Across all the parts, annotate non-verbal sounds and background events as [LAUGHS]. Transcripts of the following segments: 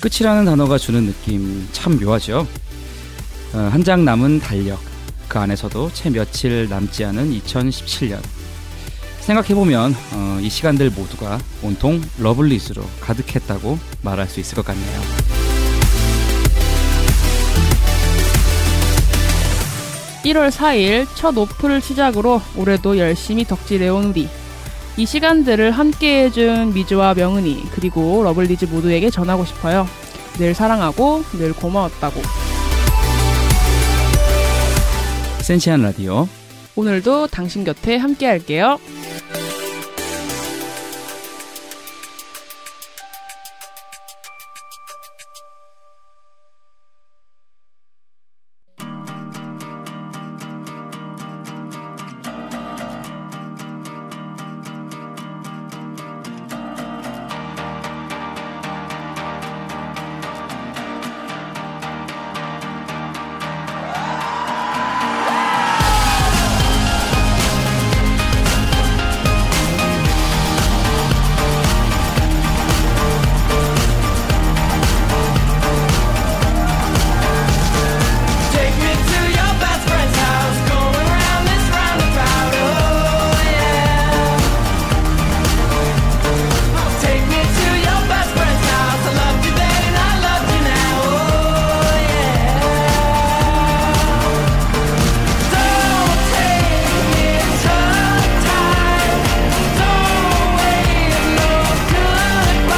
끝이라는 단어가 주는 느낌 참 묘하죠. 어, 한 장 남은 달력. 그 안에서도 채 며칠 남지 않은 2017년. 생각해보면 어, 이 시간들 모두가 온통 러블리즈로 가득했다고 말할 수 있을 것 같네요. 일월사일첫 오프를 시작으로 올해도 열심히 덕질해온 우리. 이 시간들을 함께해준 미주와 명은이 그리고 러블리즈 모두에게 전하고 싶어요. 늘 사랑하고 늘 고마웠다고. 센시한 라디오. 오늘도 당신 곁에 함께할게요. Take me to your best friend's house, going round this roundabout, oh yeah. Oh, Take me to your best friend's house, I loved you then and I love you now, oh yeah. Don't take me to time, don't wave no goodbye.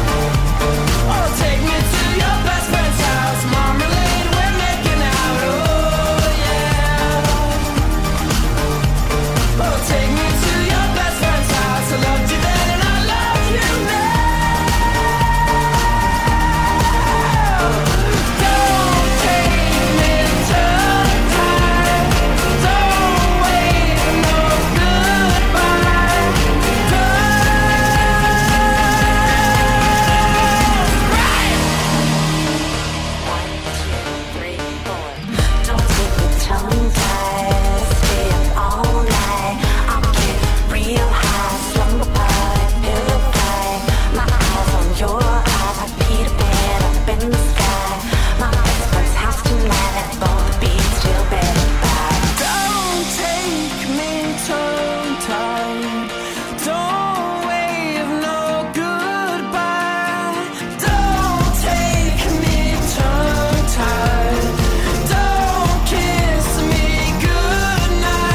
Oh, take me to your best friend's house, marmalade. We're making out, oh yeah. Oh, take me to your best friend's house. I loved you then and I love you now. Don't take me to time. Don't wait no goodbye. Good. Don't take the tongue tied, stay up all night. I'll get real high, slumber party, pillow fight. My eyes on your eyes, like Peter Pan up in the sky. My best friend's house tonight, let's both be still bed by. Don't take me tongue-tied. Don't wave no goodbye. Don't take me tongue-tied. Don't kiss me goodnight.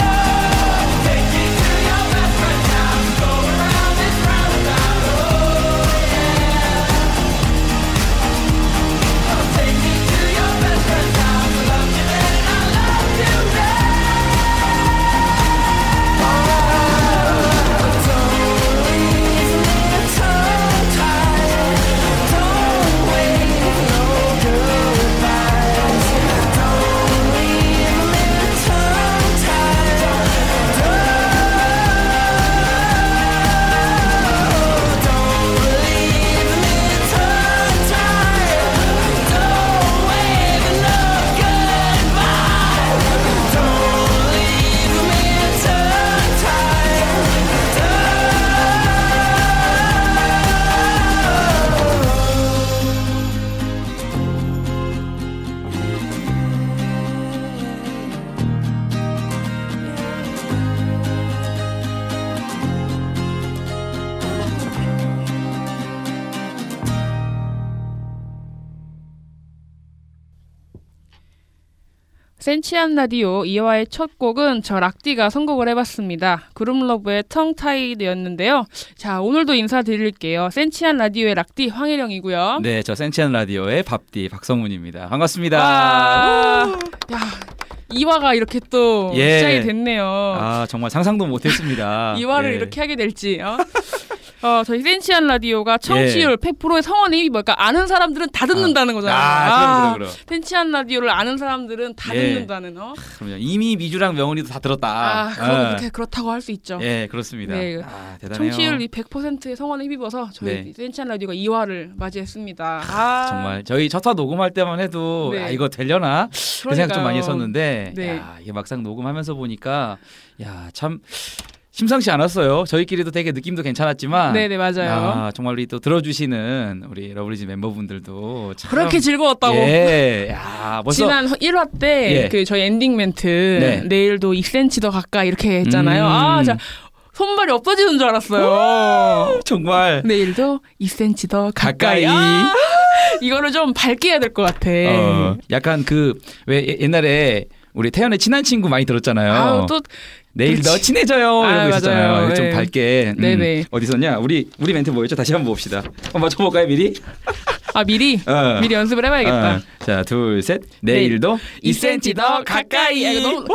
Take me to your best friend's house. Go around this roundabout. Oh yeah. Oh, take me to your best friend's house. I loved you then and I love you now. Oh, don't leave me tongue-tied. Don't wave no goodbyes. Don't leave me tongue-tied. 센치한 라디오 2화의 첫 곡은 저 락디가 선곡을 해봤습니다. 그룹러브의 텅타이드였는데요. 자, 오늘도 인사드릴게요. 센치한 라디오의 락디 황혜령이고요. 네, 저 센치한 라디오의 밥디 박성문입니다. 반갑습니다. 와. 야, 2화가 이렇게 또 예. 시작이 됐네요. 아, 정말 상상도 못했습니다. [LAUGHS] 이화를 예. 이렇게 하게 될지. 어? 어, 저희 센치한 라디오가 청취율 100%의 성원의 힘이 뭘까? 아는 사람들은 다 듣는다는 거잖아요. 아, 그럼, 그럼, 그럼. 센치한 라디오를 아는 사람들은 다 예. 듣는다는 어. 그럼요. 이미 미주랑 명훈이도 다 들었다. 아, 그럼 어. 그렇게 그렇다고 할 수 있죠. 예, 그렇습니다. 네. 아, 대단해요. 청취율이 100%의 성원에 힘입어서 저희 네. 센치한 라디오가 2화를 맞이했습니다. 아, 정말 저희 첫화 녹음할 때만 해도 네. 아 이거 되려나 그 생각 좀 그러니까요. 많이 했었는데 네. 야, 이게 막상 녹음하면서 보니까 야 참 심상치 않았어요. 저희끼리도 되게 느낌도 괜찮았지만 네, 네, 맞아요. 아, 정말 우리 또 들어주시는 우리 러블리즈 멤버분들도 참 그렇게 즐거웠다고. 예, 야 벌써 지난 1화 때 예. 그 저희 엔딩 멘트 네. 내일도 2cm 더 가까이 이렇게 했잖아요. 음. 아, 자 손발이 없어지는 줄 알았어요. 네, 오, 정말 내일도 2cm 더 가까이. 가까이 아, 이거를 좀 밝게 해야 될 것 같아. 어, 약간 그 왜 옛날에 우리 태연의 친한 친구 많이 들었잖아요. 아, 또 어. 내일 더 그렇지. 친해져요 아, 어, 이런 거 있었잖아요. 맞아요. 좀 네. 밝게. 음, 네네. 어디서냐? 우리 우리 멘트 뭐였죠? 다시 한번 봅시다. 한번 맞춰볼까요 미리? 아, 미리 어. 미리 연습을 해봐야겠다. 네. 어, 자, 둘, 셋. 내일도 2cm 더 가까이. 아, 이거 너무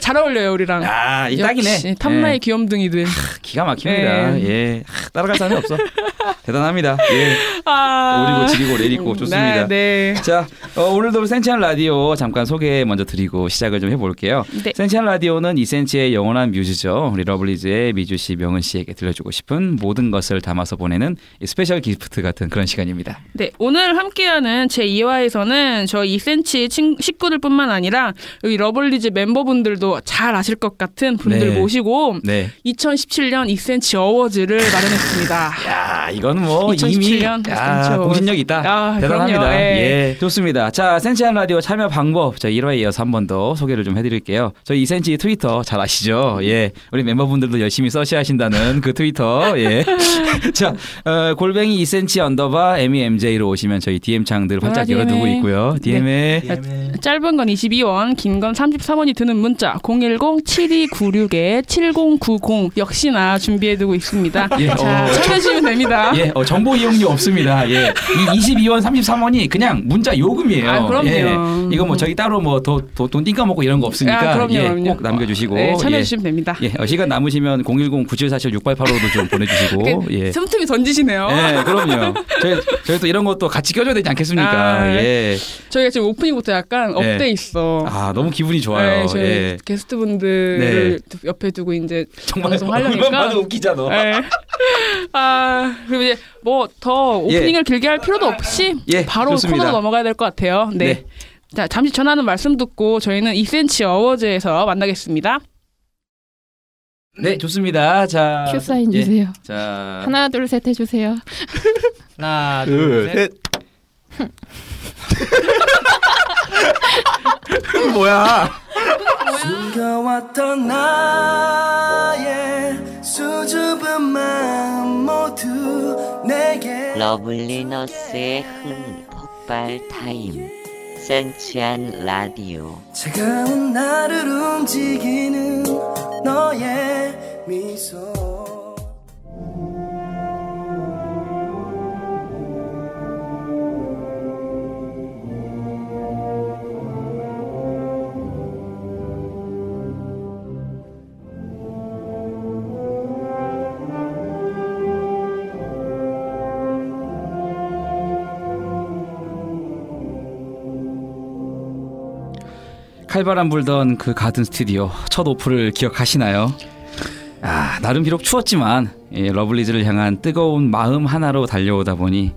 잘 어울려요 우리랑. 아, 이 딱이네. 역시 탐나의 예. 귀염둥이들. 기가 막힙니다. 예. 예, 하, 따라갈 사람이 없어. 대단합니다. 예, 아. 오리고 지리고 레리고 좋습니다. 네, 네. 자, 어, 오늘도 센치한 라디오 잠깐 소개 먼저 드리고 시작을 좀 해볼게요. 네. 센치한 라디오는 이센치의 영원한 뮤즈죠. 우리 러블리즈의 미주 씨, 명은 씨에게 들려주고 싶은 모든 것을 담아서 보내는 이 스페셜 기프트 같은 그런 시간입니다. 네, 오늘 함께하는 제 2화에서는 저 2cm 친, 식구들뿐만 아니라 여기 러블리즈 멤버분들도 잘 아실 것 같은 분들 네. 모시고 네. 2017년 2cm 어워즈를 마련했습니다. 야, 이건 뭐 2017년 이미 야, 괜찮죠. 공신력 있다. 아, 대단합니다. 그럼요. 예. 예. 좋습니다. 자, 센치한 라디오 참여 방법 저희 1화에 이어서 한 번 더 소개를 좀 해드릴게요. 저희 이센치 트위터 잘 아시죠? 예, 우리 멤버분들도 열심히 서시하신다는 그 트위터. 예. [LAUGHS] 자, 어, 골뱅이 이센치 언더바 MEMJ로 오시면 저희 DM 창들 활짝 아, 열어두고 DM. 있고요. DM에 아, 네. 짧은 건 22원, 긴 건 33원이 드는 문자 010-7296-7090 역시나 준비해두고 있습니다. 예, 자, 어, 참여해주시면 됩니다. 예, 어, 정보 이용료 없습니다. 예. 이 22원, 33원이 그냥 문자 요금이에요. 아, 그럼요. 예. 이거 뭐 저희 따로 뭐더돈 띵까먹고 이런 거 없으니까 아, 그럼요, 예, 그럼요. 꼭 남겨주시고. 네, 참여해주시면 됩니다. 예. 예, 어, 시간 남으시면 010-9747-6885로 좀그 보내주시고. 예. 틈틈이 던지시네요. 예, 그럼요. 저희, 저희 또 이런 것도 같이 껴줘야 되지 않겠습니까? 아, 예. 저희가 지금 오프닝부터 약간 예. 업돼 있어. 아, 너무 기분이 좋아요. 네, 저희 예. 네. 게스트분들을 옆에 두고 이제 정말 방송하려니까. 얼굴만 봐도 웃기자, 너. 네. 아 그리고 이제 뭐 더 오프닝을 길게 할 필요도 없이 예, 바로 좋습니다. 코너로 넘어가야 될 것 같아요. 네. 네. 자 잠시 전하는 말씀 듣고 저희는 2cm 어워즈에서 만나겠습니다. 네, 좋습니다. 자. 큐 사인 예. 주세요. 아. 자. 하나 둘 셋 해주세요. 하나, 둘, 셋. 뭐야? 숨겨왔던 나의 수줍은 마음 모두 내게 러블리너스의 흥 폭발 타임 센치한 라디오 차가운 나를 움직이는 너의 미소 칼바람 불던 그 가든 스튜디오 첫 오프를 기억하시나요? 아 나름 비록 추웠지만 예, 러블리즈를 향한 뜨거운 마음 하나로 달려오다 보니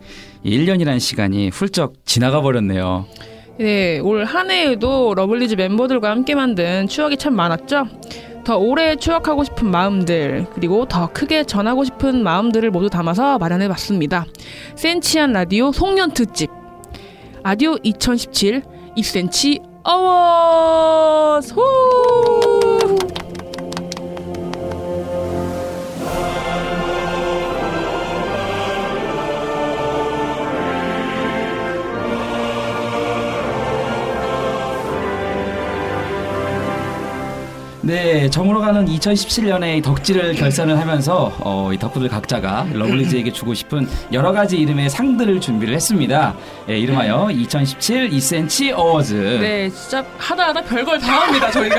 1년이란 시간이 훌쩍 지나가 버렸네요. 네, 올 한 해에도 러블리즈 멤버들과 함께 만든 추억이 참 많았죠. 더 오래 추억하고 싶은 마음들, 그리고 더 크게 전하고 싶은 마음들을 모두 담아서 마련해 봤습니다. 센치한 라디오 송년 특집. 라디오 2017 2cm 어워즈! 후! 네, 저물어가는 2017년의 덕질을 결산을 하면서 어, 이 덕후들 각자가 러블리즈에게 주고 싶은 여러 가지 이름의 상들을 준비를 했습니다. 예, 이름하여 2017 2cm 어워즈. 네, 진짜 하다 하다 별걸 다 합니다 저희가.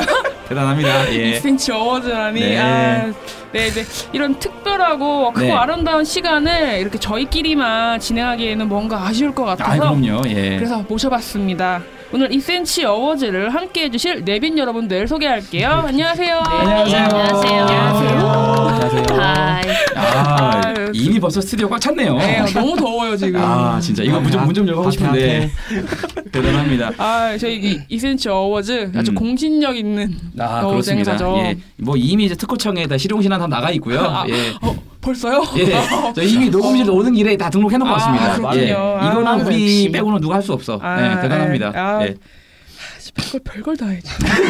[LAUGHS] 대단합니다. 예. 2cm 어워즈라니. 네. 아, 네, 이제 이런 특별하고 크고 네. 아름다운 시간을 이렇게 저희끼리만 진행하기에는 뭔가 아쉬울 것 아, 같아서 그럼요. 예. 그래서 모셔봤습니다. 오늘 2cm 어워즈를 함께 해주실 내빈 여러분들 소개할게요. 안녕하세요. 네. 안녕하세요. 안녕하세요. 안녕하세요. 하이. 아, 아, 그- 이미 벌써 스튜디오 꽉 찼네요. 네, 너무 더워요 지금. 아, 진짜 이거 문좀 문좀 열고 싶은데 [LAUGHS] 대단합니다. 아, 저희 이 2cm 어워즈 아주 음. 공신력 있는 아, 어워즈 그렇습니다. 행사죠. 예, 뭐 이미 이제 특허청에 실용신한 다 나가 있고요. 아, 예. 어, 벌써요? [LAUGHS] 예, 저 이미 녹음실 오는 길에 다 등록해놓고 아, 왔습니다. 그렇군요. 예, 아, 이거는 아, 우리 역시. 빼고는 누가 할 수 없어. 아, 예, 대단합니다. 예, 아. 예. 별걸 별걸 다 해지. [LAUGHS]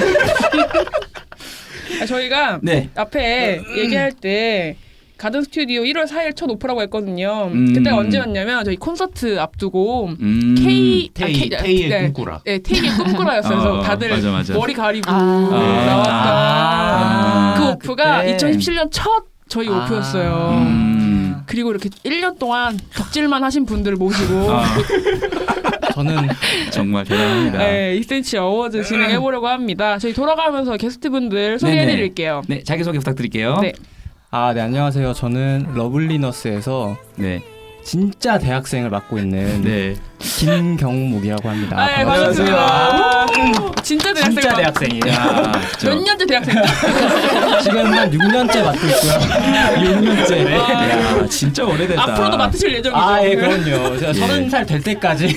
아, 저희가 네. 앞에 얘기할 때 가든 스튜디오 1월 4일 첫 오프라고 했거든요. 음. 그때 언제였냐면 저희 콘서트 앞두고 음, K 테이- K- 테이의 네, 꿈꾸라. 네, 테이의 꿈꾸라였어요. 어, 그래서 다들 [LAUGHS] 맞아, 맞아. 머리 가리고 어, 아. 나왔다. 아, 음, 그 오프가 그때. 2017년 첫 저희 아. 오프였어요. 음. 그리고 이렇게 1년 동안 덕질만 하신 분들 모시고 [LAUGHS] 아, 저는 [LAUGHS] 정말 대단합니다. 네, 2cm 어워즈 진행해 보려고 합니다. 저희 돌아가면서 게스트분들 소개해 드릴게요. 네, 자기 소개 부탁드릴게요. 네. 아, 네, 안녕하세요. 저는 러블리너스에서 네, 진짜 대학생을 맡고 있는 네. 김경목이라고 합니다. 아, 예, 반갑습니다. 반갑습니다. 진짜 대학생 아, 진짜 반- 대학생이에요. 야, 저- 몇 년째 대학생이죠? 지금 한 6년째 맡고 [LAUGHS] 있고요. 6년째. 네. 야, 진짜 오래됐다. 아, 앞으로도 맡으실 예정이죠? 아, 예, 그럼요. 제가 예. 아, 서른 살 될 때까지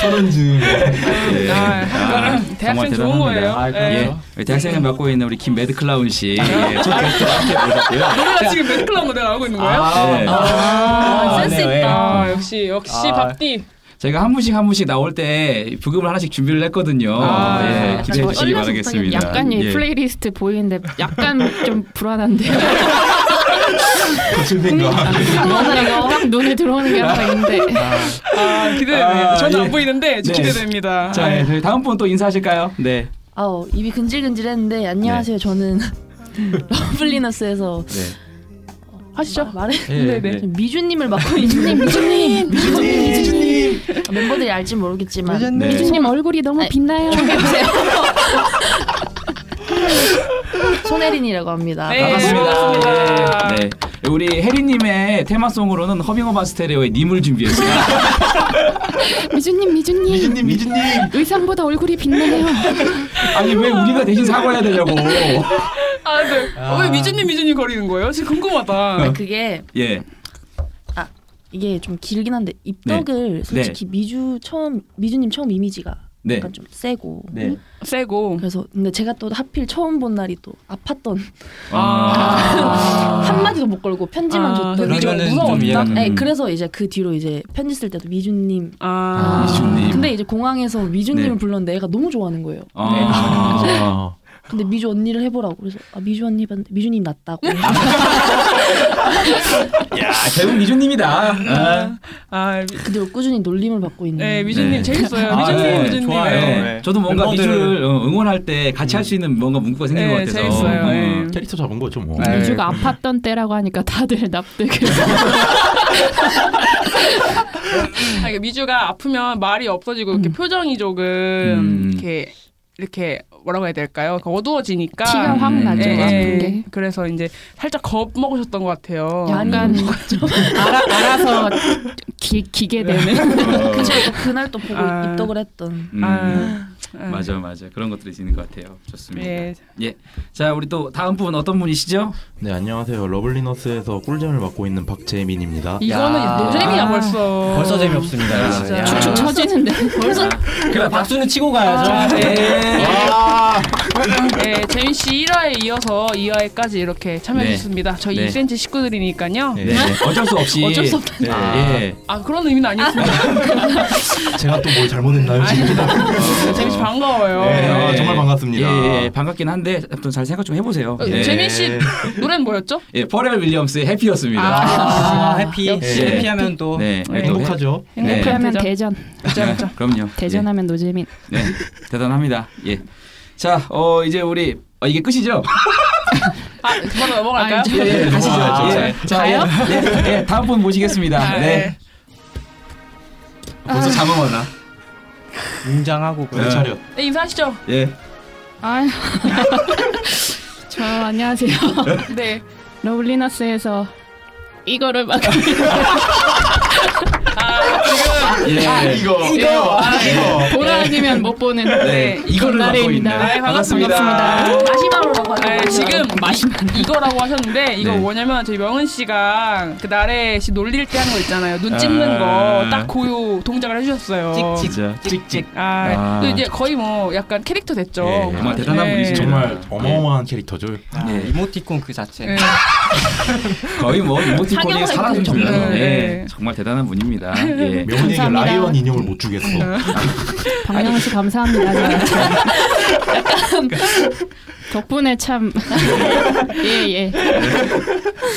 서른 즈음. 예. 아, 아, 정말 대학생 좋은 대단합니다. 거예요. 아, 그럼요. 예. 예, 우리 대학생을 맡고 있는 우리 김 매드 클라운 씨, 예, 첫 게스트 함께 모셨고요. 아, 노래가 지금 매클라운 노래 나오고 있는 거예요? 아, 네. 아, 센스 맞네요, 예. 있다. 역시 역시 아. 밥디. 저희가 한 분씩 한 분씩 나올 때 부금을 하나씩 준비를 했거든요. 아, 예, 약간 기대해 주시기 바라겠습니다. 약간 이 예. 플레이리스트 보이는데 약간 좀 불안한데요. 거칠된 거. 아. [LAUGHS] 하나가 확 눈에 들어오는 게 하나 있는데. 아, 기대되네요. 아, 저는 예. 안 보이는데 네. 기대됩니다. 자, 네, 저희 다음 분 또 인사하실까요? 네. 아우 입이 근질근질했는데 안녕하세요 저는 [LAUGHS] 러블리너스에서 네. 하시죠 말해 네, 네. 미주님을 [LAUGHS] 맡고 있는 미주님 미주님 미주님 멤버들이 알지 모르겠지만 네. 미주님 얼굴이 너무 아이, 빛나요. 해보세요 [LAUGHS] 손혜린이라고 합니다 아. 네. 반갑습니다. 반갑습니다. 네. 네. 우리 혜리님의 테마송으로는 허밍어반 스테레오의 님을 준비했습니다. 미주님, 미주님. 미진님, 미진님. 의상보다 얼굴이 빛나요. 네. 아니 왜 우리가 대신 [LAUGHS] 사과해야 되냐고. 아, 네. 아. 왜 미주님 미주님 거리는 거예요? 지금 궁금하다. 네, 그게 예. 아, 이게 좀 길긴 한데 입덕을 솔직히 미주 처음 미주님 처음 이미지가 네. 약간 좀 세고 네. 음? 세고. 그래서 근데 제가 또 하필 처음 본 날이 또 아팠던 아. [LAUGHS] 한마디도 못 걸고 편지만 아, 줬던 그러니까 미주- 그러면은 무서웠다. 좀 이해가 안 네, 돼. 그래서 이제 그 뒤로 이제 편지 쓸 때도 미주님 아. 미주님. 근데 이제 공항에서 미주님을 네. 불렀는데 애가 너무 좋아하는 거예요. [LAUGHS] 아. 근데 미주 언니를 해보라고 그래서 아, 미주 언니 봤는데 미주님 낫다고. 야, 결국 미주님이다. 아. 아, 그대로 꾸준히 놀림을 받고 있는. 네, 미주님 네. 재밌어요. 아, 미주님, 네, 미주님. 좋아요. 네. 네. 네. 저도 뭔가 멤버들- 미주를 어, 응원할 때 같이 할 수 있는 뭔가 문구가 생긴 네, 것 같아서. 재밌어요. 어. 네. 캐릭터 잡은 거죠 뭐. 네. 미주가 아팠던 때라고 하니까 다들 납득을. [LAUGHS] 아, 그러니까 미주가 아프면 말이 없어지고 이렇게 표정이 조금 음. 이렇게 이렇게 뭐라고 해야 될까요? 그 어두워지니까 티가 확 음, 나죠. 예, 아픈 게. 그래서 이제 살짝 겁 먹으셨던 것 같아요. 약간 알아, 알아서 기, 기게 네. 되는. 그쵸, 또 그날 또 보고 아. 입덕을 했던. 음. 아, 아, 맞아 맞아 그런 것들이 있는 것 같아요. 좋습니다. 예. 자 우리 또 다음 분 어떤 분이시죠? 네 안녕하세요 러블리너스에서 꿀잼을 맡고 있는 박재민입니다. 이거는 야. 노잼이야 아, 벌써. 벌써 재미없습니다. 아, 진짜. 야. 축축 처지는데. [LAUGHS] 벌써 그래 박수는 치고 가야죠. 아, 네. 아, 네, 재민 씨 1화에 이어서 2화에까지 이렇게 참여해 네. 주셨습니다. 저희 네. 2cm 식구들이니까요. 네. 어쩔 수 없이 어쩔 수 없다. 네. 아. 예. 아 그런 의미는 아니었습니다. 제가 또 뭘 아, 잘못했나요 아, 지금? 재민 씨 반가워요. 네. 아, 정말 반갑습니다. 예, 예, 반갑긴 한데 아무튼 잘 생각 좀 해보세요. 어, 예. 재민 씨 노래는 뭐였죠? 예, 퍼렐 윌리엄스의 해피였습니다. 아, 해피. 역시. 해피하면 또 네. 네, 또 해- 행복하죠. 네. 그러면 대전. 그렇죠, 그렇죠. 네, [LAUGHS] 그럼요. 대전하면 노재민. 예. 네, 대단합니다. 예. 자, 어 이제 우리 아, 이게 끝이죠? 아, 그만 넘어갈까요? 네. 아, 이제- 예, 예, 가시죠. 아, 예. 자, 가요? 예, 네, 예, 다음 분 모시겠습니다. 아, 네. 벌써 잠을 왔나? 웅장하고 내 차렷. 네, 인사하시죠. 예. [LAUGHS] 아유. 저 안녕하세요. 네. 러블리너스에서 이거를 막 아, 예. 이거. 네. 아, 이거. 아, 이거. 보라 아니면 못 보는 네, 이거를 맡고 있는. 나래입니다. 네, 반갑습니다. 마지막으로 네, 지금 이거라고 하셨는데 이거 네. 뭐냐면 저희 명은 씨가 그 나래 씨 놀릴 때 하는 거 있잖아요. 눈 찍는 아. 거 딱 고요 동작을 해주셨어요. 진짜. 찍찍. 아. 아, 또 이제 거의 뭐 약간 캐릭터 됐죠. 예, 정말 대단한 네. 분이시죠. 정말 네. 어마어마한 캐릭터죠. 예. 아, 이모티콘 그 자체. 네. [LAUGHS] 거의 뭐 이모티콘의 사랑 정도. 정도. 예. 네. 정말 대단한 분입니다. 예. 명훈이에게 감사합니다. 라이언 인형을 못 주겠어. 박명훈 씨 감사합니다. 제가 [LAUGHS] 참 [LAUGHS] 덕분에 참 예예.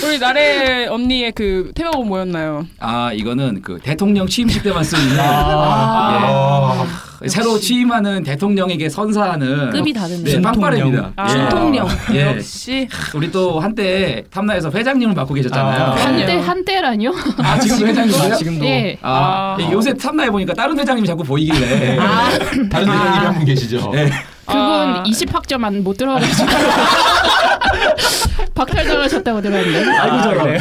우리 나래 언니의 그 태명은 뭐였나요? 아 이거는 그 대통령 취임식 때만 쓰는 아, 예. 새로 취임하는 대통령에게 선사하는 급이 다르네. 네, 빵빠레입니다. 아. 예. 신통령. 예. 역시 우리 또 한때 탐나에서 회장님을 맡고 계셨잖아요. 아. 아, 한때 한때라뇨? [LAUGHS] 지금도 회장님이세요? 지금도 예. 아, 아. 요새 탐나에 보니까 다른 회장님이 자꾸 보이길래 다른 아. 예. 회장님이 한 분 계시죠? 예. 그분 아. 20학점 안 못 들어가지고 박탈당하셨다고 들었는데. 알고 저러.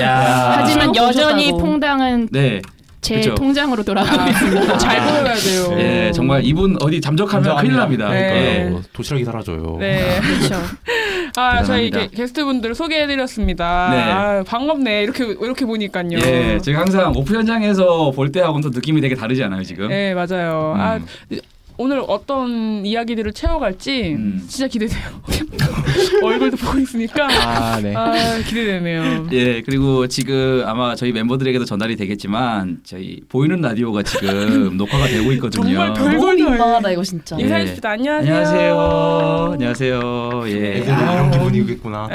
야. 하지만 아, 여전히 오셨다고. 통당은 네. 제 그쵸. 통장으로 돌아가고 있습니다. 잘 보여야 돼요. 예, 정말 이분 어디 잠적하면 큰일 납니다. 네. 예. 그러니까요. 어, 도시락이 뭐. 사라져요. [LAUGHS] 네. 그렇죠. 아, 저희 대단합니다. 이게 게스트분들 소개해드렸습니다. 네. 아, 반갑네. 이렇게, 이렇게 보니까요. 예, 제가 항상 오프 현장에서 볼 때하고는 또 느낌이 되게 다르지 않아요, 지금? 네, 맞아요. 아, 음. 오늘 어떤 이야기들을 채워갈지 음. 진짜 기대돼요. [LAUGHS] 얼굴도 보고 있으니까. 아 네. 아, 기대되네요. 예, 그리고 지금 아마 저희 멤버들에게도 전달이 되겠지만 저희 보이는 라디오가 [LAUGHS] 지금 녹화가 되고 있거든요. 정말 별- 너무 얼굴 민망하다 이거 진짜. 예. 인사해주시다. 안녕하세요. 안녕하세요. 안녕하세요. 예. 애들도 이런 기분이겠구나. 예.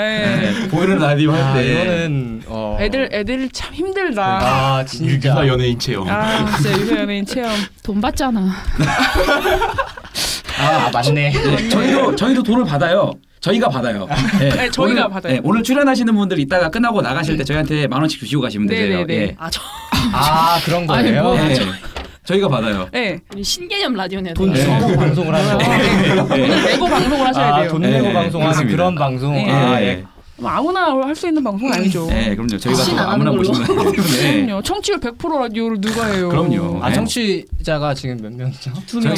네, 보이는 라디오 아, 할 때. 이거는 어. 애들, 애들 참 힘들다. 아 유기사 진짜. 연예인 체험. 아, 진짜 유서 연예인 체험. 돈 받잖아. 아 맞네. 네, 저희도 저희도 돈을 받아요. 저희가 받아요. 예, 네, 저희가 오늘, 받아요. 네. 예, 오늘 출연하시는 분들 이따가 끝나고 나가실 때 저희한테 만 원씩 주시고 가시면 되세요. 네네네. 네, 예. 아, 저 아 그런 아니, 거예요. 뭐. 예, 저희가 받아요. 예. 우리 신개념 라디오네. 돈 네. 주고 방송을 하는 거. 오늘 네, 내고 방송을 하셔야 아, 돼요. 돈 네, 내고 네, 방송하는 그렇습니다. 그런 방송. 네. 아, 예, 예. 뭐 아무나 할 수 있는 방송은 아니죠. 예, 그럼요. 저희가 다신 또 안 아무나 하는 걸로. 보시면 안 되기 때문에. 그럼요. 청취율 100% 라디오를 누가 해요? 그럼요. 아 네. 청취자가 지금 몇 명이죠? 두 명. [LAUGHS]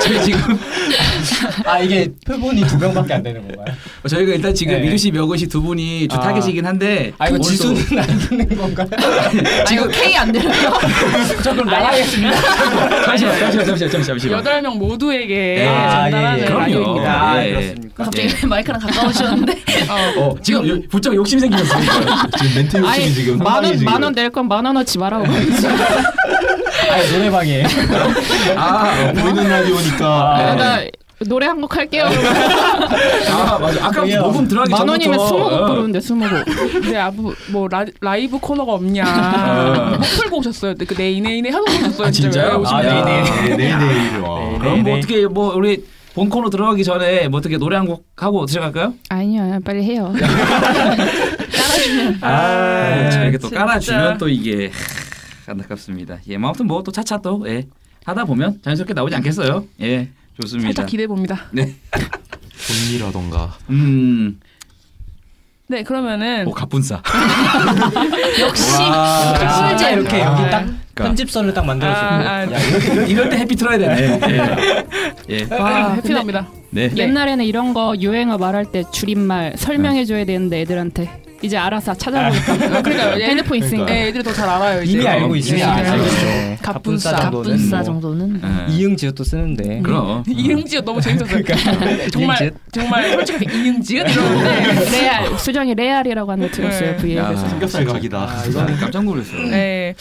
저희 지금 [LAUGHS] 아 이게 표본이 두 명밖에 안 되는 건가요? 저희가 일단 지금 네. 미규 씨, 명근 씨두 분이 주 아. 타겟이긴 한데 아 이거 오늘 또- 지수는 안 되는 건가요? 지금 K 안 되는 [LAUGHS] 거. 저 그럼 [LAUGHS] 나가겠습니다. 잠시만 잠시만 잠시만 잠시만 잠시만. [LAUGHS] 여덟 명 모두에게 네. 아, 전달하는 예, 예. 그럼요. 라디오입니다. 아 예. 그렇습니까? 갑자기 [LAUGHS] 마이크랑 가까우셨는데. 어, 지금 요- 부쩍 욕심 [LAUGHS] 생기셨어요. 지금 멘트 욕심이 지금 상당히 지금. 만원만 원 낼 건 만 원 어치 말하고. 네. 아 노래방이에요. 아, 어, 보이는 라디오니까. 네. 아, 나 노래 한 곡 할게요. [LAUGHS] 아 맞아. 아까 왜요? 녹음 들어가기 만 원이면 전부터. 스무 곡 어. 부르는데 스무 곡. 근데 아부 뭐 라, 라이브 코너가 없냐? 못 풀고 오셨어요. 그 내이네 이네 하고 오셨어요. 어. 아, 진짜요? 오신 아, 분이. 네네. 네, 내일 내일. 와. 네. 그럼 뭐 어떻게 뭐 우리 본 코너 들어가기 전에 뭐 어떻게 노래 한 곡 하고 들어갈까요? 아니요, 빨리 해요. 아, 참 이렇게 또 진짜. 깔아주면 또 이게 하, 안타깝습니다. 예, 뭐 아무튼 뭐 또 차차 또 예, 하다 보면 자연스럽게 나오지 않겠어요? 예, 좋습니다. 네. 살짝 기대해 봅니다. 돈이라던가. 음, 뭐 네 그러면은 오 가뿐싸. [LAUGHS] 역시 아, 술잼. 이렇게 여기 딱 그러니까. 편집선을 딱 만들어 주고. 아, 아, 야, 이럴 때 해피 틀어야 되네. 예, 예, 아, 와 해피납니다. 네. 예. 옛날에는 이런 거 유행어 말할 때 줄임말 설명해 줘야 되는데 애들한테 이제 알아서 찾아보니까. [LAUGHS] 그러니까 핸드폰 있으니까. 네, 애들이 더 잘 알아요. 이제. 이미 그럼, 알고 있어요. 이미 알고 있어요. 네. 갑분싸. 정도는 갑분싸 뭐 정도는. 예. 이응지어 또 쓰는데. 그럼. 이응지가 너무 재밌었어요. [LAUGHS] 정말 그러니까. 이응지읒? 정말 솔직하게 이응지가 [LAUGHS] 이러는데 레알 네. 수정이 레알이라고 하는 거 들었어요 네. V앱에서. 야. 삼겹살 각이다. 아, 이거는 깜짝 놀랐어요. 네.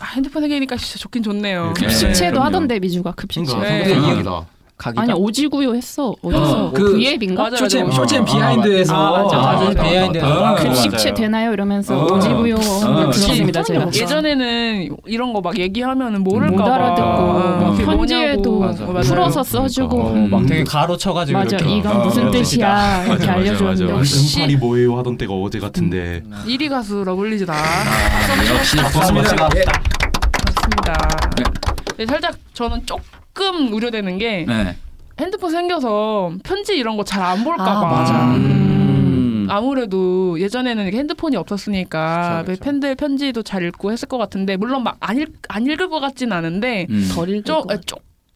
아, 핸드폰 세계니까 진짜 좋긴 좋네요. 네. 급식체도 그럼요. 하던데 미주가 급식체. 그러니까 네. 삼겹살 각이다. 각이다. 아니 오지구요 했어 어디서 어, 그 V앱인가? 쇼챔 쇼챔 아, 비하인드에서 아, 맞아, 맞아. 아, 비하인드에서. 맞다, 맞다. 그 급식체 되나요 이러면서 아, 어. 오지구요 어. 들었습니다 아, 제가. 예전에는 이런 거 막 얘기하면은 모를까 못 봐. 알아듣고 어, 막 그게 편지에도 뭐냐고. 맞아요. 풀어서 써주고 어, 음. 막 되게 가로 쳐가지고 맞아 이렇게 이건 막. 무슨 어, 뜻이야 이렇게 맞아, 맞아, 알려주는데 맞아. 역시 음. 응팔이 뭐예요 하던 때가 어제 같은데 1위 음. 가수 러블리즈다. 아, 아, 역시 맞습니다. 맞습니다. 네, 살짝 저는 조금 우려되는 게 네. 핸드폰 생겨서 편지 이런 거 잘 안 볼까 봐. 아, 맞아. 음. 아무래도 예전에는 이렇게 핸드폰이 없었으니까 그쵸, 그쵸. 팬들 편지도 잘 읽고 했을 것 같은데 물론 막 안 읽을 것 같진 않은데 음. 덜 읽을 좀 것 같아.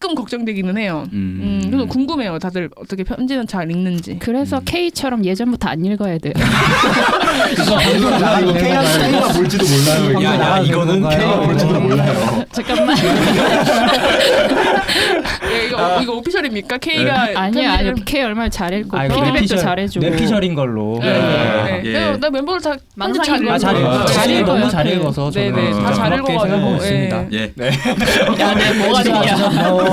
조금 걱정되기는 해요. 음. 음, 그래서 궁금해요. 다들 어떻게 편지는 잘 읽는지. 그래서 음. K처럼 예전부터 안 읽어야 돼요. [LAUGHS] [LAUGHS] 이거 K가 뭘지도 몰라요 이게. 야, 아, 야, 이거는 K가 K가 뭘지도 어. 뭘지도 몰라요 잠깐만. 예, 이거, 이거 네. 오피셜입니까? K가 아니야 아니야 K 얼마나 잘 네, 읽고 아, 이거 피드백도 피셜- 잘해주고. 내 피셜인 걸로. 네, 네, 네. 예. 내가- 나 멤버들 다 편지 잘 망상이구나. 읽어. 아, 잘 읽어. 아, 잘 잘 읽어. 너무 읽어요. 잘 읽어서 저는 네네 진짜 다 잘 고맙게 생각하고 읽어가지고. 있습니다. 예. 예. 네, 야내 뭐가 되냐. 고마워.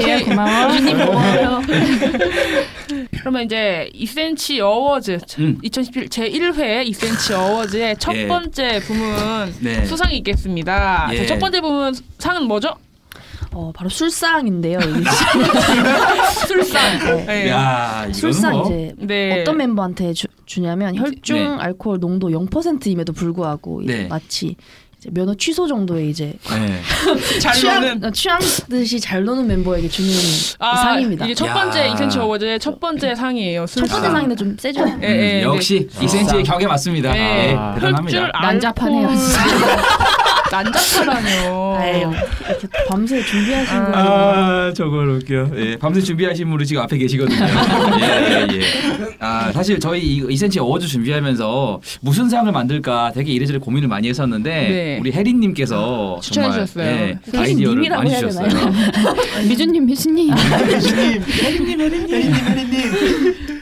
K야 그 고마워. 주님 고마워요. [LAUGHS] 그러면 이제 2cm 어워즈 음. 2017 제1회 2cm 어워즈의 첫 예. 번째 부문 네. 수상이 있겠습니다. 예. 자, 첫 번째 부문 상은 뭐죠? [LAUGHS] 어, 바로 술상인데요. 아, 이게. 술상. 네. 야, 이거는 술상 뭐. 이제 네. 어떤 멤버한테 주, 주냐면 혈중 네. 알코올 농도 0%임에도 불구하고 이제 네. 마치 이제 면허 취소 정도의 이제 뭐. 네. [LAUGHS] 잘 취향 노는 어, 취향 듯이 잘 노는 [LAUGHS] 멤버에게 주는 이 상입니다. 아, 이게 첫 야. 번째 2cm 어워즈의 첫 번째 상이에요. 첫 술상. 번째 상인데 좀 세죠. 예, 예, 음, 역시 이 센치의 격에 맞습니다. 네. 네, 아, 대단합니다. 혈줄 알코올. 난잡하네요, 진짜. [LAUGHS] 난잡하다뇨. 아유, 이렇게 밤새 준비하신 아. 거. 아, 저걸 웃겨. 예, 밤새 준비하신 분이 지금 [LAUGHS] 앞에 계시거든요. 예, 예, 예. 아, 사실 저희 이- 이 센치 어워즈 준비하면서 무슨 상을 만들까 되게 이래저래 고민을 많이 했었는데 네. 아, 우리 혜린님께서 추천해주셨어요. 정말 예, 혜린 아이디어를 님이라고 많이 해야 주셨어요. 미주님 미주님.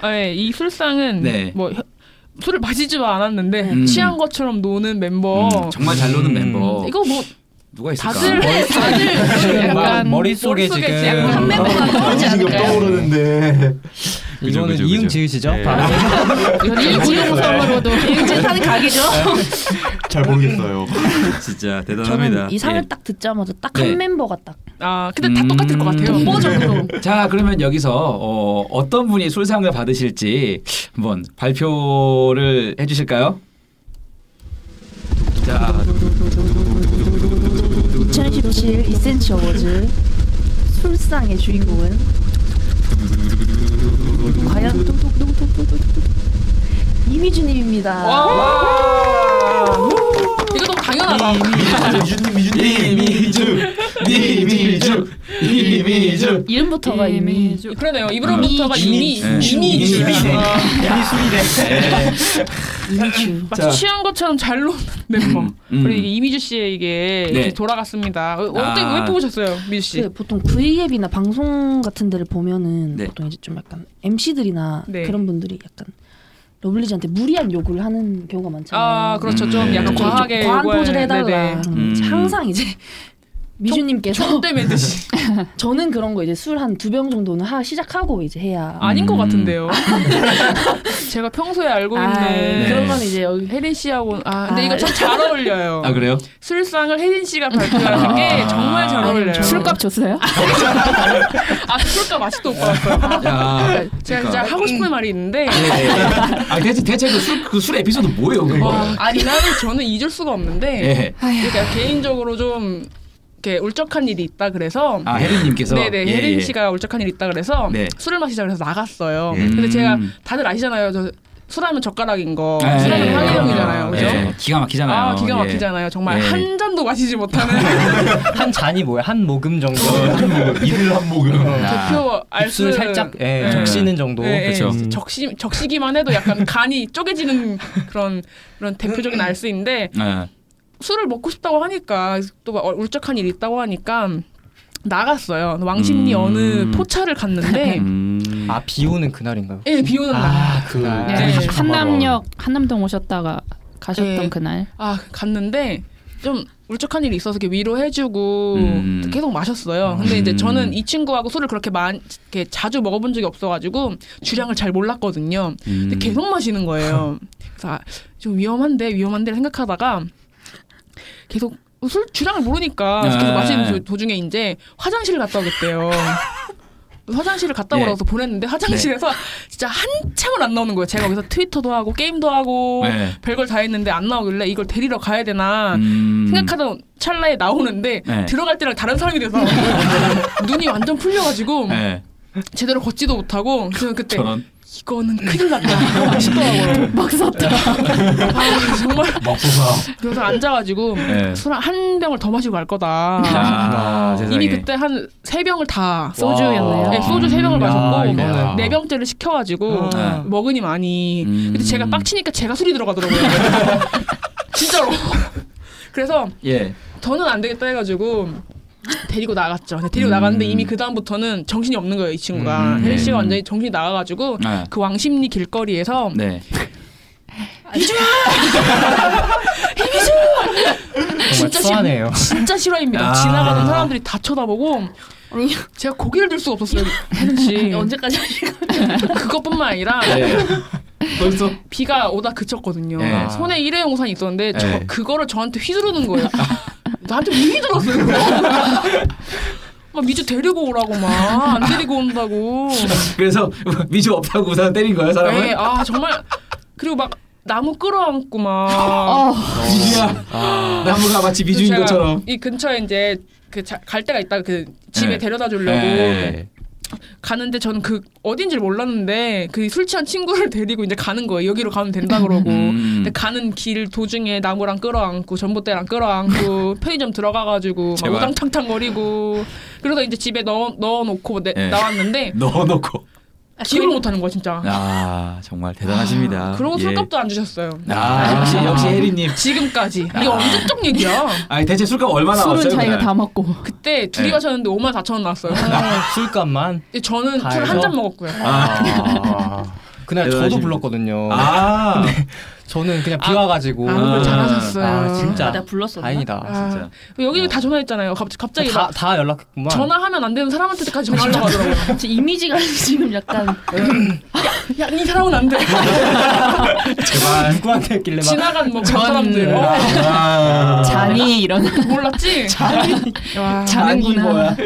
예, 이 술상은 네. 뭐 혀- 술을 마시지도 않았는데 음. 취한 것처럼 노는 멤버. 음, 정말 잘 노는 음. 멤버. 이거 뭐 누가 있을까? 다들 다들 지금 막 약간 머릿속에 머릿속에 지금 어, 약간 한 음. 멤버가 떠오르지 않을까요? 떠오르는데 그죠, 이거는 그죠, 이응 그죠. 지으시죠? 예. 바로. 네. 이구동성으로도 네. 이제 타는 각이죠. 잘 모르겠어요 진짜 대단합니다. 저는 이 상을 예. 딱 듣자마자 딱 한 네. 멤버가 딱 아 근데 다 음. 똑같을 것 같아요. 독보적으로 자 그러면 여기서 어, 어떤 분이 술상을 받으실지 한번 발표를 해주실까요? 자 2017 2cm 어워즈 술상의 주인공은 과연 음. 이미주님입니다. 이거 너무 당연하다. 미주님 미주님 이미주 이미주 이미주 이름부터가 이미 이미주. 음. 그러네요. 이브로부터가 이미 네. 이미 아. 이미, 이미 이미. 이미주. 자. 취한 것처럼 잘 노는 멤버. 음, 음. 그리고 이게 이미주 씨의 이게 네. 이렇게 돌아갔습니다. 어, 어때 아. 왜 뽑으셨어요, 미주 씨? 그 보통 V앱이나 방송 같은 데를 보면은 네. 보통 이제 좀 약간 MC들이나 네. 그런 분들이 약간 러블리즈한테 무리한 요구를 하는 경우가 많잖아요. 아 그렇죠. 음, 좀 네. 약간 좀 과하게 과한 요구하는- 포즈를 해달라. 네네. 음. 항상 이제 미주님께서 때 멘트시 [LAUGHS] 저는 그런 거 이제 술 한 두 병 정도는 하 시작하고 이제 해야. 아닌 것 음. 같은데요. [LAUGHS] 제가 평소에 알고 있는 아이, 그런 네. 건 이제 여기 혜린 씨하고 아 근데 아. 이거 참 잘 어울려요. 아 그래요? 아. 술상을 혜린 씨가 발표하는 게 아, 정말 잘 어울려요. 아, 술값 줬어요? 아 술값 아직도 못 받았어요. 야, 제가 그러니까. 진짜 하고 싶은 말이 있는데 예, 예. 아 대체 대체 그술그술 에피소드 뭐예요 그거? 와, 어, 아니 나는 저는 잊을 수가 없는데 예. 그러니까 개인적으로 좀 이렇게 울적한 일이 있다 그래서 아 혜린님께서 네네 예, 혜린 예. 씨가 울적한 일이 있다 그래서 네. 술을 마시자 그래서 나갔어요. 음. 근데 제가 다들 아시잖아요. 저 술하면 젓가락인 거, 예, 술하면 예, 네. 환경이잖아요, 그죠? 예, 기가 막히잖아요. 아 기가 예. 막히잖아요. 정말 예. 그 한 잔도 마시지 못하는 한 잔이 뭐야? 한 모금 정도. 이를 어, 한 모금 아. 대표 알수 입술 살짝 예, 예. 적시는 정도. 예, 예. 그쵸. 음. 적시 적시기만 해도 약간 간이 쪼개지는 그런 그런 대표적인 알수인데 예. 술을 먹고 싶다고 하니까 또막 울적한 일이 있다고 하니까 나갔어요. 왕십리 음. 어느 포차를 [LAUGHS] 갔는데 음. 아, 비 오는 그날인가요? 예, 비 오는 날. 아, 그날. 네. 네. 한남역 한남동 오셨다가 가셨던 네. 그날. 아, 갔는데 좀 울적한 일이 있어서 이렇게 위로해주고 음. 계속 마셨어요. 근데 이제 음. 저는 이 친구하고 술을 그렇게 많이 이렇게 자주 먹어본 적이 없어가지고 주량을 잘 몰랐거든요. 근데 음. 계속 마시는 거예요. 그래서 아, 좀 위험한데 위험한데 생각하다가 계속 술 주량을 모르니까 계속 아. 마시는 도- 도중에 이제 화장실을 갔다 오겠대요. 화장실을 갔다 오라고 예. 네. 해서 보냈는데 화장실에서 진짜 한참을 안 나오는 거예요. 제가 거기서 트위터도 하고 게임도 하고 네. 별걸 다 했는데 안 나오길래 이걸 데리러 가야 되나 생각하던 찰나에 나오는데 음. 네. 들어갈 때랑 다른 사람이 [LAUGHS] 돼서 눈이 완전 풀려가지고 예. 네, 제대로 걷지도 못하고 저는 그때 저런. 네. 이거는 큰일 [LAUGHS] 났다 싶더라고요. 막사다 아, 정말 먹고서. 그래서 앉아가지고 네. 술 한 병을 더 마시고 갈 거다. 아, 세상에. 이미 그때 한 세 병을 다 소주였네요. 네, 소주 세 병을 음, 아, 마셨고 이거는. 네 병째를 어. 시켜가지고 네, 아. 음. 먹으니 많이. 근데 음. 제가 빡치니까 제가 술이 들어가더라고요. [LAUGHS] 진짜로. [LAUGHS] 그래서 예. 저는 안 되겠다 해가지고 데리고 나갔죠. 근데 데리고 나갔는데 이미 그 다음부터는 정신이 없는 거예요 이 친구가. 음. 혜리 씨가 음. 완전히 정신이 나가가지고 아. 그 왕십리 길거리에서 네. 진짜 싫- 쏘아내요. 진짜 실화입니다. 아. 지나가는 사람들이 다 쳐다보고 제가 고개를 들 수가 없었어요. 혜린 씨 언제까지 하실 거예요? 그것뿐만 아니라 네. 벌써. [LAUGHS] 비가 오다 그쳤거든요. 네. 손에 일회용 우산이 있었는데 저 네. 그거를 저한테 휘두르는 거예요. [LAUGHS] 나한테 왜 휘두렀어요? [LAUGHS] 그거? 막 미주 데리고 오라고 막 안 데리고 온다고. 그래서 미주 없다고 우산 때린 거야 [LAUGHS] 사람을. 네, 아 정말 그리고 막 나무 끌어안고 막 미주야. 나무가 마치 미주인 제가 것처럼. 이 근처에 이제 그 갈 데가 있다 그 집에 네. 데려다 주려고 네. 예. 가는데 저는 그 어딘지 를 몰랐는데 그 술 취한 친구를 [LAUGHS] 데리고 이제 가는 거예요. 여기로 가면 된다 그러고. 음. 근데 가는 길 도중에 나무랑 끌어안고 전봇대랑 [LAUGHS] 끌어안고 편의점 들어가가지고 막 제발. 우당탕탕거리고 그러다 이제 집에 넣어 넣어놓고 내- 네. 나왔는데 [LAUGHS] 아, 넣어놓고. 기억을 못하는 거야 진짜. 아, 아 정말 대단하십니다. 그러고 예. 술값도 안 주셨어요. 아 역시 역시 혜리님. 지금까지 이게 아. 언제적 얘기야? 아니 대체 술값 얼마 나왔어요? 술은 자기가 그날? 다 먹고 그때 둘이 네. 마셨는데 5만 4천 원 [LAUGHS] 나왔어요. 술값만. 근데 저는 다 술 한 해서? 잔 먹었고요. 아. 그날 저도 대단하십니다. 불렀거든요. [LAUGHS] 네. 아 저는 그냥 비 아, 와가지고. 아무 걸 아. 잘하셨어요. 아, 진짜. 아, 내가 불렀었나? 다행이다. 아, 진짜. 여기 다 전화했잖아요. 갑자기 갑자기 다, 막 다 연락했구만. 전화하면 안 되는 사람한테까지 전화를 하더라고요. [LAUGHS] 제 이미지가 지금 약간 야, 이 사람은 안 돼. 제발. 누구한테 했길래 막. 지나간 뭐 그런 전- 사람들. 어, 아. 잔이 이런 몰랐지? 와. 자는구나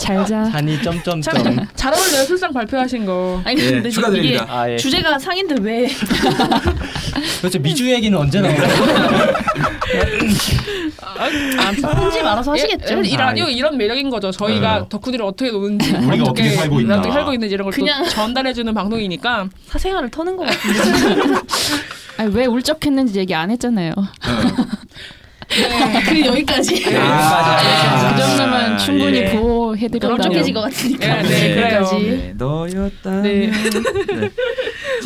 잘자 잔이 [LAUGHS] 점점점. 참, 잘 어울려요. 술상 발표하신 거. 아니 예, 근데 이게 축하드립니다. 아 예. 주제가 상인데 왜 도대체 미주 얘기는 언제 나오나? 편집 알아서 하시겠죠? 아, 예, 이 라디오 이런 매력인 거죠. 저희가 네. 덕후들이 어떻게 노는지, 우리가 어떻게 살고 있나. 어떻게 살고 있는지 이런 걸 그냥- 또 전달해주는 방송이니까. 사생활을 터는 거 같은데 [LAUGHS] 아니, 왜 울적했는지 얘기 안 했잖아요 네, 그리고 여기까지 예, 여기까지 하겠습니다. 그 정도면 충분히 예. 보호해드렸다 울적해진 것 같으니까 네, 네, 예. 그래요. 네, 너였다. 네.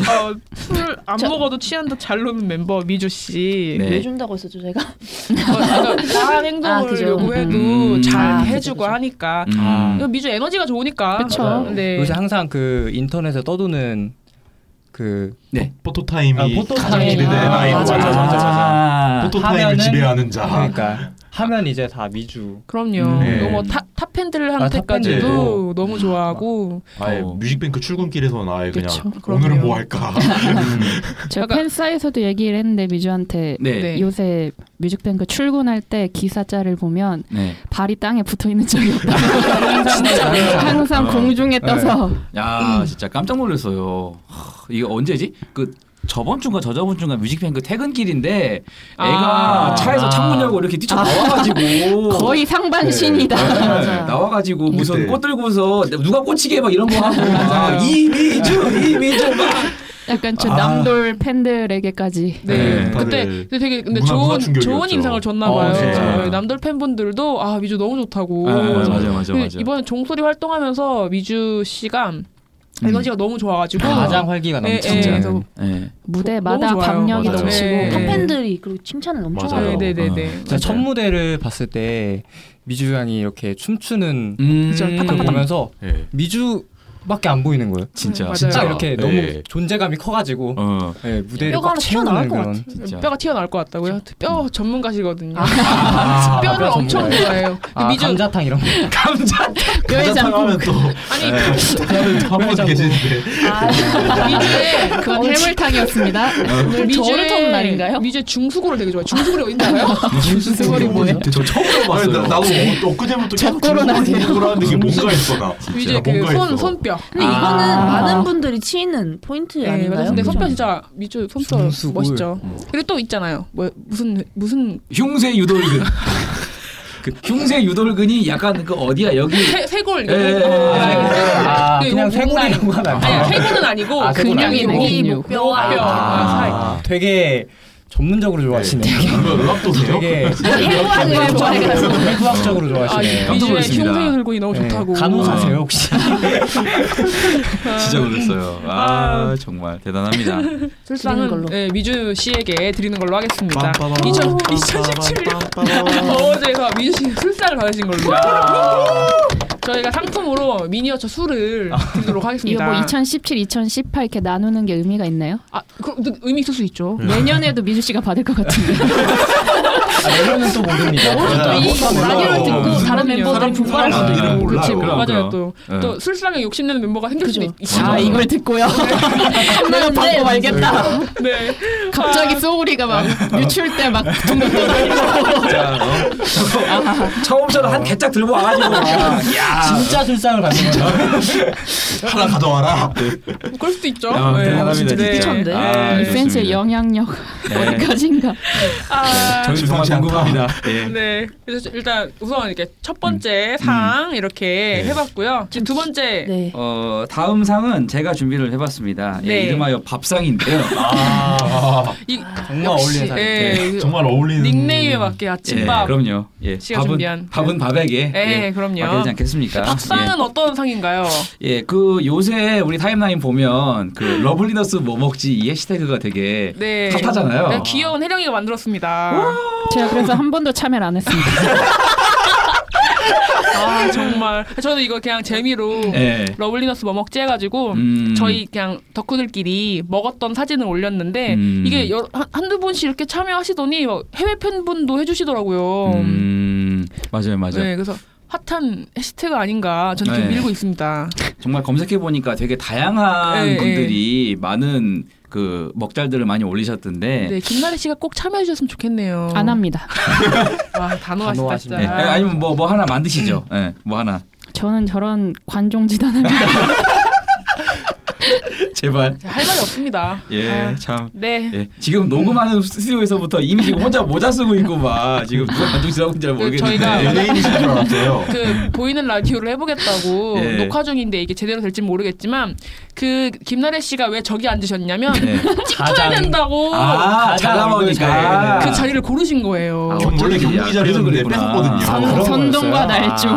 어, 술안 먹어도 취한다 잘 노는 멤버 미주 씨. 네. 왜 준다고 했었죠 제가? 어, 그러니까 다양한 행동을 아, 그죠. 요구해도 음. 잘 아, 그죠, 해주고 그죠. 하니까. 음. 이거 미주 에너지가 좋으니까. 그쵸. 네. 아. 요새 항상 그 인터넷에 떠도는 그 네. 포토타임이 아, 포토타임. 가장 기대되는 아, 아이돌. 맞아, 맞아, 맞아, 맞아. 포토타임을 하면은- 지배하는 자. 그러니까 하면 이제 다 미주. 그럼요. 네. 너무 타, 탑 음. 아, 탑 팬들한테까지도 팬들도. 너무 좋아하고 아예 어. 뮤직뱅크 출근길에서 나아예 그냥 그쵸, 오늘은 그럼요. 뭐 할까. 제가 약간- 팬사에서도 얘기를 했는데 미주한테 네. 네. 네. 요새 뮤직뱅크 출근할 때 기사자를 보면 네. 발이 땅에 붙어 있는 적이 없다. [LAUGHS] 항상 어. 공중에 떠서 네. 야, 진짜 깜짝 놀랐어요. 하, 이게 언제지? 그 저번 주인가 저저번 주인가 뮤직뱅크 그 퇴근길인데 애가 아. 차에서 창문 열고 이렇게 뛰쳐 나와가지고 [LAUGHS] 거의 상반신이다. 네, 나와가지고 무슨 그때. 꽃 들고서 누가 꽂히게 막 이런 거 [LAUGHS] 하고 막 아, 이미주 [LAUGHS] 이미주 막 [LAUGHS] 약간 저 남돌 팬들에게까지. 아. 네. 네, 그때 다들 근데 되게 근데 문화- 좋은 문화 충격이었죠. 좋은 인상을 줬나 어, 봐요. 진짜. 네, 남돌 팬분들도 아 미주 너무 좋다고. 그 네, 맞아요, 맞아요, 맞아요. 이번에 종소리 활동하면서 미주 씨가 에너지가 너무 좋아가지고 가장 활기가 예, 넘치는. 예, 그래서 네. 무대마다 너무 좋아요. 박력이 맞아요. 넘치고 네. 탑 팬들이 그리고 칭찬을 엄청 맞아요. 하더라고요. 네네네네. 제가 첫 무대를 봤을 때 미주 양이 이렇게 춤추는 음. 그쵸, 걸 보면서 예. 미주 밖에 안 보이는 거예요. 음, 진짜. 맞아요. 진짜 맞아요. 이렇게 네. 너무 존재감이 커가지고 예, 무대를 뼈가 꽉 하나 튀어나올 채우는 것 그런. 같아. 뼈가 튀어나올 것 같다고요? 뼈 전문가시거든요. [LAUGHS] 아, 뼈를 뼈 엄청 전문가예요. 좋아해요. 아, 미주- 감자탕 이런 거. 감자탕 뼈해장국. 아니 네. 한번 계신데 아, 미주의 그건 오늘 해물탕이었습니다. 오늘 저를 터는 날인가요? 미주의 중수고를 되게 좋아해. [LAUGHS] 중수고를 어디 뭐 있나요? 중수골이 뭐예요? 저 처음 들어봤어요. 나- 나도 어- 엊그제부터 계속 저거로 중국어 나세요. 공부하는데 이게 뭔가 있어 나. 미주의 뭔가 있어. 아, 그손 손뼈. 근데 이거는 많은 분들이 치이는 포인트 예, 맞아요. 아닌가요? 근데 손뼈 진짜 미주 손뼈 중수골. 멋있죠. 그리고 또 있잖아요. 뭐 무슨 무슨 흉쇄 유돌근. [LAUGHS] 그 흉쇄 유돌근이 약간 그 어디야 여기. 쇄- 쇄골 이거. 네. 예, 예, 예. 아, 그냥 쇄골이라고 하면 안 아니 돼요? 쇄골은 아니고 아, 쇄골 근육이 아니고. 여기 근육. 목뼈와 뼈 사이. 아, 되게 전문적으로 좋아하시네. 의학도세요? 되게 의학을 좋아해가지고. 의학적으로 좋아하시네. 아, 미주의 흉쇄 유돌근이 너무 네. 좋다고. 아. 간호사세요 혹시? 아. [LAUGHS] 진짜 그랬어요. 아 정말 [LAUGHS] 대단합니다. [LAUGHS] 술상은 네, 미주 씨에게 드리는 걸로 하겠습니다. 빰빠밤. 2000, 2017년 어제가 미주 씨 술상을 받으신 걸로. 저희가 상품으로 미니어처 아. 술을 드리도록 이거 하겠습니다. 뭐 2017, 2018 이렇게 나누는 게 의미가 있나요? 음. 아, 그럼 의미 있을 수 있죠. 내년에도 미주 씨가 받을 것 같은데. [LAUGHS] 아, 이거는 또 모릅니다. 라디오를 듣고 다른 멤버들이 분발할 수도 있고. 뭐. 그치, 몰라요. 맞아요 그럼, 또. 그럼. 또 네. 술상에 욕심내는 멤버가 생길 수도 있죠. 아, 이걸 듣고요. 내가 받고 말겠다. 네. 갑자기 소울이가 막 유출 때막 둥글고 자, 어? 처음처럼 한 개짝 들고 와가지고 야 진짜 술상을 받는 거죠. 하나 [LAUGHS] 가져와라. [LAUGHS] 그럴 수도 있죠. 아, 네. 대단합니다, 진짜. 네. 미쳤네. 아, 이 센스의 좋습니다. 영향력 네. 어디까지인가. 저희 정말 궁금합니다. 예. 아, 네. 그래서 일단 우선 이렇게 첫 번째 상 이렇게 음. 네. 해봤고요. 지금 두 번째 네. 어 다음 상은 제가 준비를 해봤습니다. 예, 네. 이름하여 밥상인데요. 이, 아, 정말 역시, 어울리는 상이에요. 예, 네, 정말 어울리는 닉네임에 맞게 아침밥. 예, 그럼요. 예, 씨가 밥은 준비한. 밥은 밥에게. 예, 그럼요. 되지 않겠습니까? 밥상은 어떤 상인가요? 예. 예, 그 요새 우리 타임라인 보면 그 러블리너스 뭐 먹지 이 해시태그가 되게 네. 핫하잖아요. 네, 귀여운 혜령이가 만들었습니다. 제가 그래서 한 번도 참여를 안 했습니다. [LAUGHS] 아 정말 저도 이거 그냥 재미로 예. 러블리너스 뭐 먹지 해가지고 음. 저희 그냥 덕후들끼리 먹었던 사진을 올렸는데 음. 이게 여러- 한, 한두 분씩 이렇게 참여하시더니 막 해외 팬분도 해주시더라고요. 음, 맞아요, 맞아요. 네, 그래서 핫한 해시태그 아닌가 저는 지금 네. 밀고 있습니다. 정말 검색해 보니까 되게 다양한 예, 분들이 많은 그 먹잘들을 많이 네, 올리셨던데. 김나래 씨가 꼭 참여해 주셨으면 좋겠네요. 안 합니다. 와 아, 단호하시다 예, 예, 진짜. 네, 아니면 뭐 뭐 하나 만드시죠. 예, 뭐 [LAUGHS] 하나 저는 저런 관종지단합니다. 제발. [LAUGHS] 할 말이 없습니다. 예, 참. 네. 예, 지금 녹음하는 스튜디오에서부터 이미 지금 혼자 모자 쓰고 있고 막 지금 누가 반쪽 지나고 있는지 잘그 모르겠는데 저희가 연예인이신 줄 알았어요. 그 보이는 라디오를 해보겠다고 [LAUGHS] 예. 녹화 중인데 이게 제대로 될지 모르겠지만 그 김나래 씨가 왜 저기 앉으셨냐면 [LAUGHS] 네. 찍혀야 된다고 아, 잘 나오니까. 그 자리를 고르신 거예요. 아, 원래 경기 자리였는데 뺏었거든요. 아, 선동과 날조.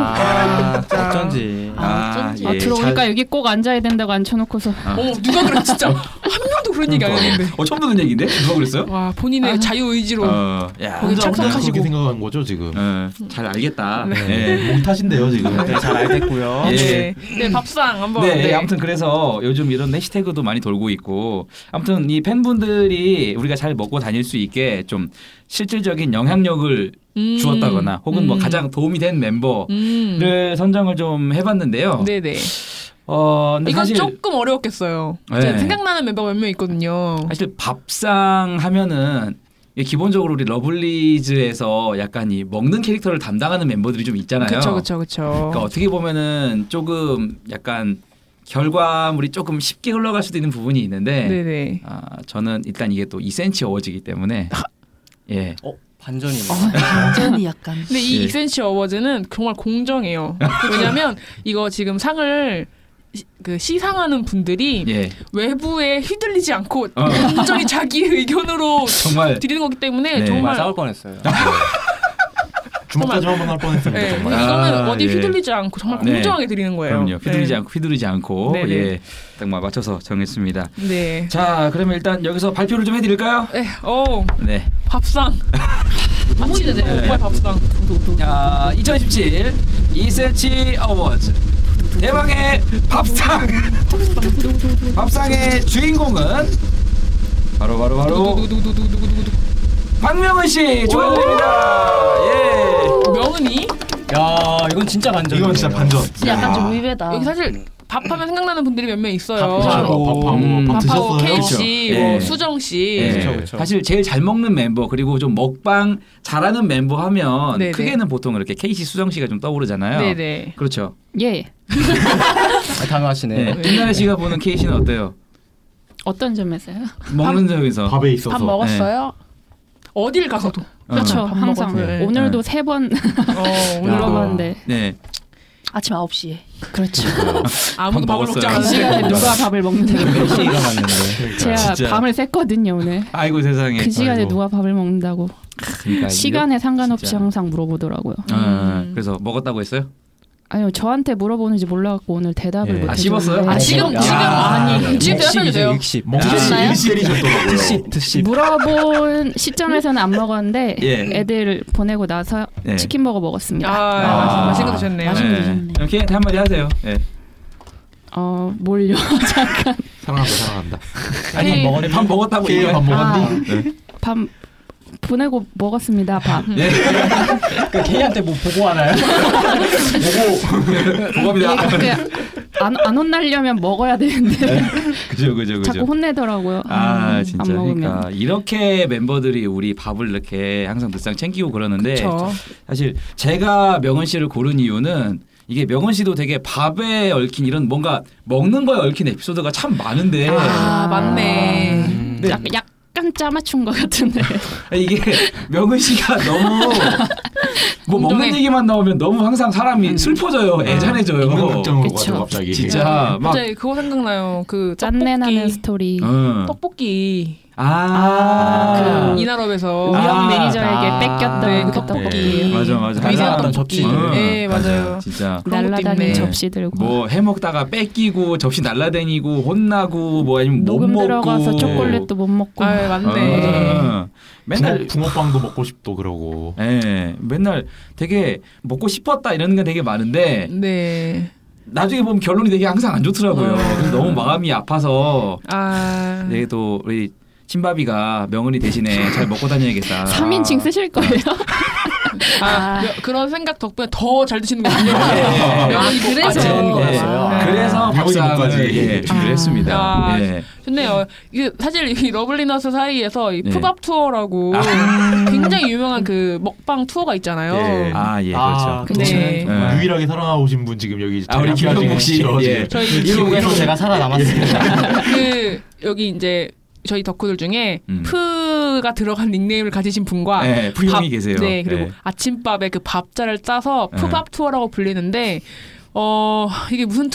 어쩐지. 아, 아, 예. 들어오니까 여기 꼭 앉아야 된다고 앉혀놓고서 아. 어 누가 그래 진짜 한 명도 그런 네, 얘기 안 그러니까. 했는데 어, 처음 듣는 얘기인데? 누가 그랬어요? 네, 와 본인의 아, 아. 자유 의지로 어, 야. 거기 혼자 혼자 착석하시고 그렇게 생각한 거죠 지금. 잘 알겠다. 네. 목 탓인데요 지금. 네, 잘 알겠고요. 네. 네 밥상 한번 예. 네, 아무튼 그래서 요즘 이런 해시태그도 많이 돌고 있고 아무튼 이 팬분들이 우리가 잘 먹고 다닐 수 있게 좀 실질적인 영향력을 음. 주었다거나 혹은 뭐 음. 가장 도움이 된 멤버를 음. 선정을 좀 해봤는데요. 네네. 어, 근데 이건 사실 조금 어려웠겠어요. 네. 아, 제가 생각나는 멤버가 몇 명 있거든요. 사실 밥상 하면은 이게 기본적으로 우리 러블리즈에서 약간 이 먹는 캐릭터를 담당하는 멤버들이 좀 있잖아요. 그쵸 그쵸 그쵸. 그러니까 어떻게 보면은 조금 약간 결과물이 조금 쉽게 흘러갈 수도 있는 부분이 있는데 네네. 아, 저는 일단 이게 또 2cm 어워즈이기 때문에 아. 예. 어, 반전이. 완전히 아, 약간. 근데 이 예. 익센치 어워즈는 정말 공정해요. 왜냐면 이거 지금 상을 시, 그 시상하는 분들이 예. 외부에 휘둘리지 않고 어. 온전히 [LAUGHS] 자기 의견으로 정말 드리는 거기 때문에 네. 정말 싸울 뻔했어요. 주먹까지 한번 할 뻔했습니다. 네, 정말. 이거는 아, 어디 예. 휘둘리지 않고 정말 [LAUGHS] 네. 공정하게 드리는 거예요. 그럼요. 휘두르지 네. 않고 휘두르지 않고 네네. 예. 딱 마- 맞춰서 정했습니다. 네. 자, 그러면 일단 여기서 발표를 좀 해드릴까요? 네. 어 네. [LAUGHS] 밥상. 아침에 네, 내 오빠 밥상. 아, 자, 2017 2cm 어워즈 대망의 [LAUGHS] 밥상 밥상의 주인공은 바로 바로 바로 박명은 씨 축하드립니다. 예. 명은이? 야 이건 진짜 반전. 이건 진짜 반전. 의외다. 여기 사실 밥하면 생각나는 분들이 몇 명 있어요. 아. 네. 밥하고 음. 밥 밥하고 드셨어요? 케이 씨, 그렇죠. 뭐 예. 수정 씨. 네. 예. 사실 제일 잘 먹는 멤버 그리고 좀 먹방 잘하는 멤버 하면 네네. 크게는 보통 이렇게 케이시 수정 씨가 좀 떠오르잖아요. 네네. 그렇죠. 예. 아, 당황하시네. 김나래 씨가 보는 케이시는 어때요? 어떤 점에서요? 먹는 점에서 네. 밥에 있어서 밥 먹었어요? 네. 어딜 가서도. 그렇죠. 밥 항상 먹었어요. 네. 오늘도 세 번 어, 올라가는데 네. 아침 9시에. 그렇죠. 아무도 밥을 먹지 않았어요. 네, 그 시간에 누가 밥을 먹는데? 제가 진짜. 밤을 샜거든요 오늘. 아이고 세상에. 그 시간에 누가 밥을 먹는다고 그러니까 시간에 상관없이 진짜. 항상 물어보더라고요. 아, 음. 그래서 먹었다고 했어요? 아니요 저한테 물어보는지 몰라갖고 오늘 대답을 예. 못해요. 아, 씹었어요? 아, 네. 지금- 지금 아니, 지금 대답해도 돼요. 육십. 드셨나요? 드셨더라고요. 드십, 드십. 물어본 시점에서는 안 먹었는데 예. 애들 보내고 나서 예. 치킨 버거 먹었습니다. 아, 맛있는 거 드셨네요. 맛있는 거 드셨네. 그럼 케이한테 한마디 하세요. 예. 어 뭘요? [LAUGHS] 잠깐 사랑한다, 사랑한다. 아니, 아니 먹었니? 먹었니? 밥 먹었다고 네. 케이 얘기해. 밥 먹었니? 밥 보내고 먹었습니다. 밥. 예. 그러니까 걔한테 뭐 보고 하나요? [LAUGHS] 보고 아, 보고합니다. 안안 혼나려면 먹어야 되는데 그죠, 그죠, 그죠. 자꾸 혼내더라고요. 음, 아 안 진짜 먹으면. 그러니까 이렇게 멤버들이 우리 밥을 이렇게 항상 늘상 챙기고 그러는데 그쵸. 사실 제가 명은 씨를 고른 이유는 이게 명은 씨도 되게 밥에 얽힌 이런 뭔가 먹는 거에 얽힌 에피소드가 참 많은데 음. 아 맞네. 네. 약, 약간 짜맞춘 것 같은데. 이게 명은 씨가 너무 뭐 먹는 얘기만 나오면 너무 항상 음. 사람이 슬퍼져요, 아, 애잔해져요. 인간극장으로 가죠, 그쵸. 갑자기. 네. 진짜 막 갑자기 그거 생각나요. 그 짠내 나는 스토리. 음. 떡볶이. 아, 그 이나럽에서 우영 아, 매니저에게 뺏겼던 네, 그 그 네, 맞아 맞아 날라갔던 접시들. 음, 네, 맞아요. 진짜 그런 것도 날라다니는 있네. 접시 들고. 뭐 해먹다가 뺏기고 접시 날라다니고 혼나고 뭐 아니면 못 녹음 먹고 들어가서 초콜릿도 못 먹고. 아 어, 맨날 붕어, 붕어빵도 먹고 싶도 그러고. 예, 맨날 되게 먹고 싶었다 이런 게 되게 많은데 네. 나중에 보면 결론이 되게 항상 안 좋더라고요. 그래서 너무 마음이 네. 아파서 아. 되게 또 우리 친바비가 명은이 대신에 잘 먹고 다녀야겠다. 3인칭 쓰실 거예요? [LAUGHS] 아, 여- 그런 생각 덕분에 더 잘 드시는 거군요. 예. 아, 그래서 예. 그래서 밥상을 예, 준비를 했습니다. 아, 예. 좋네요. 이게 사실 이 러블리너스 사이에서 이 네. 푸밥 투어라고 아. 굉장히 유명한 그 먹방 투어가 있잖아요. 아, 예, 그렇죠. 근데 네. 정말 뭐 유일하게 살아나오신 분 지금 여기 아, 우리 김영국 씨. 예. 저희 이러고 제가 살아남았습니다. 그 여기 이제 저희 덕후들 중에 푸가 들어간 닉네임을 가지신 분과 음. 네, 푸 형이 밥- 계세요. 네, 그리고 네. 아침밥에 그 밥자를 짜서 네. 푸밥 투어라고 불리는데 어 이게 무슨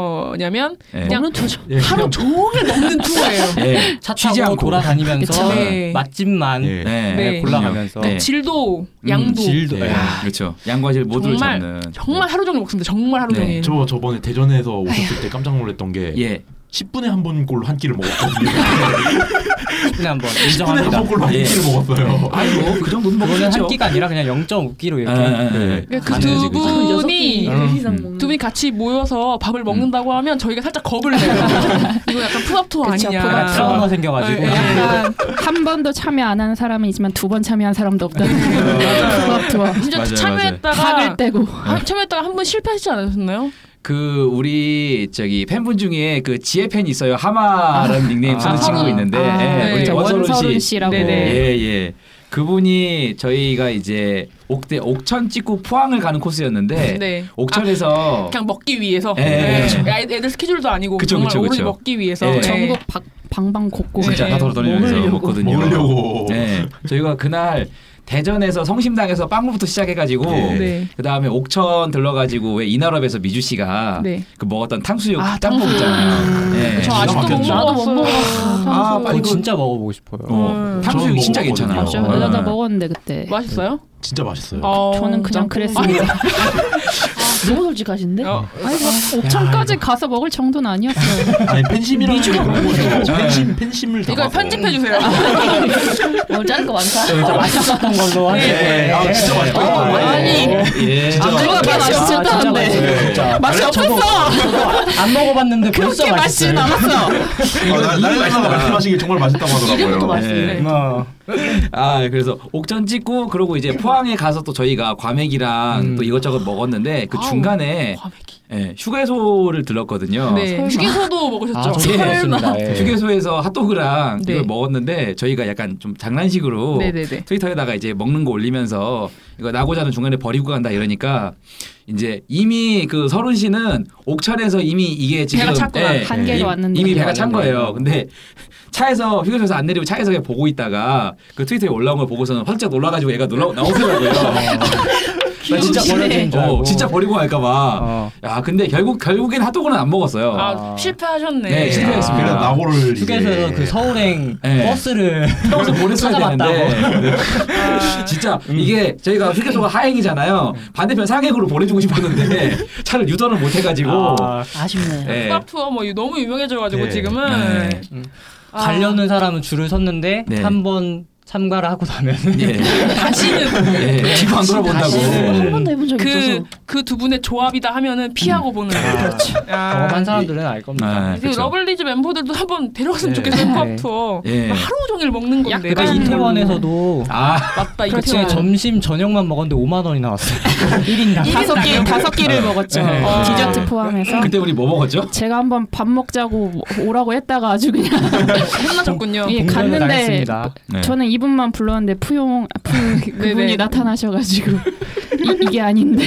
투어냐면 네. 그냥 먹는 투어죠. 예, 하루 그냥- 네. 종일 먹는 투어예요. 예. 차 쉬지 타고 않고. 음. 돌아다니면서 그쵸. 네. 맛집만 예. 네. 골라가면서 아, 네, 질도 음, 양도 네. 아. 그렇죠. 양과 질 모두를 정말 잡는. 네. 정말 하루 종일 먹습니다. 정말 하루 종일. 저 저번에 대전에서 오셨을 때 깜짝 놀랐던 게 예. 10분에 한 번 꼴로 한 끼를 먹었거든요. 10분에 [LAUGHS] 한번 10분에 한 인정합니다. 번 꼴로 한 예. 끼를 먹었어요. 아이고 그 정도는 먹을 수 그거는 한 있죠. 끼가 아니라 그냥 0.5끼로 예, 이렇게 네, 어, 그두 분이 음. 어. 두 분이 같이 모여서 밥을 먹는다고 음. 하면 저희가 살짝 겁을 [LAUGHS] 내요. 이거 약간 푸밥 투어 그쵸, 아니냐. 푸밥 트라우마 생겨가지고. 예, 예. 약간 한 번도 참여 안 한 사람은 있지만 두 번 참여한 사람도 없다. 네, [LAUGHS] 푸밥 투어. 진짜 맞아요, 참여했다가 학을 떼고. 한- 참여했다가 한 번 실패하지 않으셨나요? 그 우리 저기 팬분 중에 그 지혜 팬이 있어요. 하마라는 닉네임 쓰는 아, 친구 서른. 있는데 아, 예, 네. 우리 저 원서른 원서른 씨. 씨라고. 네네. 예, 예. 그분이 저희가 이제 옥대 옥천 찍고 포항을 가는 코스였는데 네. 아, 옥천에서 그냥 먹기 위해서. 어. 예, 네. 그쵸. 애- 애들 스케줄도 아니고 그쵸, 정말 그쵸, 오로지 그쵸. 먹기 위해서. 예. 예. 전국 박, 방방 곡곡 진짜 다 돌아다니면서 먹거든요. 먹으려고. 네, 저희가 그날 대전에서 성심당에서 빵부터 시작해가지고 네. 네. 그 다음에 옥천 들러가지고 왜 이나럽에서 미주 씨가 네. 그 먹었던 탕수육 아, 짬뽕 탕수육. 있잖아요. 네. 저 아직도 못 나도 못 먹었어요. 아, 빨리 그거 그- 진짜 먹어보고 싶어요. 어, 탕수육 진짜 괜찮아요. 예. 맞아요. 나도 먹었는데 그때. 맛있어요? 진짜 맛있어요. 저는 그냥 [LAUGHS] 그랬습니다. 아, 너무 솔직하신데? 아니 뭐 옥천까지 가서 먹을 정도는 아니었어요. 아니 팬심이라는 게 그런 거죠. 팬심 팬심을 담아. 이걸 편집해 [LAUGHS] 주세요. 짠거 많다. 맛있었던 걸로 하는 아 진짜 맛있다. 네. 아니, 예. 진짜 누가 맛있었다는데. 네. 진짜. 맛이 없었어. 안 먹어봤는데 벌써 그렇게 맛이 맛있어요. 네. 아, 남았어. 아, 나- 나는 맛있다. 말씀하시길 정말 맛있다고 하더라고요. 이름부터 맛있네. 네. 어. 아 그래서 옥천 찍고 그러고 이제 포항에 가서 또 저희가 과메기랑 또 이것저것 먹었는데 그 중간에 예, 휴게소를 들렀거든요. 네. 휴게소도 그렇죠. 아, 먹으셨죠? 네. 예. 휴게소에서 핫도그랑 네. 이걸 먹었는데 저희가 약간 좀 장난식으로 네네네. 트위터에다가 이제 먹는 거 올리면서 이거 나고자는 중간에 버리고 간다 이러니까 이제 이미 그 서른 씨는 옥천에서 이미 이게 지금 네. 배가 찼구나. 한계로 이- 왔는데. 이미 배가 찬 거예요. 근데 차에서 휴게소에서 안 내리고 차에서 그냥 보고 있다가 그 트위터에 올라온 걸 보고서는 화들짝 놀라가지고 얘가 놀라 나오더라고요. [LAUGHS] 나 아, 진짜 귀여우시네. 버려진 줄 알고. 어, 진짜 버리고 갈까봐. 야 근데 결국 결국엔 핫도그는 안 먹었어요. 아, 실패하셨네. 아. 네, 실패했습니다. 그래서 나고를 휴게소에서 그 서울행 네. [LAUGHS] 버스를 태워서 보냈어야 찾아봤다고. 네. 아. 음. 되는데 네. 진짜 이게 저희가 휴게소가 하행이잖아요. 반대편 상행으로 [LAUGHS] 보내주고 싶었는데 차를 유도를 못 해가지고 아쉽네. 네. 스탑 투어 뭐 너무 유명해져가지고 네. 지금은 네. 아. 가려는 예. 사람은 줄을 섰는데 네. 한 번 참가를 하고 나면 [LAUGHS] 예. 다시는 예, 뒤도 안 다시는. 돌아본다고. 번도 해본 적이 없어서. 그 그 두 분의 조합이다 하면은 피하고 보는. 그렇죠. 아, 경험한 사람들은 알 겁니다. 네, 이제 그쵸. 아, 러블리즈 멤버들도 한번 데려갔으면 네. 좋겠어요. 네. 스탑 투어. 예. 하루 종일 먹는 건데. 그러니까 이태원에서도 아 맞다 그렇죠. 그 지금 이태원. 점심 저녁만 먹었는데 5만 원이 [LAUGHS] 나왔어요. 1인당. 다섯 네. 개 다섯 개를 먹었죠. 네. 어. 네. 디저트 포함해서. 아. 그때 우리 뭐 먹었죠? 제가 한번 밥 먹자고 오라고 했다가 [LAUGHS] 아주 그냥 혼나셨군요. 예, 공격을 갔는데 당했습니다. 네. 저는 이분만 불렀는데 푸용 [LAUGHS] 아, 푸 네네. 그분이 나타나셔가지고 이, 이게 아닌데.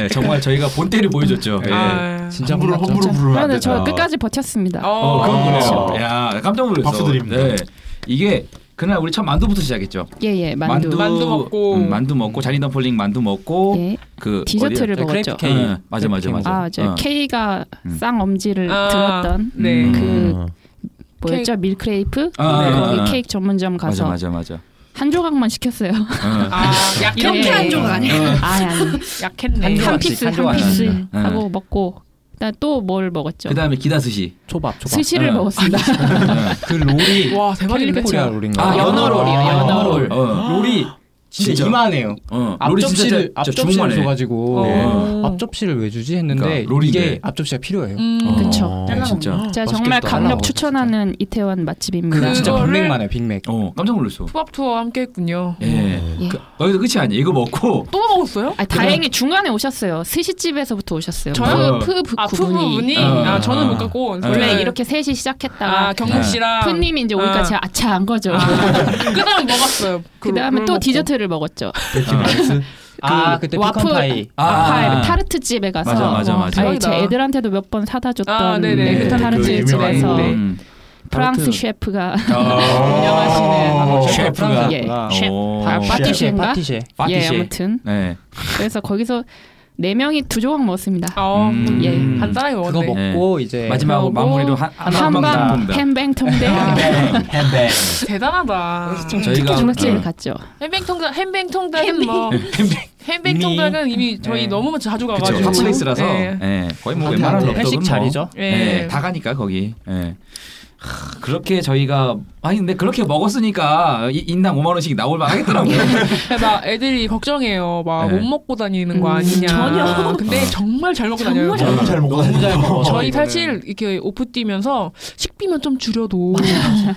예, 정말 저희가 본때를 보여줬죠. 예. 아. 진짜 함부로 [LAUGHS] 혼났죠. 함부로 부르면 안 그런데 되죠. 저 끝까지 버텼습니다. 어, 어. 그건 어. 그렇죠. 그래요. 야, 깜짝 놀랐어. 박수 드립니다. 네. 이게 그날 우리 첫 만두부터 시작했죠. 예예 만두. 만두 먹고. 음, 만두 먹고 자리 덤플링 만두 먹고 예. 그 디저트를 어디야? 네, 먹었죠. 크레이프 케이크. 응, 맞아 맞아 맞아. 아, 저 어. K가 쌍엄지를 아, 들었던 네. 그 음. 뭐였죠? 밀크레이프? 아, 네, 아, 거기 아. 케이크 전문점 맞아 가서 맞아 맞아. 한 조각만 시켰어요. 어. 아, 약했네. 이렇게 한 조각 아니야? 아, 아니. 약했네. 한 조각씩, 피스 어. 한 한 [LAUGHS] 조각씩. 피스 네. 하고 먹고 또 뭘 먹었죠? 그다음에 기다스시. 초밥 초밥. 스시를 네. 먹었습니다. 어. 그 롤이 와 대박이네. 캘리포니아 롤인가? 아, 연어롤이요, 연어롤. 어. 롤이 진짜, 진짜. 이만해요. 어. 롤이 진짜 앞접시를 진짜 앞접시를 주먹만 해. 줘가지고 네. 앞접시를 왜 주지 했는데 그러니까 롤인데. 이게 앞접시가 필요해요. 음. 어, 그쵸. 네, 진짜. 제가 정말 맛있겠다. 강력 먹었어, 추천하는 이태원 맛집입니다. 음, 진짜 그거를- 빅맥만 해요 빅맥. 어, 깜짝 놀랐어. 수밥 투어 함께 했군요. 예. 예. 그, 거기서 끝이 아니야. 이거 먹고 또 먹었어요? 아, 다행히 중간에 오셨어요. 스시집에서부터 오셨어요. 저요? 푸, 푸, 아, 그 부분이. 네. 부부분이 어. 아, 저는 못 갔고 원래 저는- 이렇게 셋이 시작했다가 네. 아, 경국 씨랑 푸님이 이제 오니까 아. 제가 아차 한 거죠. [LAUGHS] 그다음 먹었어요. 그 다음에 또 디저트를 먹었죠. 아 그때 와플 피컨 파이. 아, 파이 아, 아. 타르트 집에 가서 맞아, 맞아, 맞아. 아니, 제 대박이다. 애들한테도 몇 번 사다 줬던 아, 네네. 그 그 타르트 유명한 집에서 네. 음. 프랑스 타르트. 셰프가 [LAUGHS] 운영하시는 셰프가 예. 셰프. 아, 파티시인가? 파티셰. 예 파티셰. 아무튼 네. 그래서 거기서 네 명이 두 조각 먹었습니다. 어, 음. 예. 간단하게 그거 먹었네. 먹고 이제 마지막으로 그러고 마무리로 한 한방 햄뱅통대 햄뱅. 대단하다. 어. 저희가 특히 중국집을 갔죠. 햄뱅통닭 햄뱅통닭은 뭐 햄뱅. 햄뱅통닭은 이미 저희 네. 너무 자주 가 그렇죠. 가지고. 핫플레이스라서 예. 예. 거의 뭐 웬만한 럽떡은 회식 뭐. 자리죠. 예. 예, 다 가니까 거기. 예. 하, 그렇게 저희가 아니 근데 그렇게 먹었으니까 이- 인당 5만 원씩 나올 만하겠더라고요. 그러니까 나 애들이 걱정해요. 막 못 네. 먹고 다니는 거 음, 아니냐. 전혀. 근데 정말 잘 먹고 다녀요. 너무 잘 먹어. 너무 잘 먹어. 네. 저희 사실 이렇게 오프 뛰면서 식비만 좀 줄여도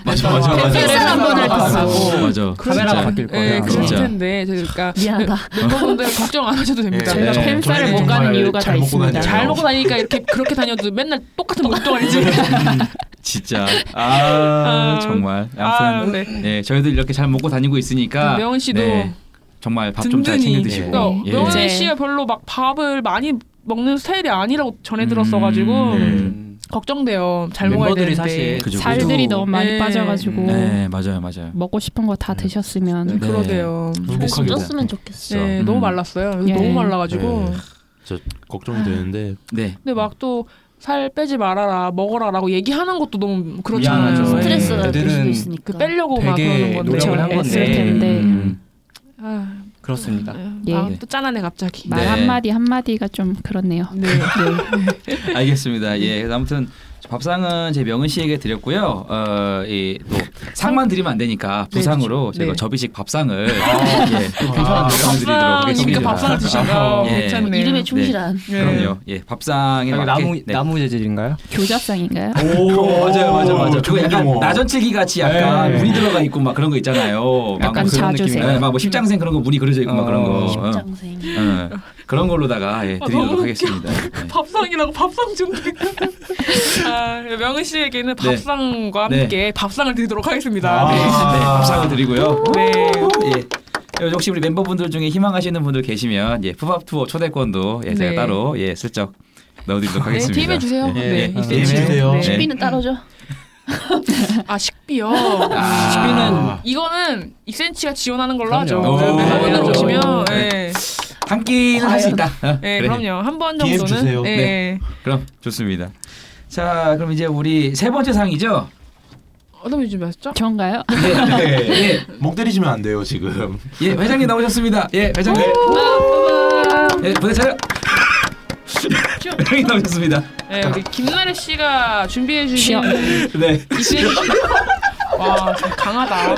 맞아 맞아 햇살 한번 할 맞아. 맞아. 카메라가 바뀔 거야. 예, 그렇죠. 그럴 진짜. 텐데 그러니까 미안하다. 여러분들 걱정 안 하셔도 됩니다. 저희가 네. 팬사를 저희는 못 가는 정말 이유가 잘 다 먹고 있습니다. 다녀요. 잘 먹고 다니니까 이렇게 그렇게 다녀도 맨날 [LAUGHS] 똑같은 목적을 이제 네. 진짜. 아, 아, 정말. 아, 아무튼 네. 음, 예, 저희들 이렇게 잘 먹고 다니고 있으니까 네, 명은 씨도 정말 밥 좀 잘 챙겨 든든히 드시고. 그러니까 예. 명은 이제- 씨가 별로 막 밥을 많이 먹는 스타일이 아니라고 전해 들었어가지고 음, 걱정돼요. 잘 먹어야 되는데. 멤버들이 사실 음, 그죠, 그죠. 살들이 너무 많이 네. 빠져가지고 네, 맞아요. 맞아요. 네. 먹고 싶은 거 다 드셨으면 그러게요. 네. 행복하게 쪘으면 좋겠어. 네, 음. 너무 말랐어요. 그래서 예. 너무 말라가지고. 네. 저 걱정이 되는데 네. 근데 막 또 살 빼지 말아라, 먹어라라고 얘기하는 것도 너무 그렇잖아요. 네. 미안하죠. 스트레스가 될 수도 네, 애들은 있으니까. 그 빼려고 막 그러는 되게 건데. 노력을 한 애쓸 건데. 텐데. 음. 아, 그렇습니다. 예. 아, 또 짠하네 갑자기. 말 네. 한마디 한마디가 좀 그렇네요. 네. 알겠습니다. 예. 그래서 아무튼 밥상은 제 명은 씨에게 드렸고요. 어, 이또 상만 드리면 안 되니까 부상으로 네. 아, 제가 접이식 밥상을 예, 드리도록 하겠습니다. 드셔서 예. 이름에 충실한. 네. 그럼요. 예, 밥상에 여기 맞게 네. 나무- 나무 재질인가요? 교잡상인가요? 오 맞아요 맞아요 맞아요 그거 약간 전문용어. 나전칠기 같이 약간 네. 문이 들어가 있고 막 그런 거 있잖아요 막 약간 그런 자주색. 느낌이- 네, 막뭐 십장생 그런 거 문이 그려져 있고 막 그런 거 십장생. 어, 어. 그런 걸로다가 예, 아, 드리도록 너무 하겠습니다 네, 밥상이라고 밥상 준비. [LAUGHS] 아, 명은 씨에게는 네. 밥상과 네. 함께 밥상을 드리도록 하겠습니다. 아. 네, 네, 감사하고 드리고요. 네. 예. 혹시 우리 멤버분들 중에 희망하시는 분들 계시면 예, 푸밥 투어 초대권도 예, 제가 네. 따로 예, 슬쩍 넣어드리도록 네, 하겠습니다. DM 해주세요. 예, 네, 예, DM DM 해주세요. 네. 네. 식비는 따로죠. 아 식비요. 아. 식비는- 이거는 2cm가 지원하는 걸로 하죠. 그럼요. 오, 네, 오, 보시면 오, 예. 어, 한 끼는 할 수 있다. 어, 네, [LAUGHS] 그래. 그럼요. 한 번 DM 정도는. 주세요. 예. 네. 그럼 좋습니다. 자, 그럼 이제 우리 세 번째 상이죠. 어떤 분이 준비하셨죠? 전가요? 네. 목 때리시면 안 돼요 지금. 예, 회장님 나오셨습니다. 예, 회장님. 어? 예, 부대 차렷. 회장님 나오셨습니다. 네, 우리 김나래 씨가 준비해 주신 네. 와 [LAUGHS] 아, 강하다.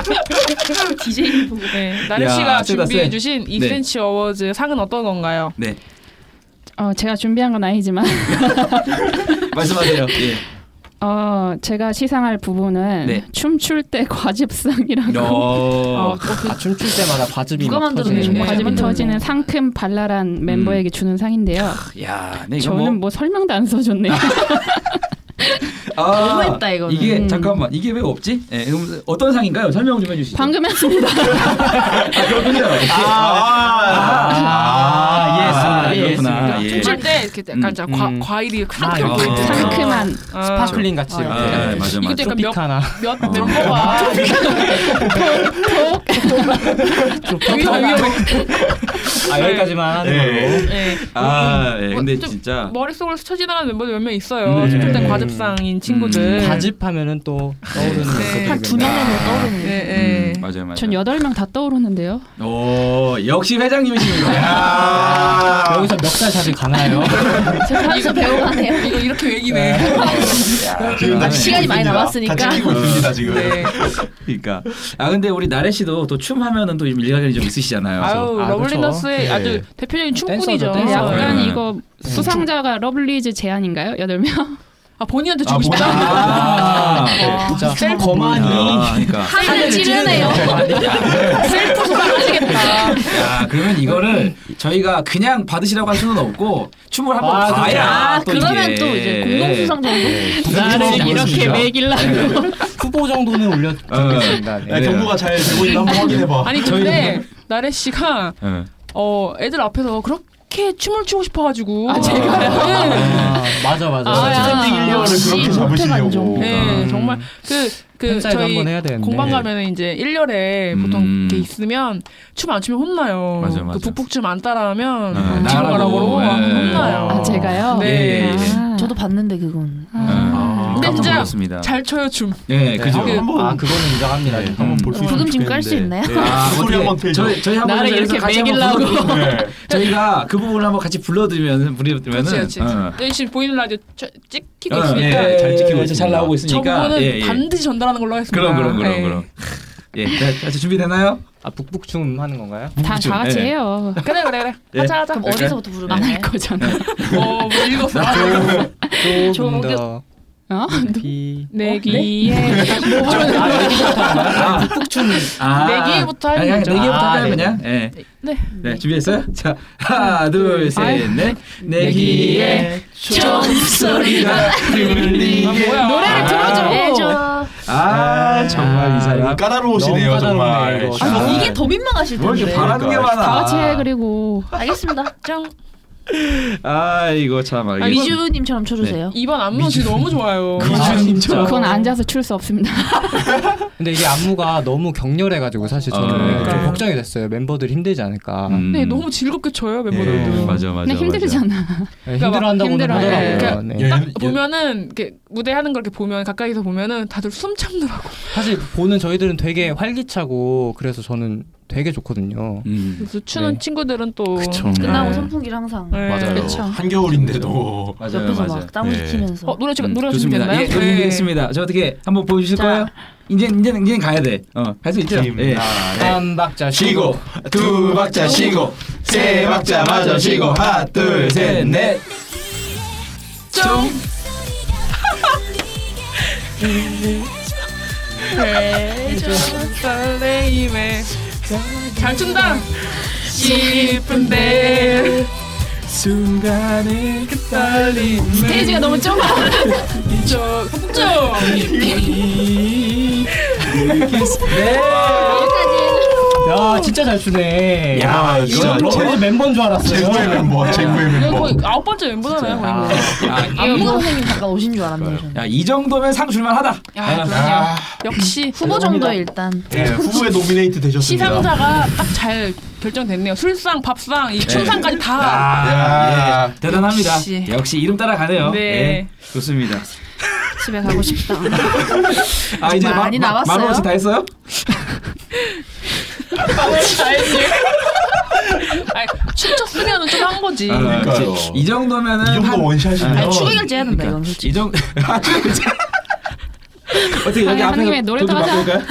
DJ 보고. 네, 나래 야, 씨가 세다, 준비해 세. 주신 네. 2cm 어워즈 상은 어떤 건가요? 네. [LAUGHS] 어, 제가 준비한 건 아니지만 말씀하세요. 예. 어, 제가 시상할 부분은 네. 춤출 때 [LAUGHS] 과즙상이라고 어, 아, 춤출 때마다 과즙이 누가 막 만들었는지 터지는 과즙이 터지는 상큼 발랄한 멤버에게 주는 상인데요. 음. 야, 네, 이거 저는 뭐 뭐... 설명도 안 [LAUGHS] 써줬네요. [LAUGHS] 아, 너무했다, 이거는. 이게 음. 잠깐만 이게 왜 없지? 예, 그럼 어떤 상인가요? 설명 좀 해주시죠. 방금 했습니다. 아, 그렇군요. 아, 아, 예, 아, 그렇구나. 예. 그렇죠. 음. 춤출 때 이렇게 약간 자, 과, 과일이 상큼 아, 예. 상큼한. 스파클링 같이 네. 네. 아, 이렇게. 예, 맞아, 이것도 맞아. 약간 몇, tropica나. 몇 멤버가 위험, 위험해. 예. 아 여기까지만 하는 걸로. 네. 예. 아, 어, 예, 근데 좀 진짜 머릿속으로 스쳐 지나가는 멤버들 몇 명 있어요. 네. 음, 춤출 때 과즙상인 친구들. 과즙하면은 또 떠오르는 음. 음. 한두 명 정도 떠오르는. 예, 예. 음, 맞아요, 맞아요. 전 여덟 명 다 떠오르는데요. 아, 오, 역시 회장님이십니다. 여기서 멱살 잡이 가나요? 제가 하면서 배워가네요. 이거 이렇게 외기네. [LAUGHS] 나 아, 시간이 많이 남았으니까. 있습니다 지금. 네. 네, 그러니까 아 근데 우리 나래 씨도 또 춤하면은 또 일가견이 좀 있으시잖아요. 예. 아유, 그래서- 그렇죠. 러블리너스의 네. 아주 대표적인 춤꾼이죠. 네, 약간 네. 이거 수상자가 러블리즈 제안인가요? 여덟 명? 아 본인한테 주고 싶다. 아, 진짜 거만이 아, 그러니까. 하늘을 찌르네요. 셀프 소장하시겠다. 야, 아, 그러면 이거를 음. 저희가 그냥 받으시라고 할 수는 없고 춤을 한번 아, 봐야 아, 또 그러면 이게. 또 이제 네. 공동수상 정도? 나를 이렇게 매길라고. 네. 후보 정도는 올려 드리겠습니다. 네. 야, 네. 정보가 잘 되고 음, [LAUGHS] 있나 한번 네. 확인해봐. 아니 근데 나래 씨가 아, 예. 어 애들 앞에서 그렇게 춤을 추고 싶어가지고 아, 제가요. 네. 아, [LAUGHS] 맞아 맞아. 아, 스탠딩 아, 인력을 역시 그렇게 잡으시려고. 네, 정말 그, 그 팬사이드 저희 한번 해야 되는데. 공방 가면은 이제 1년에 보통 이렇게 있으면 춤 안 추면 혼나요. 음. 맞아, 맞아. 그 북북 춤 안 따라하면 네, 뒤로 나가라고, 가라고 그러고 막 예. 혼나요. 아, 제가요? 네. 예, 예. 아, 저도 봤는데 그건. 아, 근데 깜짝 진짜 놀랐습니다. 잘 춰요 춤. 네, 예, 그죠. 그- 아 그거는 인정합니다. 한번 볼 수 있으면 부금지금 깔수 좋겠는데. 네. 있나요? 아, 어떻게 네. 저희 저희 한번 나를 그래서 이렇게 같이 한번 먹이려고. 불러드리면- 저희가 그 부분을 한번 같이 불러드리면 불러드리면은 그렇지, 그렇지. 어. 네, 지금 보이는 라디오 쳐- 찍히고 어, 있으니까 예, 잘 찍히고 있으니까. 잘 나오고 저 있으니까. 부분은 예, 예. 반드시 전달하는 걸로 하겠습니다. 그럼 그럼 그럼 예. 그럼. 예, 자, 자, 준비되나요? 네. 아 네, 북북춤 네. 하는 건가요? 다, 다 같이 네. 해요. 그래 그래 그래. 예. 하자 하자. 그럼 어디서부터 부르면 안 할 거잖아. 어, 뭐 네. 아, 아. 읽었어. 조금 더 어? 네, 비. 내 귀에 뭐 부르는 아, 거야? 네. 아, 북북춤. 아. 내기부터 하는 아니, 아니, 거죠. 내기부터 아, 하면 네. 그냥. 예. 네. 네, 준비했어요? 자, 하나, 둘, 셋, 넷. 네 내 귀에 종소리가 들리게. 노래를 아, 해줘. 아, 정말 이 사람. 까다로우시네요, 너무 정말. 까다롭네요, 이거. 정말. 아, 이게 더 민망하실 뭐 텐데. 이렇게 바라는 게 그러니까. 많아. 다 같이 해 그리고. 아. 알겠습니다. 짱. 아이고, 참 알겠어. 미주님처럼 쳐주세요. 네. 이번 안무 진짜 너무 좋아요. 진짜. 그건 앉아서 출 수 없습니다. 근데 이게 안무가 너무 격렬해가지고 사실 저는 좀 걱정이 됐어요. 멤버들 힘들지 않을까. 네, 너무 즐겁게 쳐요 멤버들도. 맞아 근데 힘들잖아. 네, 힘들어한다고는 힘들어요. 예. 하더라고요. 네. 네. 그러니까 딱 보면은 이렇게 무대 하는 걸 이렇게 보면 가까이서 보면은 다들 숨 참느라고. 사실 보는 저희들은 되게 활기차고 그래서 저는 되게 좋거든요. 음. 그래서 추는 친구들은 또 그쵸. 끝나고 네. 선풍기를 항상 맞아요. 그쵸. 한겨울인데도 네. 옆에서 막 땀을 식히면서 어, 노래 지금 네. 음, 노래 지금 좋습니다. 됐나요? 네. 예, 노래 준비했습니다. 저 어떻게 한번 보여주실 거예요? 이제 이제 이제 가야 돼. 어, 갈 수 네. 있죠. 예. 아, 한 박자 쉬고, 두 박자 쉬고, 세 박자 마저 쉬고, 하나, 둘, 셋, 넷. 쫑. 해줘 설레임에 잘 춘다 싶은데 순간의 그 [LAUGHS] 떨림 스테이지가 너무 좁아 저 네. 야 진짜 잘 추네. 아, 야, 진짜 이거 제- 러블리즈 멤버인 줄 알았어요. 네. 제 멤버, 제 거의 뭐. 아홉 번째 멤버잖아요 거의 뭐. 안무 선생님 잠깐 오신 줄 알았네요. 저는. 야, 이 정도면 상 줄만하다. 야, 아, 역시 후보 정도에 일단 예, 후보에 노미네이트 되셨습니다. 시상자가 딱 잘 결정됐네요 술상 밥상 네. 이 춤상까지 다 아, 예. 대단합니다. 아, 역시. 역시. 이름 따라가네요. 네. 예, 좋습니다. 집에 가고 싶다. [LAUGHS] 아 이제 마- 많이 마- 나왔어요? 만 원씩 다 했어요? 다행이에요 아니 춤췄으면 좀 한 거지 아, 그러니까요. 그치. 이 정도면은 이 정도 원샷이네요. 네. 아니, 추격 결제해야 된다, 이건 솔직히. 이 정도 아, 어떻게 여기 아니, 앞에서 한님의 노래 좀 따라하자. 바꿀까요?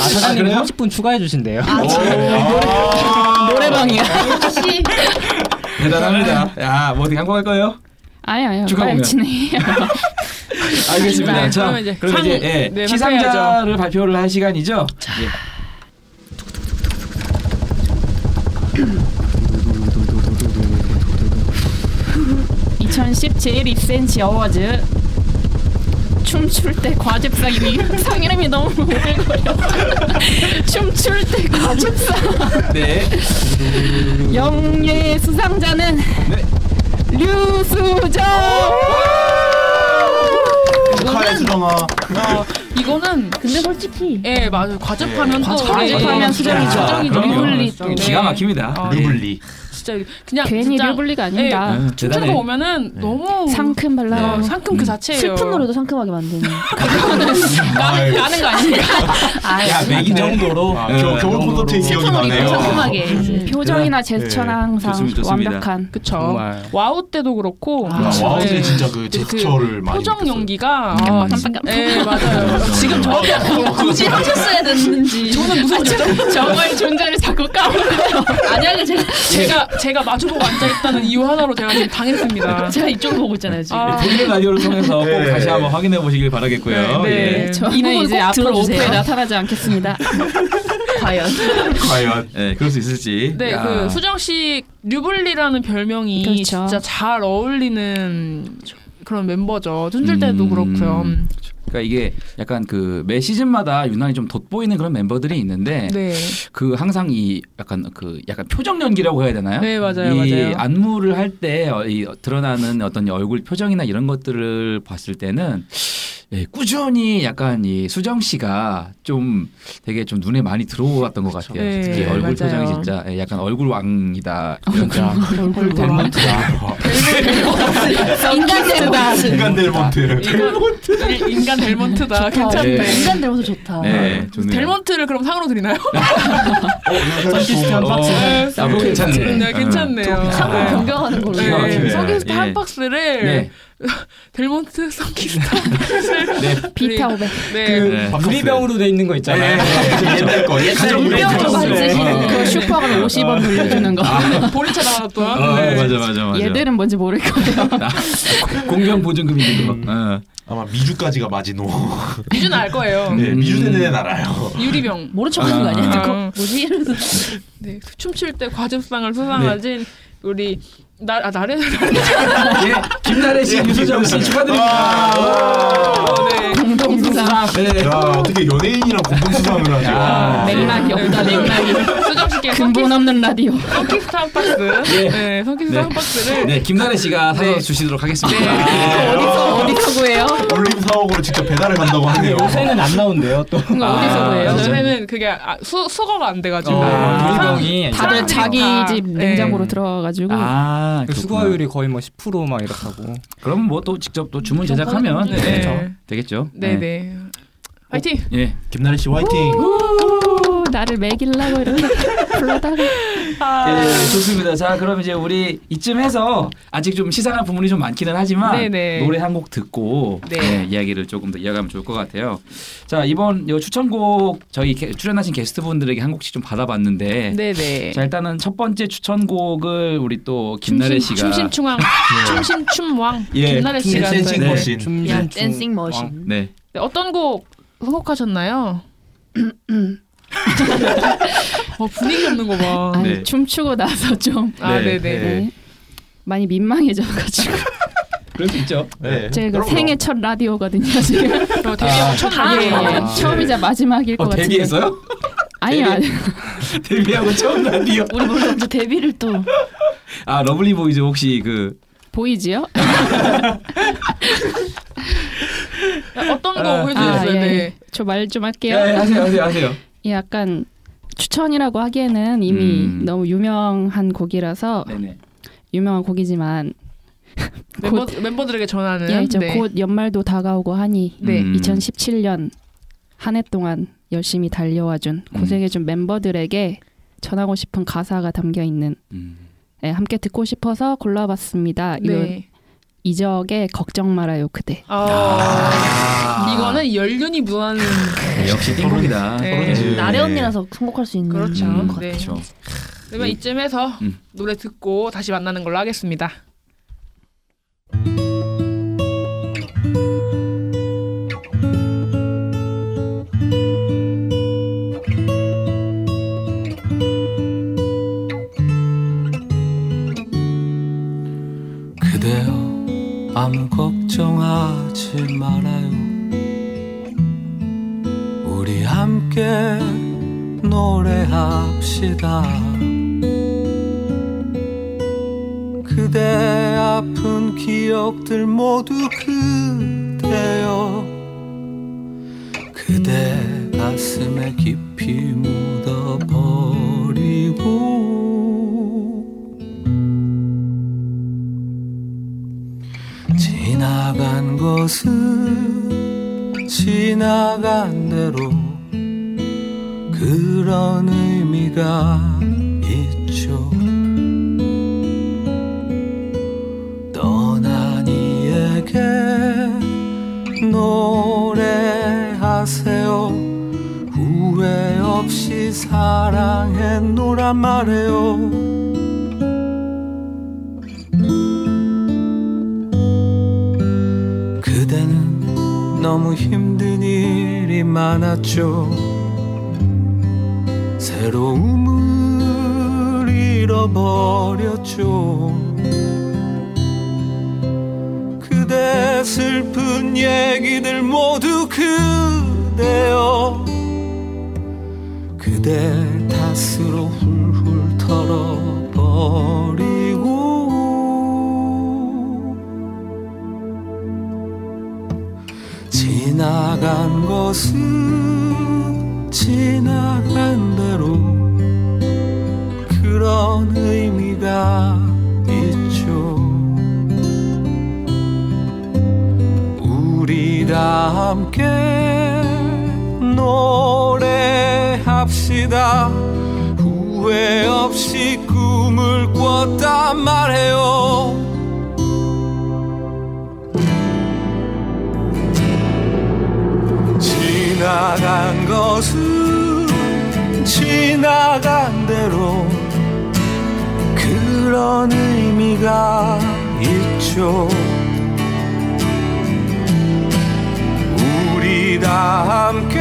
아 사장님 30분 추가해 주신대요. 아, 네. 노래방이야. 대단합니다. 야, 뭐 어디 광고할 거예요? 아니 아니요. 축하 빨리 공연. 진행해요. [LAUGHS] [LAUGHS] 알겠습니다. 네, 자, 그러면 이제 그럼 상- 이제 예, 네, 시상자를 발표를 할 시간이죠. 예. 네. 2017 입센치 어워즈 춤출 때 과즙상이니 상 이름이 너무 오글거려 춤출 때 과즙상 네. 영예 수상자는 네. 류수정 카에 수정아. 어, 이거는 근데 솔직히 예 맞아요 과즙하면 예, 또 과즙하면 과즙하면 수정이죠. 수정이죠 네. 그럼요. 리블리 수정이 기가 막힙니다. 예. 르블리. 진짜 그냥 괜히 진짜, 예, 르블리가 아닙니다. 네, 춤추는 거 대단해. 보면은 너무 상큼 발랄 어, 상큼 그 자체예요 슬픈 노래도 상큼하게 만드는. 나는 나는 거 아닌가 아, 야, 맥이 정도로 아, 겨, 겨울 콘서트의 기억이 나네요. 음, 표정이나 제스처나 항상 좋습니다, 좋습니다. 완벽한 음. 그쵸 와우 때도 그렇고 네. 아, 와우 네. 때 진짜 그 제스처를 많이 표정 연기가 아, 깜빡깜빡 예 맞아요 지금 저렇게 굳이 하셨어야 됐는지. 저는 무슨 저- 저거의 존재를 자꾸 까먹어요 아니야 제가 제가 제가 마주보고 앉아 있다는 이유 하나로 제가 지금 당했습니다 제가 이쪽 보고 있잖아요 지금 아, 보이는 라디오를 통해서 꼭 다시 한번 확인해 보시길 바라겠고요. 네, 예. 저는 부분 이제 꼭 앞으로 들어주세요. 오프에 나타나지 않겠습니다. 과연. 과연 네, 그럴 수 있을지. 네, 야. 그 수정 씨 류블리라는 별명이 그렇죠. 진짜 잘 어울리는 그런 멤버죠. 춤출 때도 음. 그렇고요. 음. 그러니까 이게 약간 그 매 시즌마다 유난히 좀 돋보이는 그런 멤버들이 있는데 네. 그 항상 이 약간 그 약간 표정 연기라고 해야 되나요? 네, 맞아요, 이 맞아요. 안무를 할 때 어, 드러나는 어떤 이 얼굴 표정이나 이런 것들을 봤을 때는 예, 꾸준히 약간 이 수정 씨가 좀 되게 좀 눈에 많이 들어왔던 것 같아요. 네, 특히 얼굴 맞아요. 표정이 진짜 예, 약간 얼굴 왕이다. 진짜 얼굴 [LAUGHS] 인간델몬트다. 인간 델몬트. 델몬트. 인간 델몬트다. 괜찮네. 네. 인간 델몬트 좋다. 네, 좋네요. 네, 델몬트를 그럼 상으로 드리나요? 서비스 한 박스. 아, 그거 음, 괜찮네. 네, 괜찮네요. 상호 네. 변경하는 걸로. 네, 기가 막히네요. 서기스타 예. 한 박스를 네. [LAUGHS] 델몬트 서기스타 한 박스를 [LAUGHS] 네. 비타 오백. 네. 그 유리병으로 돼 있는 거 있잖아요. 네, 그렇죠. 옛날 거, 옛날 유리병으로 아, 네. 네. 그 슈퍼가 50원 돌려주는 거. [LAUGHS] 보리차 나왔던. 아, 맞아 맞아 맞아. 얘들은 뭔지 모를 거예요. 공연 보증금이 그거. 음. 음. 아마 미주까지가 마지노. 미준 알 거예요. 네, 미주 대는 알아요. 유리병. 모른 척 하는 거 아니야? 그거 뭐지? 이러면서 네, 춤출 때 네. 과즙상을 수상하신 우리 나, 아, 나래 [LAUGHS] 예, 김나래 씨, 네. 유소정 씨 아, 아. 축하드립니다. 네. 공동수상. 야, 어떻게 연예인이랑 공동수상을 하지? 와. 맥락이 없다 맥락이. 수정 씨께 네. 근본 없는 라디오. 성키스타 한 박스. 예. 네, 아, 성키스타 네. 한 박스를 네, 김나래 씨가 사서 주시도록 하겠습니다. 네. 네. 어디서 어디서 구해요? 아, 올림 사옥으로 직접 배달을 간다고 하네요. 요새는 안 나온대요 또. 어디서 구해요? 네. 진짜? 저희는 그게 아, 수, 수거가 안 돼가지고 어, 아, 사- 유리병이 다들 사람들이 자기 다- 집 네. 냉장고로 들어가가지고. 아, 그 수거율이 거의 뭐 10%막 이렇다고. 그럼 뭐 또 직접 또 주문 제작하면 네. 네, 되겠죠. 네네. 화이팅. 예, 김나래 씨 화이팅. 오, 나를 매길라고 이렇게 불러다가 아, 예, 좋습니다. 자, 그럼 이제 우리 이쯤해서 아직 좀 시상할 부분이 좀 많기는 하지만 네네. 노래 한 곡 듣고 네. 예, 이야기를 조금 더 이어가면 좋을 것 같아요. 자, 이번 요 추천곡 저희 게- 출연하신 게스트분들에게 한 곡씩 좀 받아봤는데 네네. 자, 일단은 첫 번째 추천곡을 우리 또 김나래 춤신- 씨가 [LAUGHS] 네. 춤신충왕, 춤신춤왕 예. 김나래 씨가 댄싱 또- 머신. 네. 춤신 야, 춤- 댄싱 머신. 네. 네, 어떤 곡 선곡하셨나요? 어, 분위기 없는 거 봐. 아니 네. 춤추고 나서 좀 아, 네, 네. 네. 많이 민망해져가지고 그럴 수 있죠. 네. 제가 생애 첫 라디오거든요 지금. 어, 데뷔 아, 첫 예, 라디오. 예. 아, 처음이자 네. 마지막일 것 어, 같은데. 데뷔했어요? 아니요. 아니, [LAUGHS] 데뷔하고 처음 라디오. 우리 몰라 이제 데뷔를 또 아, 러블리 보이즈 혹시 그 보이지요? 어떤 거 아, [LAUGHS] 보여주셨어요? 예. 네. 저말 좀 할게요. 예, 예, 하세요, 하세요, 하세요. 예, 약간 추천이라고 하기에는 이미 음. 너무 유명한 곡이라서 유명한 곡이지만 네, 멤버, 멤버들에게 전하는 예, 이제 네. 곧 연말도 다가오고 하니 네. 음. 2017년 한 해 동안 열심히 달려와준 고생해준 멤버들에게 전하고 싶은 가사가 담겨 있는 예, 함께 듣고 싶어서 골라봤습니다. 이건 네. 이적의 걱정 말아요 그대. 아, 이거는 연륜이 무한 네, 네. 역시 띵곡이다. 네. 지금 나래 언니라서 선곡할 수 있는 그렇죠. 것 같아요. 네. 그러면 이쯤에서 음. 노래 듣고 다시 만나는 걸로 하겠습니다. 그대여 아무 걱정하지 말아요 우리 함께 노래합시다 그대 아픈 기억들 모두 그대여 그대 가슴에 깊이 묻어버리고 지나간 것은 지나간 대로 그런 의미가 있죠. 떠난 이에게 노래하세요. 후회 없이 사랑했노라 말해요. 그대는 너무 힘든 일이 많았죠. 새로움을 잃어버렸죠. 그대 슬픈 얘기들 모두 그대요. 그대 탓으로 훌훌 털어버리고 지나간 것은 지나간 대로 그런 의미가 있죠. 우리 다 함께 노래합시다. 후회 없이 꿈을 꿨다 말해요. 지나간 것은 지나간 대로 그런 의미가 있죠. 우리 다 함께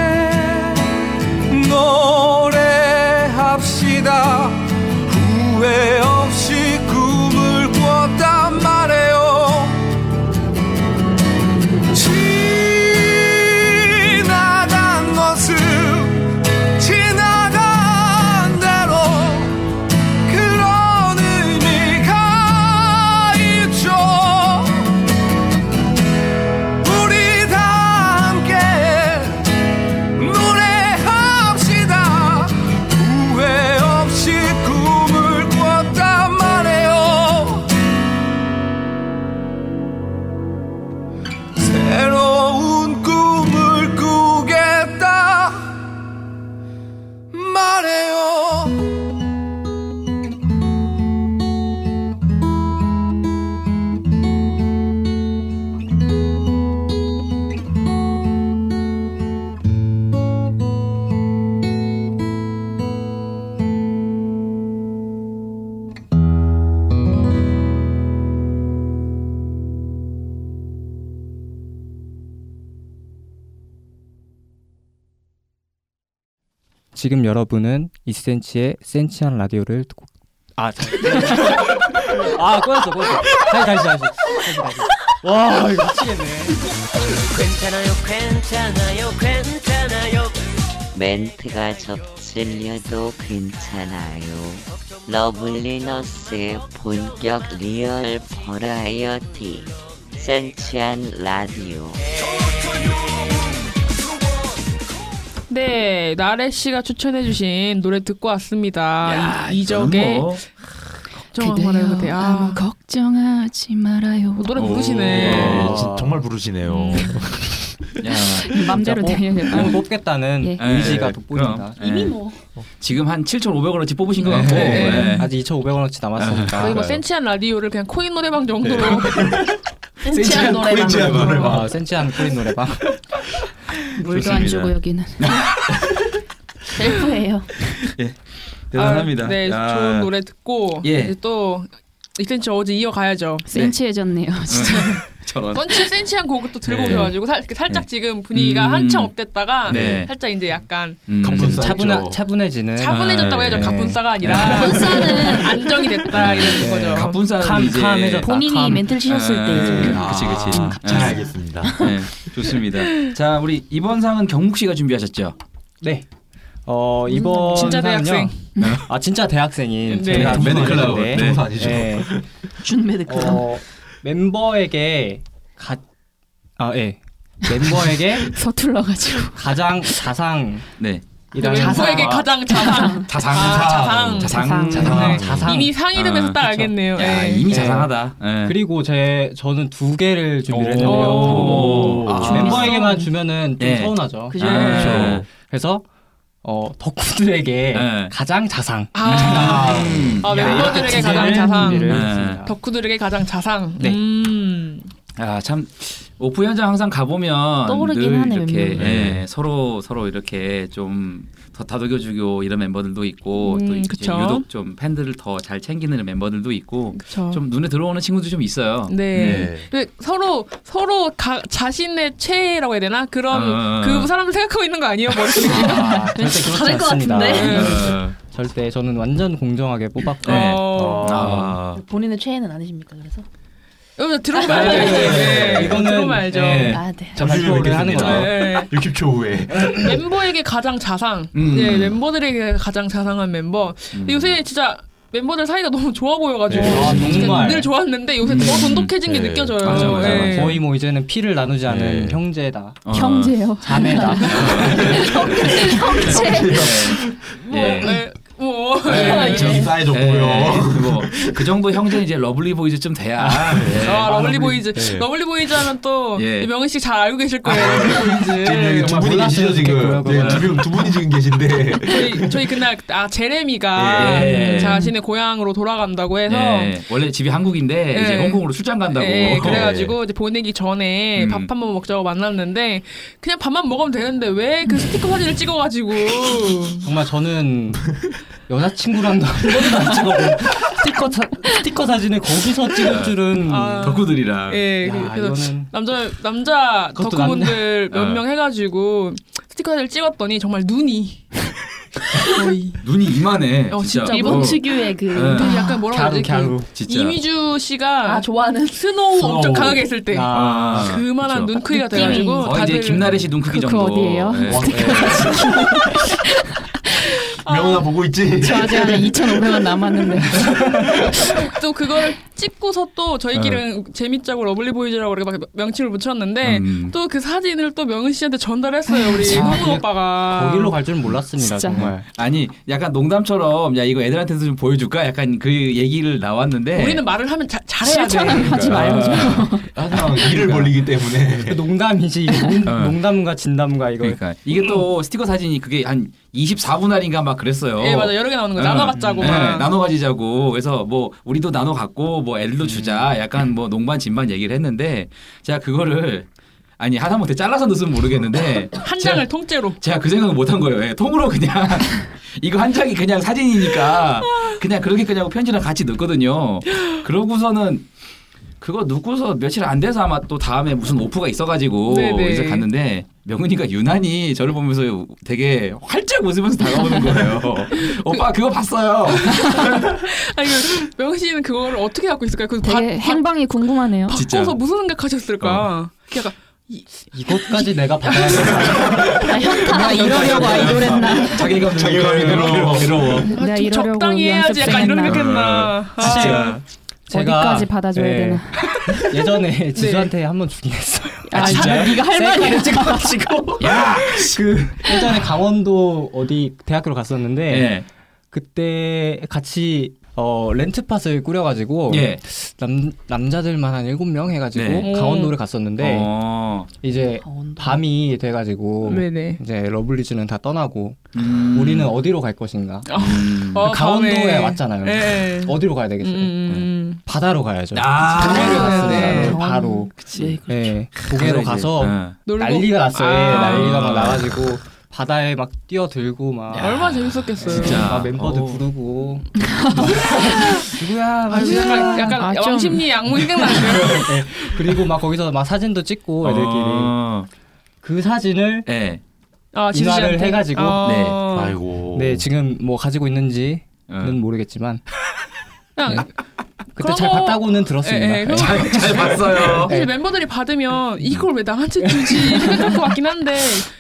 노래합시다. 후회 없이 꿈을 꿨단 말해요. 지나간 것은 지나간 대로 그런 의미가 있죠 우리 다 함께 지금 여러분은 2cm의 센치한 라디오를 듣고 아, 아 꺼졌어 꺼졌어 다시 다시 다시 다시 다시 와 이거 미치겠네 괜찮아요 괜찮아요 괜찮아요 멘트가 접질려도 괜찮아요. 러블리너스의 본격 리얼 버라이어티 센치한 라디오 네, 나래 씨가 추천해주신 노래 듣고 왔습니다. 이, 적의 뭐. 걱정 한번 해도 돼. 아, 걱정하지 말아요. 어, 노래 부르시네. 어, 음. 오, 진- 정말 부르시네요. 맘대로 되겠다. 뭐 뽑겠다는 예. 의지가 예, 돋보인다 그럼. 이미 예. 뭐. 지금 한 7,500원어치 뽑으신 것 같고 예. 예. 아직 2,500원어치 남았으니까 거의 뭐 센치한 라디오를 그냥 코인 노래방 정도로 센치한 노래방. [LAUGHS] 코인 노래방. 아, 센치한 코인 노래방. 물도 안 주고 여기는. 셀프예요. 예. 대단합니다. 아, 네, 야. 좋은 노래 듣고 예. 이제 또 이센치 어제 이어가야죠. 센치해졌네요. 아, 진짜. 음, 저런. 펀치 [LAUGHS] 센치한 곡을 또 들고 네. 오셔가지고 살, 살짝 네. 지금 분위기가 음. 한참 업됐다가 네. 살짝 이제 약간 음, 차분하, 차분해지는 차분해졌다고 해야죠. 네. 가분싸가 아니라 분싸는 안정이 됐다 이런 거죠. 갑분싸는 캄- 네. 이제 예, 캄해졌다, 본인이 캄. 멘트를 치셨을 예, 때 이제. 예, 네. 그치 그치. 아, 예. 잘 알겠습니다. 예, 좋습니다. 자 우리 이번 상은 경국 씨가 준비하셨죠? 네. 음, 어 이번 진짜 사연은요. 대학생. 아 진짜 대학생인 네. 제가 네. 준비를 메디클라고. 했는데, 네. 동서 아니죠. 네. 준 메디클. 어, 멤버에게 가... 아 예. 멤버에게 [LAUGHS] 서툴러가지고 가장 자상 네. 멤버에게 가장 자상. 자상. 아, 자상. 자상. 네. 자상. 이미 상 이름에서 딱 아, 알겠네요. 야, 예. 이미 자상하다. 예. 그리고 제 저는 두 개를 준비를 오. 했는데요. 아. 멤버에게만 주면은 좀 예. 서운하죠. 그죠. 아. 그렇죠. 그래서 어 덕후들에게 네. 가장 자상. 아. 아, 네, 멤버들에게 이렇게 두 가장 개를 자상. 준비를 네. 했습니다. 덕후들에게 가장 자상. 네. 음. 아 참 오프 현장 항상 가보면 떠오르긴 늘 하네, 이렇게 멤버들. 예, 서로 서로 이렇게 좀 더 다독여주고 이런 멤버들도 있고 또 음, 이제 그쵸. 유독 좀 팬들을 더 잘 챙기는 멤버들도 있고 그쵸. 좀 눈에 들어오는 친구도 좀 있어요. 네. 근데 서로 서로 가, 자신의 최애라고 해야 되나 그런 아. 그 사람을 생각하고 있는 거 아니에요 머릿속에? 아, 절대 그렇지 다를 네. 것 않습니다. 예. 같은데? 네. 절대 저는 완전 공정하게 뽑았고 네. 어. 아. 본인의 최애는 아니십니까? 그래서 여러분 들어보면 알죠. 네. 들어보면 알죠. 네. 예. 아, 네. 잠시 후에 발표를 하는 뵙겠습니다. 거죠. 60초 후에. 멤버에게 가장 자상. 음. 네, 멤버들에게 가장 자상한 멤버. 근데 요새 진짜 멤버들 사이가 너무 좋아 보여가지고 음. 네. 아, 진짜 정말. 음. 늘 좋았는데 요새 더 돈독해진 게 느껴져요. 맞아, 맞아, 네. 맞아. 거의 뭐 이제는 피를 나누지 않은 네. 형제다. 어. 형제요. 아, [LAUGHS] 자매다. 뭐, 네. 뭐. 네, 네. 좀 싸해졌고요. 네, 뭐그 정도 형제는 이제 러블리 보이즈쯤 돼야. 네. 아, 러블리 보이즈. 네. 러블리 보이즈 하면 또 예. 명희 씨 잘 알고 계실 거예요. 아, 러블리 보이즈. 지금 여기 네, 두 분이 계시죠 지금. 네, 두, 명- 두 분이 지금 계신데. [LAUGHS] 저희, 저희 그날 아 제레미가 예. 자신의 고향으로 돌아간다고 해서 예. 네. 원래 집이 한국인데 이제 네. 홍콩으로 출장 간다고. 어. 예, 네. 그래가지고 이제 보내기 전에 음. 밥 한 번 먹자고 만났는데 그냥 밥만 먹으면 되는데 왜 그 스티커 사진을 찍어가지고 정말 저는 여자친구랑도 한 번도 안 찍어본 [LAUGHS] 스티커, 사, 스티커 사진을 거기서 찍을 줄은 아. 덕후들이랑 예 야, 그래서 이거는 남자 남자 그것도 덕후분들 남자- 몇 명 해가지고 스티커 사진을 찍었더니 정말 눈이 거의 눈이 이만해. 어, 진짜 일본 어. 특유의 그 예. 그 약간 뭐라고 해야 되지? 갸루, 그 진짜. 이미주 씨가 좋아하는 스노우, 스노우. 엄청 강하게 했을 때 아, 그만한 그쵸. 눈 크기가 느낌이. 돼가지고 거의 이제 김나래 씨눈 크기 그- 정도. 그 어디예요? 네. 명훈아 보고 있지? 저 아직 한 2,500원 어? [LAUGHS] 남았는데. 네. [LAUGHS] 또 그걸 찍고서 또 저희끼리는 재밌자고 러블리 보이즈라고 이렇게 막 명칭을 붙였는데 또 그 사진을 또 명은 씨한테 전달했어요 우리 아, 성훈 오빠가 거기로 갈 줄은 몰랐습니다 진짜. 정말. 아니 약간 농담처럼 야 이거 애들한테도 좀 보여줄까? 약간 그 얘기를 나왔는데 우리는 말을 하면 자, 잘해야 돼. 네. 아. 그러니까. 항상 아, 그러니까. 일을 벌리기 때문에. 농담이지 이게 농, 농담과 진담과 이거. 어. 그러니까 이게 또 스티커 사진이 그게 한 24분 할인가 막 그랬어요. 음. 예 맞아 여러 개 나오는 거 나눠 갖자고 예, 막 나눠 가지자고. 그래서 뭐 우리도 나눠 갖고 뭐 엘도 음. 주자. 약간 뭐 농반 진반 얘기를 했는데 제가 그거를 아니 하다못해 잘라서 넣었으면 [LAUGHS] 모르겠는데 한 장을 통째로 제가 그 생각을 못 한 거예요. 예, 통으로 그냥 [LAUGHS] 이거 한 장이 그냥 사진이니까 그냥 그렇게 그냥 편지랑 같이 넣거든요. 그러고서는 그거 넣고서 며칠 안 돼서 아마 또 다음에 무슨 오프가 있어가지고 네네. 이제 갔는데 명은이가 유난히 저를 보면서 되게 활짝 웃으면서 다가오는 [LAUGHS] 거예요. 오빠 그거 봤어요. [LAUGHS] 아니 그 명은 씨는 그거를 어떻게 갖고 있을까요? 그 되게 행방이 궁금하네요. 진짜. 바꿔서 무슨 어. 생각하셨을까? 그러니까. 약간 이것까지 내가 받아야 돼. 현타나 이러려고 아이돌했나. 자기가 자기감이 괴로워. 괴로워. 아, 좀 적당히 해야지 약간 이런 생각했나. 아. 진짜. 어디까지 받아줘야 되나. 네. [LAUGHS] 네. 예전에 지수한테 한 번 주긴 했어요. 아, 아, 진짜요? 네가 할 말이 셀카를 없구나. 찍어가지고. [LAUGHS] 그 예전에 강원도 어디 대학교를 갔었는데 네. 예. 그때 같이 어 렌트팟을 꾸려가지고 예. 남 남자들만 한 일곱 명 해가지고 네. 강원도를 갔었는데 어. 이제 밤이 돼가지고 네네. 이제 러블리즈는 다 떠나고 우리는 어디로 갈 것인가 음. 음. 어, 강원도에 다음에. 왔잖아요. 예. 어디로 가야 되겠어요? 음. 음, 바다로 가야죠. 아, 바다로 네. 갔습니다. 바로 그치. 예, 북해로 가서 가서 이제, 네. 예. 놀고. 난리가 났어요. 예, 아. 난리가 막 나가지고 바다에 막 뛰어들고 막 얼마나 재밌었겠어요. 막 멤버들 부르고 누구야? 아, 약간, 약간 아, 좀. 왕심리 양문 생각나는데요. 예, 그리고 막 거기서 막 사진도 어. 찍고 애들끼리 그 사진을 네. 아, 지수 인화를 씨한테? 해가지고 아. 네. 아이고. 네 지금 뭐 가지고 있는지는 어. 모르겠지만 그냥 그때 그런 잘 거- 봤다고는 들었습니다. 뭐- 예, 예, 그런 거- [LAUGHS] 네. 사실 멤버들이 받으면 이걸 왜 나한테 주지 생각할 것 같긴 한데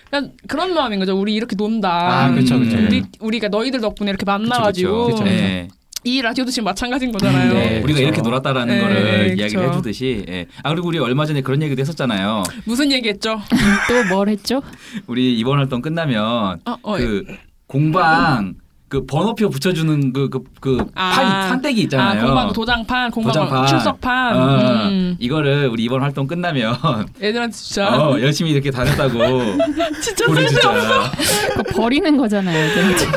그냥 그런 마음인 거죠. 우리 이렇게 논다. 아, 그쵸, 그쵸. 우리 우리가 너희들 덕분에 이렇게 만나가지고 그쵸, 그쵸. 네. 이 라디오도 지금 마찬가지인 거잖아요. 네, 우리가 이렇게 놀았다라는 네, 거를 그쵸. 이야기를 해주듯이. 예. 아 그리고 우리 얼마 전에 그런 얘기도 했었잖아요. 무슨 얘기했죠? 또 뭘 했죠? 우리 이번 활동 끝나면 어, 어, 그 공방 그 번호표 붙여주는 그 그그 판, 판때기 있잖아요. 아, 공방 도장판, 공방 도장판. 출석판. 어, 음. 이거를 우리 이번 활동 끝나면 애들한테 진짜 [LAUGHS] 어, 열심히 이렇게 다녔다고 진짜 보내주자. 그거 뭐 버리는 거잖아요. 이제.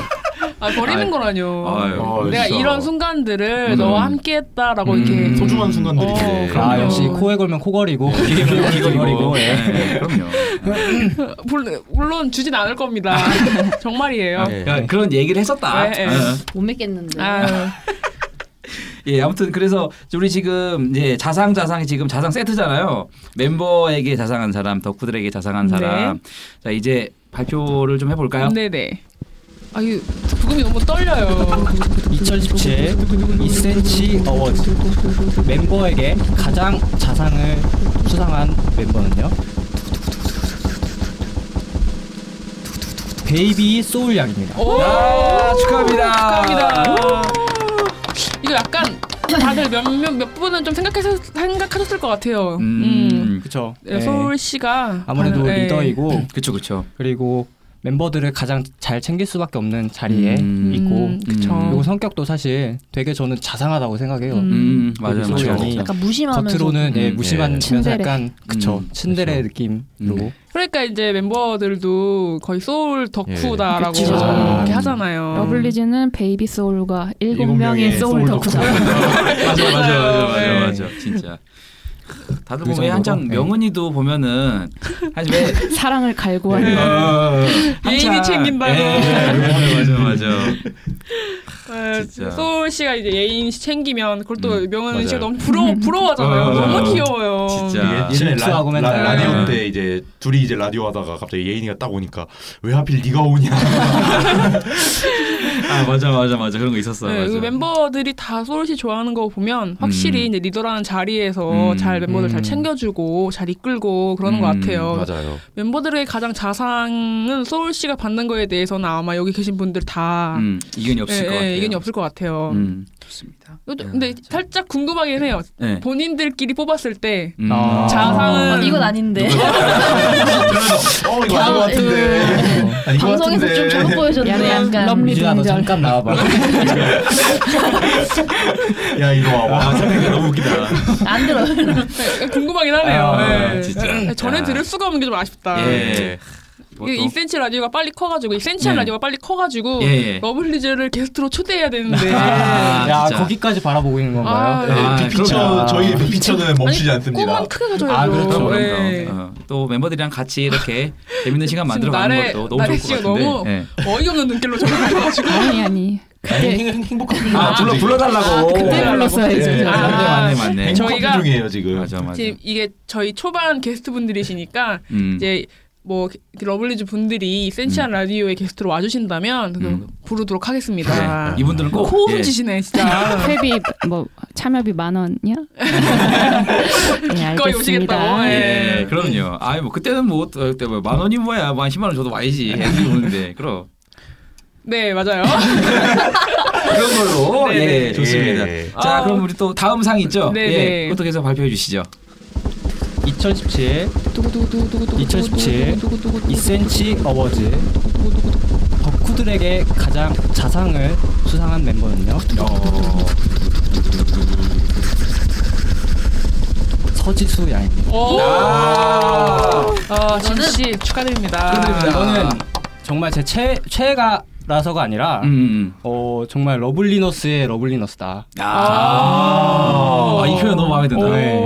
아, 버리는 아이, 거라뇨. 아유, 어, 음. 내가 진짜. 이런 순간들을 음. 너와 함께했다라고 이렇게 소중한 순간들인데. 아 역시 코에 걸면 코걸이고 귀에 걸면 귀걸이고 예. 음. 물론, 물론 주진 않을 겁니다. 정말이에요. 그러니까 그런 얘기를 했었다. 예, 아, 예. 어. 아, 못 믿겠는데. 예, 아무튼 그래서 우리 지금 이제 자상 자상이 지금 자상 세트잖아요. 멤버에게 자상한 사람, 덕후들에게 자상한 사람. 자 이제 발표를 좀 해볼까요? 네. 네네. 아유 부금이 너무 떨려요. 2017 2cm 어워즈 멤버에게 가장 자상을 수상한 멤버는요. 베이비 소울양입니다. 아, 축하합니다. 축하합니다. 이거 약간 다들 몇몇 몇 분은 좀 생각해서 생각하셨을 것 같아요. 음. 그렇죠. 소울 씨가 아무래도 다른- 예. 리더이고 그쵸 그쵸 그리고 멤버들을 가장 잘 챙길 수밖에 없는 자리에 음. 있고 음, 그쵸. 그리고 성격도 사실 되게 저는 자상하다고 생각해요. 음, 맞아요, 그리고 맞아요. 소연이 약간 무심하면서. 겉으로는 예, 음, 무심하면서 예. 음. 약간 그쵸 츤데레 느낌으로 그러니까 이제 멤버들도 거의 소울 덕후다라고 예. 그쵸. 이렇게 하잖아요. 러블리즈는 아. 베이비 소울과 일곱 명의 소울 덕후다. [LAUGHS] 맞아 맞아 맞아 맞아 네. 맞아 진짜. 다들 그 보면 정도로? 한창 네. 명은이도 보면은 [LAUGHS] 아니 왜 사랑을 갈구하는 네. 아, 아, 어, 예인이 한창- 챙긴다고. 예, 맞아 맞아 맞아. 아, 진짜. 소울 씨가 이제 예인 씨 챙기면 그걸 또 명은 씨가 맞아요. 너무 부러워 부러워하잖아요. 어, 너무 맞아요. 귀여워요. 이게 예전에 라, 실수하고 맨날. 라, 라디오 네. 음. 때 이제 둘이 이제 라디오 하다가 갑자기 예인이가 딱 오니까 왜 하필 네가 오냐. [LAUGHS] 아 맞아 맞아 맞아 그런 거 있었어요. 네, 그 맞아. 멤버들이 다 소울 씨 좋아하는 거 보면 확실히 이제 리더라는 자리에서 음. 잘 멤버들 잘 음. 챙겨주고 잘 이끌고 그러는 것 음, 같아요. 맞아요. 멤버들의 가장 자상은 소울 씨가 받는 거에 대해서는 아마 여기 계신 분들 다 음, 이견이 없을 예, 것 예, 같아요. 이견이 없을 것 같아요. 음, 좋습니다. 요- 근데 살짝 궁금하긴 해요. 네. 본인들끼리 뽑았을 때 음. 자상은 아, 이건 아닌데. [LAUGHS] 어 이거 아닌 것 음. 같은데. 아닌 것 방송에서 좀 같은데. 잘못 보여줬는데 야, 약간 유진아 어. 너 잠깐 나와봐. [LAUGHS] 야 이거 아, 와봐. 너무 음. 웃기다. 안 들어. [LAUGHS] 궁금하긴 하네요. 아, 예. 진짜. 전에 야. 들을 수가 없는 게 좀 아쉽다. 예. 이게 그것도- 2cm 라디오가 빨리 커가지고 2cm 한 네. 라디오가 빨리 커가지고 예, 예. 러블리즈를 게스트로 초대해야 되는데 아, 야 진짜. 거기까지 바라보고 있는 아, 건가요? 네. 아, 빅피처, 그럼요. 저희의 빅피처는 아니, 멈추지 않습니다. 꿈은 크게 가져야죠. 아 그렇죠. 그럼요. 예. 어, 또 멤버들이랑 [LAUGHS] 같이 이렇게 재밌는 시간 만들어 지금 가는 나래 것도 나래 너무 씨가 좋을 것 같은데. 너무 예. 어이없는 눈길로 저를 봐가지고 아니 아니. 그때 행복한 아 불러 불러달라고. 그때 아, 불렀어야죠. 예, 맞네 맞네 맞네. 아. 저희가 중이에요 지금. 맞아 맞아. 지금 이게 저희 초반 게스트 분들이시니까 음. 이제 뭐 그 러블리즈 분들이 센치한 라디오에 게스트로 와주신다면 그 부르도록 하겠습니다. 네, 이분들은 꼭, 아, 코 예. 훔치시네 진짜. 회비 뭐 참여비 만 [LAUGHS] 원이야? 네, 기꺼이 오시겠다고, 알겠습니다. 예. 예, 그럼요. 아이 뭐 그때는 뭐 어, 그때 뭐만 원이 뭐야, 뭐한 10만 원 줘도 와야지. 애들이 오는데 그럼 네 맞아요. 그런 걸로 네. 아. 예 좋습니다. 예. 자 그럼 우리 또 다음 상 있죠? 네, 네. 예, 그것도 계속 발표해 주시죠. 2017 2017 2cm 어워즈 덕후들에게 가장 자상을 수상한 멤버는요. 서지수 양입니다. 오. 아, 저는- 진씨 축하드립니다. 저는 정말 제 최, 최애가라서가 음, 아니라 어, 정말 러블리너스의 러블리너스다. 아, 이 표현 너무 마음에 든다. 네.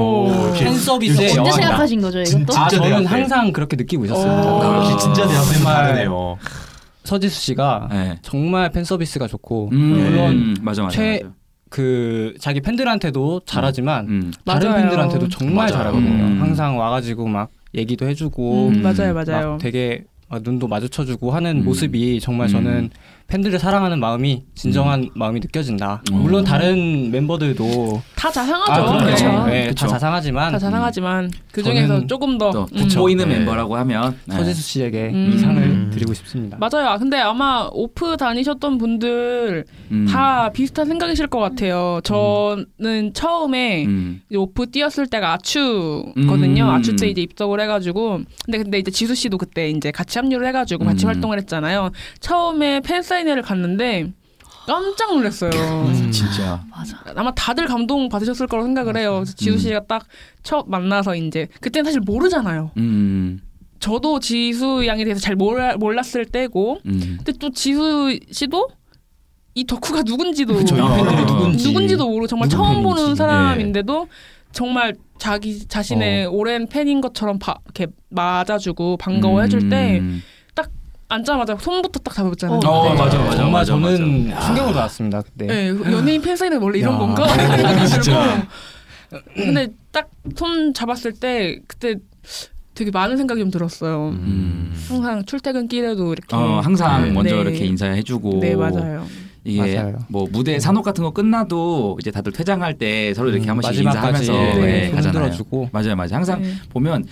팬 서비스의 언제 여왕이다. 생각하신 거죠 이것도? 아, 저는 대학 때. 항상 그렇게 느끼고 있었어요. 역시 아, 진짜 대학 때는 정말 다르네요. 네. 서지수 씨가 정말 팬 서비스가 좋고 음, 물론 맞아, 맞아, 음, 최, 그 자기 팬들한테도 잘하지만 다른 맞아요. 팬들한테도 정말 맞아요. 잘하거든요. 음. 항상 와가지고 막 얘기도 해주고 음, 맞아요, 맞아요. 막 되게 막 눈도 마주쳐주고 하는 음, 모습이 정말 저는 팬들을 사랑하는 마음이 진정한 마음이 느껴진다. 어. 물론 다른 멤버들도 다 자상하죠. 아, 그렇죠. 네, 그쵸. 다 자상하지만 다 자상하지만 그 중에서 저는 조금 더 더 음. 붙여 보이는 멤버라고 하면 네. 서지수 씨에게 음. 이 상을 드리고 싶습니다. 맞아요. 아, 근데 아마 오프 다니셨던 분들 음. 다 비슷한 생각이실 것 같아요. 저는 처음에 이제 오프 뛰었을 때가 아추거든요. 음. 아추제 이제 입덕을 해가지고 근데 근데 이제 지수 씨도 그때 이제 같이 합류를 해가지고 같이 음. 활동을 했잖아요. 처음에 팬 사인회를 갔는데 깜짝 놀랐어요. 진짜. 아마 다들 감동 받으셨을 거라고 생각을 해요. 그래서 지수 씨가 딱 첫 만나서 이제 그때는 사실 모르잖아요. 음. 저도 지수 양에 대해서 잘 몰라, 몰랐을 때고 음. 근데 또 지수 씨도 이 덕후가 누군지도 그쵸, 이 팬들이 누군지. 누군지도 모르고 정말 누구 처음 팬인지. 보는 사람인데도 정말 자기 자신의 오랜 팬인 것처럼 바- 이렇게 맞아주고 반가워해줄 때 음. 딱 앉자마자 손부터 딱 잡았잖아요. 네. 어, 네. 정말 저는 충격을 받았습니다 그때. 네, 연예인 팬사인회 원래 이런 야. 네, 건가? [LAUGHS] 네, 진짜. 근데 딱 손 잡았을 때 그때 되게 많은 생각이 좀 들었어요. 항상 출퇴근길에도 이렇게 음. 어, 항상 네. 먼저 네. 이렇게 인사해주고. 네 맞아요. 이게 뭐 음. 무대 산업 같은 거 끝나도 이제 다들 퇴장할 때 서로 이렇게 한 번씩 마지막까지 인사하면서 네, 예, 손 가잖아요. 들어주고. 맞아요, 맞아요. 항상 네. 보면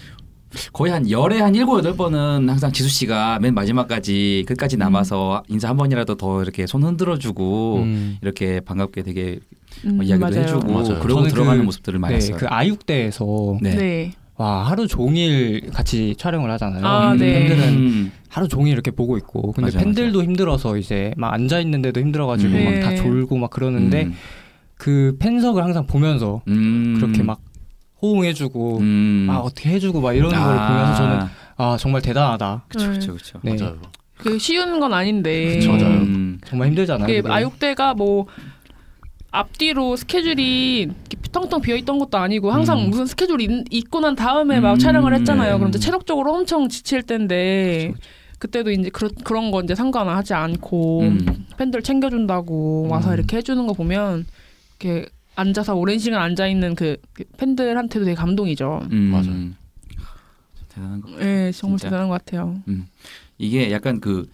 거의 한 열에 한 일곱 여덟 번은 항상 지수 씨가 맨 마지막까지 끝까지 남아서 음. 인사 한 번이라도 더 이렇게 손 흔들어주고 이렇게 반갑게 되게 음, 뭐 이야기도 맞아요. 해주고 그러고 저는 들어가는 그- 모습들을 많이 봤어요. 네, 그 아육대에서 네. 네. 와 하루 종일 같이 촬영을 하잖아요. 아, 근데 네. 팬들은 하루 종일 이렇게 보고 있고, 근데 음. 맞아요, 팬들도 힘들어서 이제 막 앉아 있는데도 힘들어가지고 음. 막 다 네. 졸고 막 그러는데 음. 그 팬석을 항상 보면서 그렇게 막 호응해주고 아 어떻게 해주고 막 이런 음. 아. 걸 보면서 저는 아 정말 대단하다. 네. 그쵸, 그쵸, 그쵸. 예. 맞아요. 그 쉬운 건 아닌데. 음. 음. 정말 힘들잖아요. 그게 그게. 아육대가 뭐 앞뒤로 스케줄이 이렇게 텅텅 비어 있던 것도 아니고 항상 무슨 스케줄이 있- 있고 난 음. 다음에 막 촬영을 했잖아요. 그런데 체력적으로 엄청 지칠 때인데 그때도 이제 그런거 이제 상관하지 않고 팬들 챙겨준다고 와서 이렇게 해주는 거 보면 이렇게 앉아서 오랜 시간 앉아 있는 그 팬들한테도 되게 감동이죠. 맞아요. 음. 대단한 거. 예, 음. 정말 진짜. 음. 대단한 것 같아요. 이게 약간 그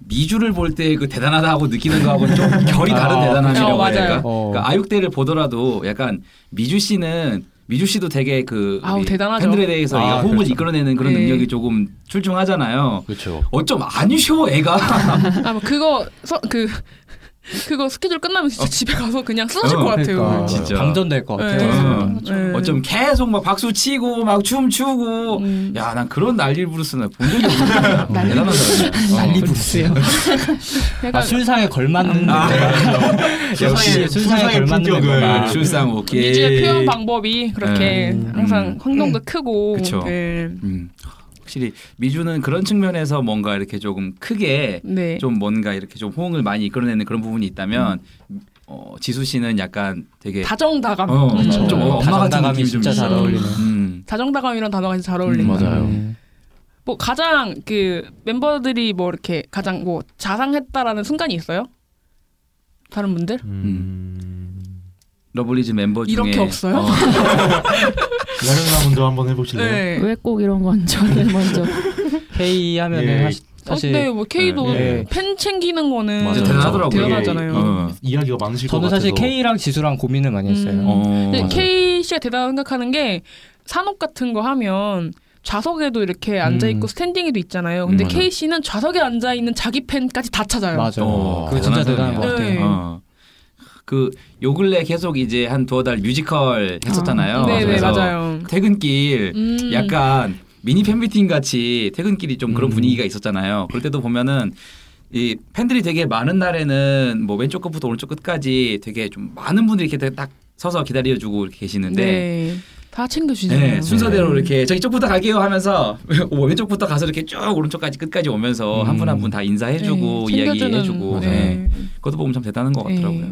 미주를 볼 때 그 대단하다고 느끼는 거하고 좀 [LAUGHS] 결이 다른 아, 대단함이라고 어, 해야 될까? 맞아요. 어. 그러니까 아육대를 보더라도 약간 미주 씨는 미주 씨도 되게 그 아우, 우리 대단하죠. 팬들에 대해서 아, 얘가 호흡을 그렇죠. 이끌어내는 그런 네. 능력이 조금 출중하잖아요. 그렇죠. 어쩜 안 쉬워 애가. 아뭐 그거 서, 그 그거 스케줄 끝나면 진짜 집에 가서 어. 그냥 쓰러질 것 같아요. 그렇죠. 네. 진짜. 그러니까. 방전될 것 같아요. 음. 어. 어쩜 계속 막 박수 치고 막 춤 추고 음. 야 난 그런 난리 부르스는 본 적이 없어. 대단하다. 난리 부르스요. 아, 술상에 걸맞는 아, 멤버다. 역시 술상에 술상의- 술상의 걸맞는 품격을. 멤버다. 술상 오케이. 미주의 표현 방법이 그렇게 예. 음. 항상 흥동도 크고 그쵸. 네. 음. 확실히 미주는 그런 측면에서 뭔가 이렇게 조금 크게 네. 좀 뭔가 이렇게 좀 호응을 많이 이끌어내는 그런 부분이 있다면 어, 지수 씨는 약간 되게 다정다감. 어, 음. 좀, 좀 엄마 같은 다정다감이 느낌이 좀 진짜 있어요. 잘 어울리는. 음. 다정다감이란 단어가 진짜 잘 어울린다. 뭐 가장 그 멤버들이 뭐 이렇게 가장 뭐 자상했다라는 순간이 있어요? 다른 분들? 음, 러블리즈 멤버 중에 이렇게 없어요? [LAUGHS] 어. 나른아 분도 한번 해보실래요? 네. [LAUGHS] 왜 꼭 이런 건 저를 먼저 K 하면은 네, 예. 하시- 사실 근데 뭐 K도 예. 팬 챙기는 거는 네, 예. 대단하잖아요. 어. 이야기가 많으실 저는 것 사실 같아서. K랑 지수랑 고민을 많이 했어요. 음. 근데 K 씨가 대단하다 생각하는 게 산업 같은 거 하면 좌석에도 이렇게 앉아 있고 스탠딩에도 있잖아요. 근데 음, 맞아. K 씨는 좌석에 앉아 있는 자기 팬까지 다 찾아요. 맞아. 그거 진짜 대단한 것 같아요. 네. 어. 그요 근래 계속 이제 한 두어 달 뮤지컬 했었잖아요. 아. 네네, 그래서 맞아요. 퇴근길 음. 약간 미니 팬미팅 같이 퇴근길이 좀 음. 그런 분위기가 있었잖아요. 그럴 때도 보면은 이 팬들이 되게 많은 날에는 뭐 왼쪽 끝부터 오른쪽 끝까지 되게 좀 많은 분들이 이렇게 딱 서서 기다려주고 이렇게 계시는데 네. 다 챙겨주시잖아요. 네, 순서대로 이렇게 저기 쪽부터 갈게요 하면서 [LAUGHS] 왼쪽부터 가서 이렇게 쭉 오른쪽까지 끝까지 오면서 한 분 한 분 다 인사해주고 네, 챙겨주는, 이야기해주고 맞아요. 네. 그것도 보면 참 대단한 것 같더라고요.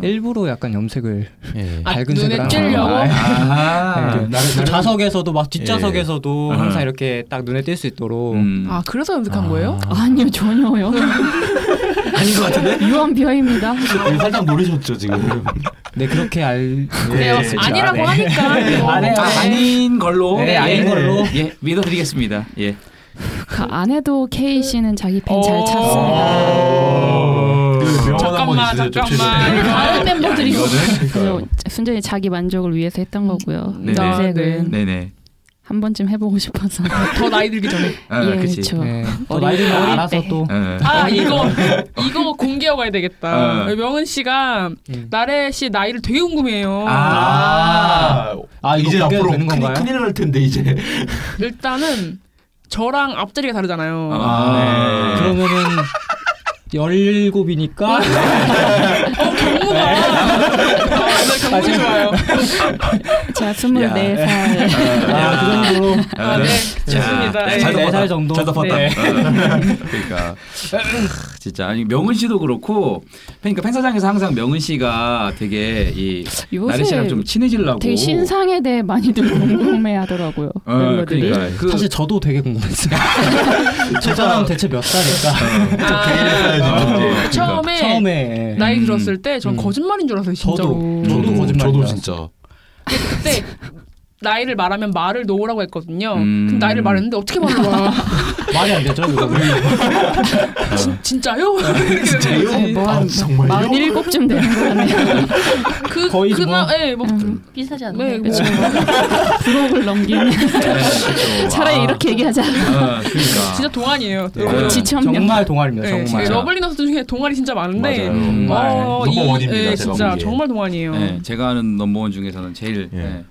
일부러 약간 염색을 아, 예, 밝은 눈에 색을 하는 찔려고? 거예요. 아. 네. 그 나름- 나름- 좌석에서도 막 뒷좌석에서도 예. 항상 이렇게 딱 눈에 띌 수 있도록 음. 아 그래서 염색한 거예요? 아니요 전혀요. 아닌 것 [LAUGHS] 같은데? 유언비어입니다. 네, 살짝 모르셨죠 지금? 네 그렇게 네. 알. 그래요. 네, 아니라고 [LAUGHS] [LAUGHS] 하니까. 안 네. 해요. 아, 아닌 걸로 네, 예, 아닌 걸로. 예 믿어드리겠습니다. 예. 그 안에도 K 씨는 자기 팬 어, 잘 아, 찾습니다. 잠깐만 잠깐만. 아, 다른 멤버들이 이거는? 그래서 순전히 자기 만족을 위해서 했던 거고요. 네네. 염색은 네네. 한 번쯤에 해보고 싶어서 아, 더 나이 들기 전에. 아, 예, 그치. 그렇죠. 네. 또 나이 들면 알아서 또. 아 이거 이거 공개하고 가야 되겠다. 어. 명은 씨가 나래 씨 나이를 되게 궁금해요. 아, 아 이제 공개해도 앞으로 되는 큰일, 건가요? 큰일 날 텐데 이제. 일단은 저랑 앞자리가 다르잖아요. 네. 아, 그러면은 아, 열곱이니까. 네. 어, 경이 아. [LAUGHS] 좋아요. 제가 24살 아, 그 정도로. 아, 네. 좋습니다. 네, 네살잘 덮었다. 정도? 잘 덮었다. 네. 어. 그러니까 진짜 아니 명은 씨도 그렇고 그러니까 팬사장에서 항상 명은 씨가 되게 이 요새 나래 씨랑 좀 친해지려고 [LAUGHS] 되게 신상에 대해 많이들 궁금해 하더라고요. 아, 어, 그러니까 그- 사실 저도 되게 궁금했어요. 저 사람 대체 몇 어. 살일까? 아, 처음에, 처음에 나이 들었을 때 전 거짓말인 줄 알았어요. 진짜로. 저도 저도 거짓말. 저도 진짜. 그때 나이를 말하면 말을 놓으라고 했거든요. 음. 근데 나이를 말했는데 어떻게 말을 놔? 말이 안 되죠 이거. 네. [LAUGHS] 진짜요? 진짜요? 아, 정말요? 47쯤 되는 거 그러니까. 같네요. 그 거의 그나 예, 뭐 음. 비슷하지 않나요? 네, 뭐. 부록을 넘기는. [LAUGHS] 네. 차라리 아. 이렇게 얘기하자. 그러니까. 진짜 동안이에요. 네. 지천명. 정말 동아리입니다. 네, 정말. 러블리너스 중에 동아리 진짜 많은데 맞아요. 어, 정말. 이- 넘버원입니다, 예, 제가 진짜 보기에. 정말 동안이에요. 음. 네, 제가 아는 넘버원 중에서는 제일 예.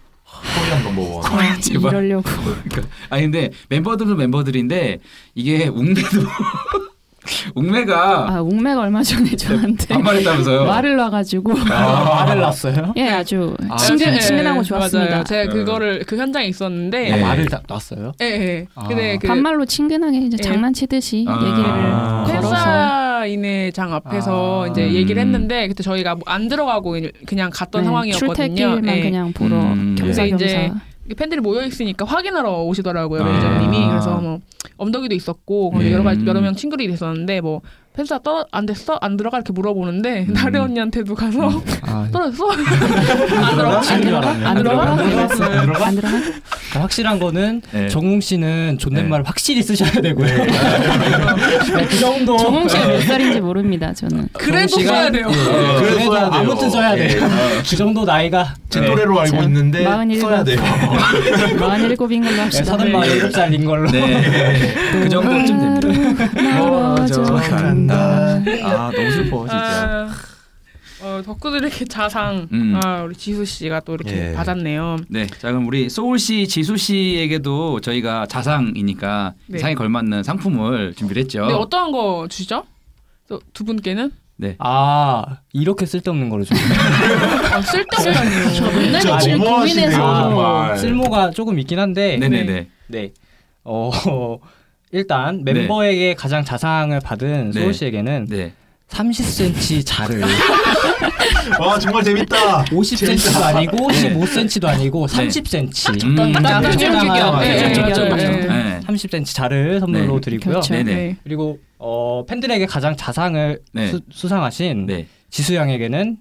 코리안 넘버원. 아, 제발. 이러려고. [LAUGHS] 그러니까, 아니 근데 멤버들은 멤버들인데 이게 웅매도 [LAUGHS] 웅매가 아, 웅매가 얼마 네, 전에 저한테 반말했다면서요? 말을 놔가지고 아, 말을 놨어요? 예, 아주 아, 친근, 예, 친근하고 좋았습니다. 네, 맞아요. 제가 네. 그거를 그 현장에 있었는데 아, 말을 다 놨어요? 예, 예. 근데 그 예. 반말로 친근하게 이제 장난치듯이 아. 얘기를 걸어서 아. 회사인의 네. 장 앞에서 이제 얘기를 했는데 그때 저희가 뭐안 들어가고 그냥 갔던 네, 상황이었거든요. 출퇴길만 예. 그냥 보러 근데 겸사겸사. 이제 팬들이 모여 있으니까 확인하러 오시더라고요 아. 매니저님이 그래서 뭐 엄덕이도 있었고 거기 예. 여러 가지 여러 명 친구들이 있었는데 뭐 팬사 떠안 됐어 안 들어가 이렇게 물어보는데 나래 언니한테도 가서 [LAUGHS] 떨어졌어 아. 안 들어가 안 들어가 안 들어가 안 들어가? 그러니까 확실한 거는 정웅 씨는 존댓말을 확실히 쓰셔야 되고요. [LAUGHS] 그 정도. 네. 정홍 씨가 몇 살인지 모릅니다. [LAUGHS] 저는 정웅 씨가- 예, 네. 예, 그래도 아무튼 써야 돼요. 그 정도 나이가 제 또래로 알고 자, 있는데 써야 돼요. 예. 47인 뭐 예, 걸로 네, 합시다. 서른 마흔 일곱 살인 걸로. 네. [LAUGHS] 그 정도쯤 됩니다. 멀어져 간다. 아 너무 슬퍼 진짜. 아, 어, 덕후들에게 자상 음. 아, 우리 지수 씨가 또 이렇게 예. 받았네요. 네, 자 그럼 우리 소울 씨, 지수 씨에게도 저희가 자상이니까 네. 상에 걸맞는 상품을 준비했죠. 네, 어떠한 거 주시죠? 또두 분께는 네. 아 이렇게 쓸데없는 거로 [LAUGHS] 좀. 아, [LAUGHS] 쓸데없다니요. 맨날 아, 며칠 너무하시네요, 고민해서 정말. 쓸모가 조금 있긴 한데. 네네네. 네. 어 일단 멤버에게 가장 자상을 받은 네. 소울 씨에게는 30cm 자를. [LAUGHS] 와 정말 재밌다. 50cm도 아니고 네. 15cm도 아니고 네. 30cm. 음. 딱 딱 그 적정 적당한 규격. 네, 네, 적정 네, 규격. 네. 30cm 자를 선물로 네. 드리고요. 그렇죠. 네네. 그리고 어, 팬들에게 가장 자상을 네. 수, 수상하신 지수 양에게는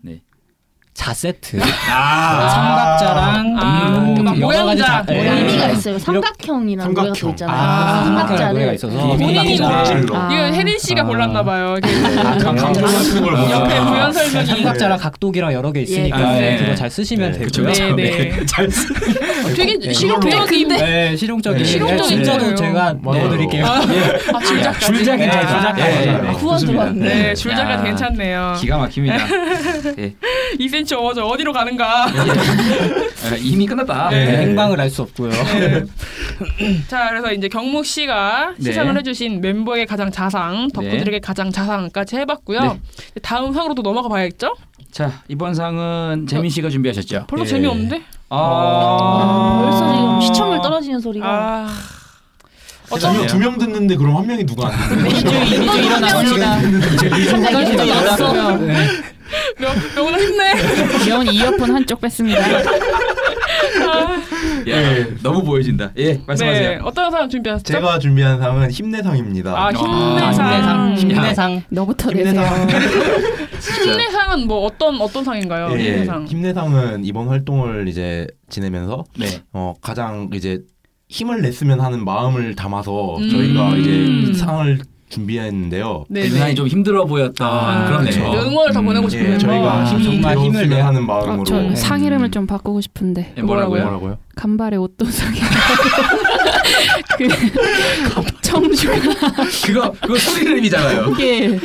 자세트. 아. 삼각자랑 아. 뭐 막 모양자 네. 의미가 있어요. 삼각형이라는 노래가 또 있잖아요. 아, 삼각형이라는 노래가 있어서 본인이 아, 이거 혜린 씨가 골랐나 아. 봐요. 아, 강조 같은 걸 옆에 구현 설명이 네. 삼각자랑 각도기랑 여러 개 있으니까 네, 예, 예. 그거 잘 쓰시면 되고요. 그쵸. 네, [LAUGHS] 잘 쓰. 어, 되게 실용적인데? 네, 실용적인. 네, 실용적인 진짜도 거예요. 제가 넣어드릴게요. 아, 예. 아, 진짜? 줄자긴 네, 잘 줄자가 네, 네, 좋습니다. 네, 줄자가 야, 괜찮네요. [LAUGHS] 기가 막힙니다. 예. 2cm 어저 어디로 가는가? 아, 이미 끝났다. 네. 네, 행방을 알 수 없고요. 네. [CLEARS THROAT] 자, 그래서 이제 경목 씨가 네. 시상을 해주신 멤버의 가장 자상, 덕후들에게 가장 자상까지 해봤고요. 네. 다음 상으로 또 넘어가 봐야겠죠? 자 이번 상은 재민 씨가 준비하셨죠? 어? 예. 별로 [LAUGHS] 재미없는데? 아, 벌써 지금 시청률 떨어지는 소리가. 아. 어쩌면 두명 듣는데 그럼 한 명이 누가 안 듣는 어, 거죠? 이제 아, 일어납시다. 갑자기 아, 이제 일어났어. 일어났어. 네. 명, 명훈아 네. 힘내. 귀여운 이어폰 한쪽 [LAUGHS] 뺐습니다. 야, 예. 너무 보여진다. 예, 말씀하세요. 아. 네, 어떤 사람 준비하셨죠? 예. 제가 준비한 상은 힘내상입니다. 아, 힘내상. 너부터 내세요. 음. [LAUGHS] 진짜. 힘내상은 뭐 어떤 어떤 상인가요? 예, 힘내상. 힘내상은 이번 활동을 이제 지내면서 네. 어, 가장 이제 힘을 냈으면 하는 마음을 담아서 음. 저희가 이제 상을 준비했는데요. 네, 대단히 네. 좀 힘들어 보였던 그런 그렇죠. 그쵸. 멤버. 응원을 더 음, 음, 보내고 싶은 예, 멤버. 저희가 아, 음. 힘이 정말 되었으면 힘을 내야- 하는 아, 마음으로 네. 전상 이름을 좀 바꾸고 싶은데. 예, 뭐라고요? 뭐라고요? 간발의 옷도상이. 그 청주가 [LAUGHS] 그거 그거 소리름이잖아요. 이게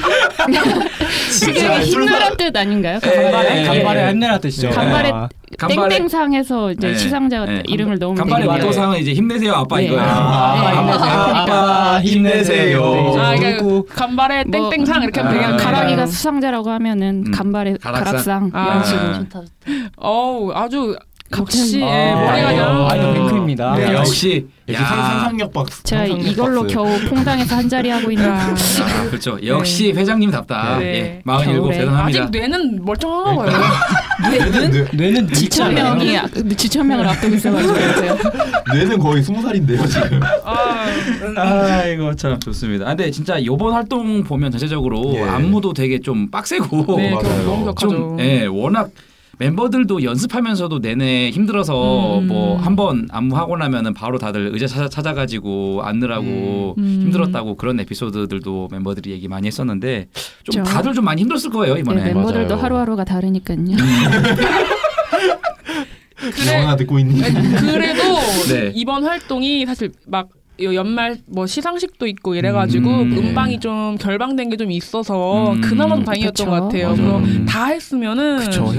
진짜 이게 힘내라 뜻 아닌가요? 예, 예, 예. 간발의 힘내라 뜻이죠. 간발의 아. 땡땡상에서 어, 이제 예, 시상자 예. 이름을 넣으면 간발의 되겠네요. 와도상은 이제 힘내세요 아빠 네. 이거예요. 아, 네. 아빠, 아빠 힘내세요. 아, 그러니까 간발에 땡땡상 이렇게 하면 되게 뭐, 가락이가 가락이가 수상자라고 하면은 간발의 가락상, 가락상. 아. 이런 식으로. 좋다, 어우 아주 역시 아, 예, 머리가 아, 양. 아이돌 뱅크입니다. 네, 어. 역시 역시 상- 그러니까. 상상력 박스. 제가 상상력 이걸로 박스. 겨우 퐁당에서 한 자리 하고 있는. [LAUGHS] 아, 그렇죠. 네. 역시 회장님답다. 네. 예, 47 겨울에. 대단합니다. 아직 뇌는 멀쩡한가 봐요. 뇌는 뇌는 지천명이 아- 지천명을 앞두고 있어가지고 그러세요. 뇌는 거의 스무 살인데요 지금. 아이고 참 좋습니다. 아, 근데 진짜 이번 활동 보면 전체적으로 안무도 되게 좀 빡세고 네, 맞아요. 너무 격하죠. 좀 예, 워낙 멤버들도 연습하면서도 내내 힘들어서 뭐 한 번 안무 하고 나면은 바로 다들 의자 찾아, 찾아가지고 앉느라고 음. 힘들었다고 그런 에피소드들도 멤버들이 얘기 많이 했었는데 그렇죠. 좀 다들 좀 많이 힘들었을 거예요 이번에. 네, 멤버들도 하루하루가 다르니까요. 네. 영화 듣고 있니? 그래도 네. 이번 활동이 사실 막 연말 뭐 시상식도 있고 이래가지고 음. 음, 방이좀 결방된 게 좀 있어서 음. 그나마 좀 다행이었던 그쵸. 것 같아요. 맞아요. 그럼 다 했으면은 진짜 여러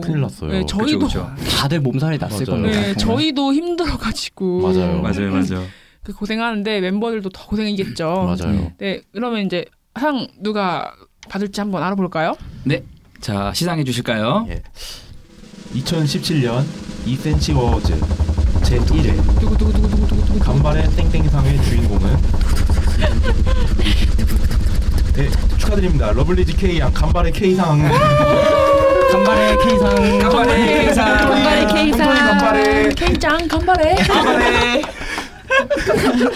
진짜 큰일 났어요. 네, 저희도 다들 몸살이 났을 맞아요. 겁니다. 네, 저희도 힘들어가지고 맞아요. 맞아요, 맞아요. 그 고생하는데 멤버들도 더 고생이겠죠. 맞아요. 네, 그러면 이제 상 누가 받을지 한번 알아볼까요? 네. 자 시상해 주실까요? 2017년 2cm 어워즈 제1회 간발의 땡땡상의 주인공은 네, 축하드립니다. 러블리즈 K양 간발의 K상 간발의 K상 간발의 K상 간발의 홈토니 간발의 장 간발해.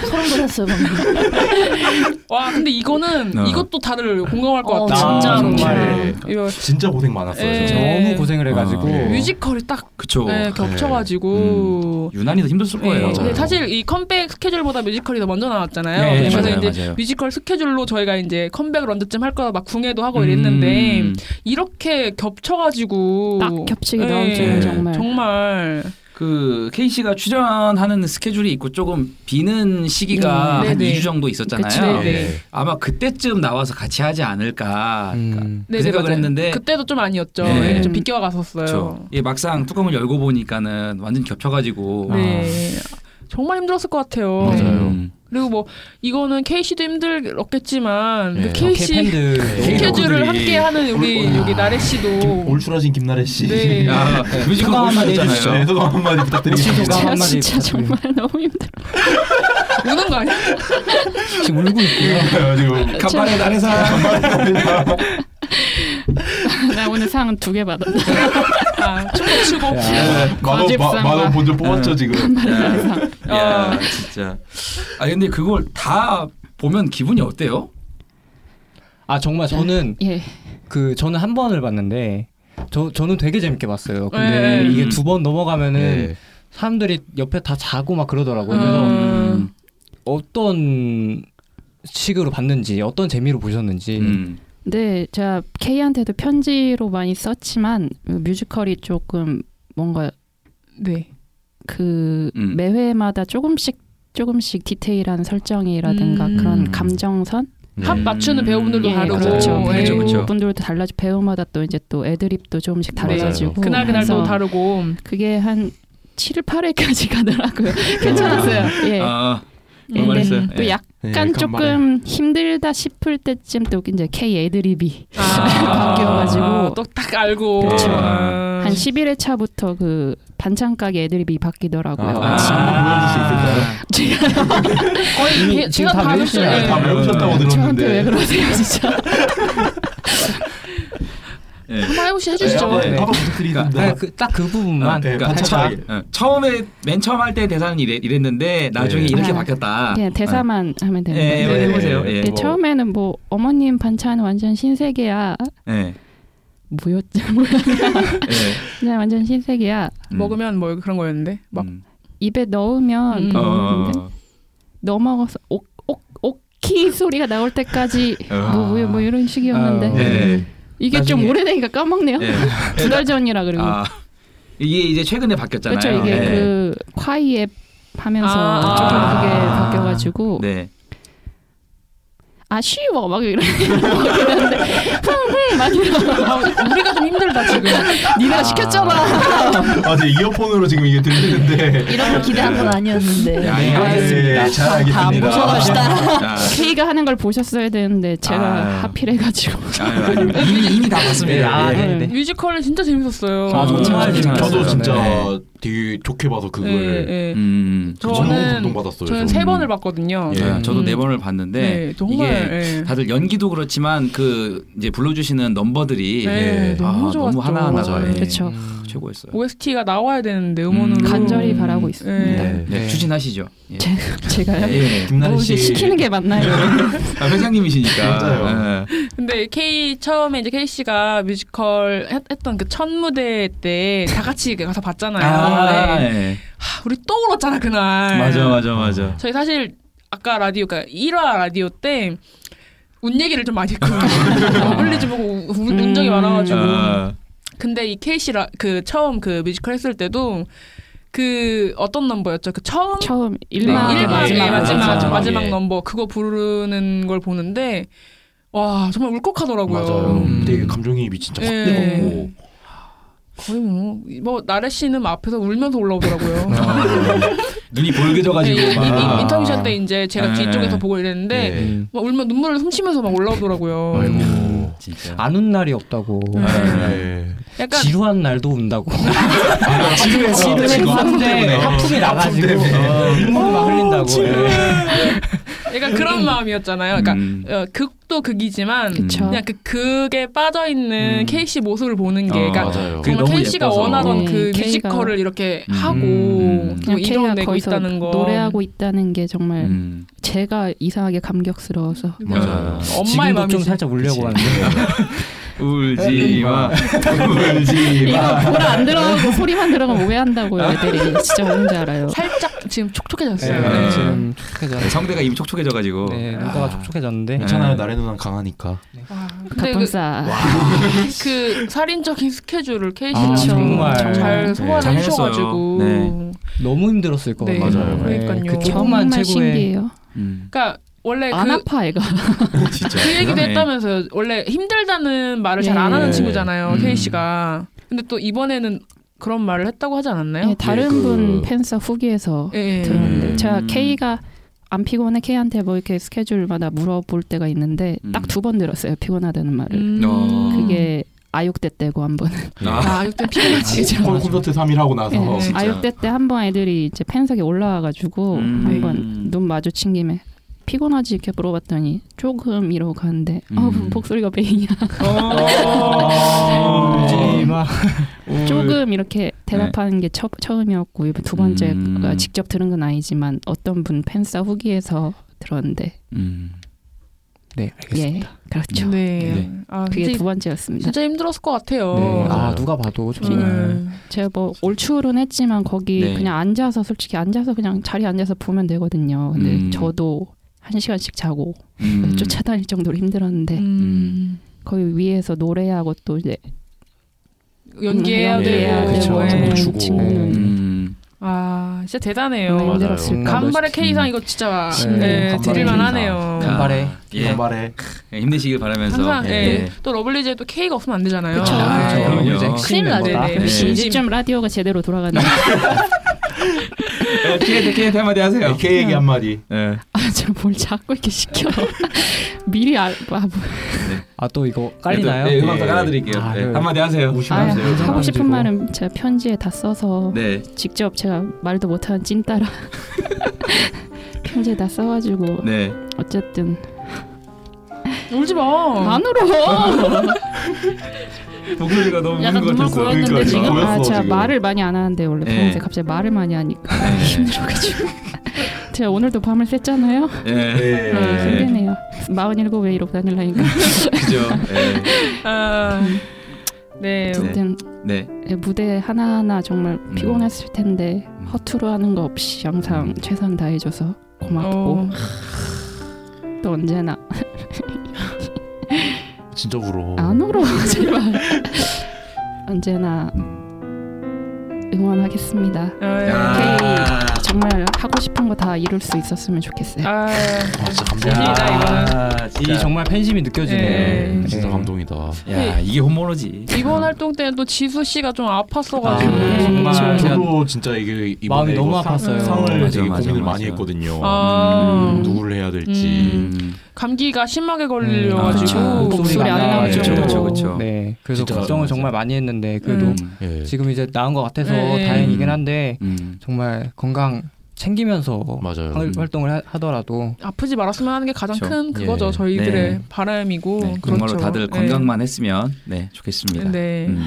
소름 돋았어요 방금. 와, 근데 이거는 네. 어. 이것도 다들 공감할 것 같아요. 아, 정말 이거 진짜 고생 많았어요. 어, 아, 예. 예. 진짜. 너무 고생을 해가지고 뮤지컬이 딱 어. 그쵸. 음. 네, 겹쳐가지고 유난히 더 힘들었을 거예요. 네, 근데 사실 이 컴백 스케줄보다 뮤지컬이 더 먼저 나왔잖아요. 네, 그래서 맞아요, 이제 맞아요. 뮤지컬 스케줄로 저희가 이제 컴백을 언제쯤 할 거다 막 궁예도 하고 이랬는데 음. 이렇게 겹쳐가지고 딱 겹치게 나올 줄은 정말. 네. 정말 네. 그 K 씨가 출연하는 스케줄이 있고 조금 비는 시기가 음, 한 네네. 2주 정도 그치, 있었잖아요. 네네. 네. 아마 그때쯤 나와서 같이 하지 않을까 그 네, 네, 생각을 맞아요. 했는데 그때도 좀 아니었죠. 네. 네, 좀 비껴갔었어요. 그렇죠. 예, 막상 뚜껑을 열고 보니까는 완전 겹쳐가지고 네. 정말 힘들었을 것 같아요. 음. [LAUGHS] 그리고 뭐 이거는 KC도 힘들었겠지만 네. 어, KC [LAUGHS] [LAUGHS] 팬들, 스케줄을 덕후들이 네. 함께 하는 우리 여기 나래 씨도 올출하신 김나래 씨. [LAUGHS] 네. 야, 뮤지컬 소감 한마디 보셨잖아요. 해주시죠. 네, 소감 한마디 부탁드립니다. 소감 한마디 진짜 정말 너무 힘들어. 우는 거 아니야? 지금 울고 있고요. 지금 간발의 나래상. [LAUGHS] 나 오늘 상 두 개 받았다. [LAUGHS] 아, 축복 축복. 마법 마- 마법 본전 뽑았죠 지금. 네. 야, 야, 진짜. 아 근데 그걸 다 보면 기분이 어때요? 네. 예. 아 정말 저는 그 저는 한 번을 봤는데 저 저는 되게 재밌게 봤어요. 근데 네. 이게 음. 두 번 넘어가면은 네. 사람들이 옆에 다 자고 막 그러더라고요. 그래서 어떤 식으로 봤는지 어떤 재미로 보셨는지 음. 네, 제가 K한테도 편지로 많이 썼지만 그 뮤지컬이 조금 뭔가 네. 그 매회마다 조금씩 조금씩 디테일한 설정이라든가 음. 그런 감정선 합 맞추는 배우분들도 네. 예, 다르고 그렇죠. 예. 분들도 달라지 배우마다 또 이제 또 애드립도 조금씩 달라지고 맞아요. 그날 그날 또 해서 다르고 그게 한 7일 8일까지 [LAUGHS] 가더라고요. 괜찮았어요. 예. 아, 예, 뭘 말했어요? 또 네, 예. 약간 예, 조금 간발의- 힘들다 싶을 때쯤 또 이제 K 애드립이 바뀌어가지고 아, 또딱 알고 그렇죠. 아. 한 11회 차부터 그 반찬 가게 애드립이 바뀌더라고요. 아, 아, 보여줄 수 있을까요? 거의 이미 예, 지금 제가 다 다 외우시나요? 외웠어요. 다 네, 외우셨다고 들었는데. 저한테 왜 그러세요, [LAUGHS] 진짜? 네. 한번 해보시 해주시죠. 네. 네, 그, 딱 그 아, 부분만 네. 그러니까 차- 살짝 어, 처음에 맨 처음 할 때 대사는 이래, 이랬는데 나중에 이렇게 아, 바뀌었다. 어, 그냥 대사만 하면 되는 예, 거예요. 예, 해보세요. 예. 네, 처음에는 뭐 어머님 반찬 완전 신세계야. 예. 뭐였지? 그냥 완전 신세계야. 음. 먹으면 뭐 그런 거였는데 막 입에 넣으면 음. 먹었는데 어. 넘어가서 옥, 옥, 옥키 소리가 나올 때까지 어. 뭐, 뭐, 뭐 이런 식이었는데 네. 이게 좀 나중에- 오래되니까 까먹네요. 예. [LAUGHS] 두 달 전이라 그리고 아, 이게 이제 최근에 바뀌었잖아요. 그렇죠. 이게 네. 그 콰이 앱 하면서 아. 조금 그게 아. 바뀌어가지고 네. 아쉬워 [LAUGHS] 막 이런 이러는데 흥흥 막 이러 아. 우리가 좀 힘들다 지금 니네가 [LAUGHS] 시켰잖아 아, 제 이어폰으로 지금 이게 들리는데. 이런 거 기대한 건 아니었는데. 야, 예, 알겠습니다. 잘 알겠습니다. 보셔가시다 아. K가 하는 걸 보셨어야 되는데 제가 아유. 하필 해가지고 아유, 아유, [LAUGHS] 이미 이미 다 봤습니다. 아, 예. 네, 네. 뮤지컬 진짜 재밌었어요. 아, 아, 저도 진짜 네. 되게 좋게 봐서 그걸 음. 예, 예. 너무 저는 감동받았어요. 저는 세 번을 봤거든요. 예, 저도 음. 네 번을 봤는데 네, 정말, 이게 예. 다들 연기도 그렇지만 그 이제 불러주시는 넘버들이 네, 예. 너무 아, 좋았죠. 너무 하나하나 저 예. 그쵸. 음, 최고였어요. OST가 나와야 되는데 음원으로 간절히 바라고 있습니다. 네. 네, 추진하시죠. 예. 제가요? 예. 뭐 이제 시키는 게 [LAUGHS] 맞나요? 아, 회장님이시니까. 맞아요. 예. 근데 K 처음에 이제 K 씨가 뮤지컬 했, 던 그 첫 무대 때 다 같이 가서 봤잖아요. 아, 네. 예. 하, 우리 또 울었잖아 네. 그날. 맞아, 맞아, 맞아. 저희 사실 아까 라디오 그러니까 1화 라디오 때 운 얘기를 좀 많이 했고 [LAUGHS] 러블리즈 보고 우- 우- 운 음. 적이 많아가지고 아. 근데 이 케이시라 그 처음 그 뮤지컬 했을 때도 그 어떤 넘버였죠? 그 처음 처음 일마. 마지 예, 마지막 마지막, 마지막, 마지막, 예. 넘버 그거 부르는 걸 보는데 와 정말 울컥하더라고요. 음. 맞아요. 음, 되게 감정이입이 진짜 확 예. 되고. 거의 뭐, 뭐 나래 씨는 막 앞에서 울면서 올라오더라고요. 눈이 벌게져가지고 네, 이- 막. 이- 이- 인터미션 때 이제 제가 예. 뒤쪽에서 보고 이랬는데 예. 막 울면 눈물을 훔치면서 막 올라오더라고요. 안 운 날이 없다고. 음. 네. 아, 약간- 지루한 날도 운다고. 아, 네. 지루해서, 지금 지루한 하품 때문에. 때 하품이 하품 나가지고 때문에. 아, 어, 눈물 막 흘린다고. 네. 약간 그러니까 그런 마음이었잖아요. 그러니까 어, 극도 음. 극이지만 그쵸. 그냥 그 극에 빠져 있는 케이 씨 모습을 보는 게 어, 그러니까 음. 맞아요. 그게 정말 너무 케이 씨가 예뻐서. 음. 원하던 네, 그 K가 뮤지컬을 이렇게 하고 또 음. 그냥 K가 이뤄내고 거기서 있다는 거 노래하고 있다는 게 정말 음. 제가 이상하게 감격스러워서 맞아요. 네. 지금도 좀 살짝 울려고 하는데. [LAUGHS] 울지 마. 울지 [LAUGHS] 이거 아. 마. 보라 안 네. 들어가고 소리만 들어가면 오해한다고요 [LAUGHS] 애들이 진짜 뭔지 알아요 살짝 지금 촉촉해졌어요. 네. 지금 촉촉해져. 네, 성대가 이미 촉촉해져가지고. 아. 네, 눈가가 촉촉해졌는데. 괜찮아요. 나래 누나 강하니까. 네, 근데 갑분싸. 그, 그 [LAUGHS] 살인적인 스케줄을 케이 아, 아, 씨가 그렇죠. 정말, 네. 잘 소화를 해주셔가지고 네, 너무 힘들었을 것 네, 같아요. 맞아요. 그러니까요. 그 정말 조그만 체구에 신기해요. 그러니까 원래 안 그, 아파 애가 그 얘기도 그러네. 했다면서요. 원래 힘들다는 말을 잘 안 네. 하는 네. 친구잖아요, 음. 케이 씨가. 근데 또 이번에는 그런 말을 했다고 하지 않았나요? 네, 다른 그그분 팬서 후기에서 들었는데 예. 제가 음. K가 안 피곤해 K한테 뭐 이렇게 스케줄마다 물어볼 때가 있는데 음. 딱 두 번 들었어요 피곤하다는 말을 어. 아. 그게 아육대 때고 한 번은 아, 육대 피곤하지. 아, 콜 콘서트 3일 하고 나서. 네, 아육대 때 한 번 애들이 이제 팬석에 올라와가지고 음. 한 번 눈 마주친 김에 피곤하지 이렇게 물어봤더니 조금 이러고 가는데 음. 아 목소리가 메이냐 아. 울지마. [LAUGHS] 조금 이렇게 대답하는 네. 게 처, 처음이었고 이번 두 번째가 음. 직접 들은 건 아니지만 어떤 분 팬싸 후기에서 들었는데 네, 알겠습니다. 예, 그렇죠. 네. 네. 아, 그게 진짜- 두 번째였습니다. 진짜 힘들었을 것 같아요. 네. 아 누가 봐도 네. 정말 네. 제가 뭐 올출은 했지만 거기 네. 그냥 앉아서 솔직히 앉아서 그냥 자리 에 앉아서 보면 되거든요. 근데 음. 저도 한 시간씩 자고 [LAUGHS] 음. 쫓아다닐 정도로 힘들었는데 음. 거기 위에서 노래하고 또 이제 연기해야 음, 되고 연기해야 되고 뭐 정말 주고. 죽는 음. 아 진짜 대단해요. 음, 네, 힘들었을 간발의 거예요. K상 이거 진짜 네, 네, 간발의 드릴만하네요. K상. 간발의, 예. 간발의. 예, 힘내시길 바라면서 항상 예. 예. 또 러블리즈에 또 K가 없으면 안 되잖아요. 그쵸. 아, 네. 그럼요. 그럼요. 이제 큰일 나죠. 네. 이제쯤 라디오가 제대로 돌아가는 키에테 키에테 한마디 하세요. K 얘기 한마디. 네. 아저뭘 자꾸 이렇게 시켜 [LAUGHS] 미리 알 아, 뭐. 아또 이거 깔리나요? 네, 음악 더 깔아드릴게요. 아, 네. 그래요? 한마디 하세요. 아, 하세요. 그 하고 싶은 말은 제가 편지에 다 써서 네. 직접 제가 말도 못하는 찐따라 [LAUGHS] 편지에 다 써가지고 네. 어쨌든 울지 마. 안 [LAUGHS] 울어. 목소리가 너무 약간 눈물 우는 것 같았어. 고였는데 지금 아 제가 지금. 말을 많이 안 하는데 원래 네. 평소에 갑자기 말을 많이 하니까 네. 힘들어가지고 제가 오늘도 밤을 샜잖아요. 예. 예. 네, 힘드네요. 마흔일곱 왜 이러고 다닐라니까. 그죠. 예. 아, 네. 어쨌든 네. 예, 무대 하나하나 정말 피곤했을 텐데 허투루 하는 거 없이 항상 최선 다해줘서 고맙고 또 언제나 진짜 울어. 안 울어 제발 언제나 응원하겠습니다. 야. K 정말 하고 싶은 거 다 이룰 수 있었으면 좋겠어요. 진짜 아, 야, 아, 진짜. 이 정말 팬심이 느껴지네. 예. 진짜 감동이다. 야, 이게 홈모로지. 이번 활동 때는 또 지수 씨가 좀 아팠어가지고. 네. 정말 저- 제가- 저도 진짜 이게 이번에 마음이 너무 이거 상- 아팠어요. 상을 맞아, 되게 맞아, 고민을 맞아. 많이 했거든요. 아. 음, 누구를 해야 될지. 음. 감기가 심하게 걸려가지고 나와요. 정도로. 그쵸, 그쵸. 네, 그래서 진짜 걱정을 맞아. 정말 많이 했는데 그래도 음. 예. 지금 이제 나은 것 같아서 예. 다행이긴 한데 음. 정말 건강 챙기면서 활- 음. 활동을 하- 하더라도 아프지 말았으면 하는 게 가장 그쵸. 큰 그거죠 예. 저희들의 네. 바람이고 정말로 그렇죠. 다들 네. 건강만 했으면 네 좋겠습니다. 네. 음.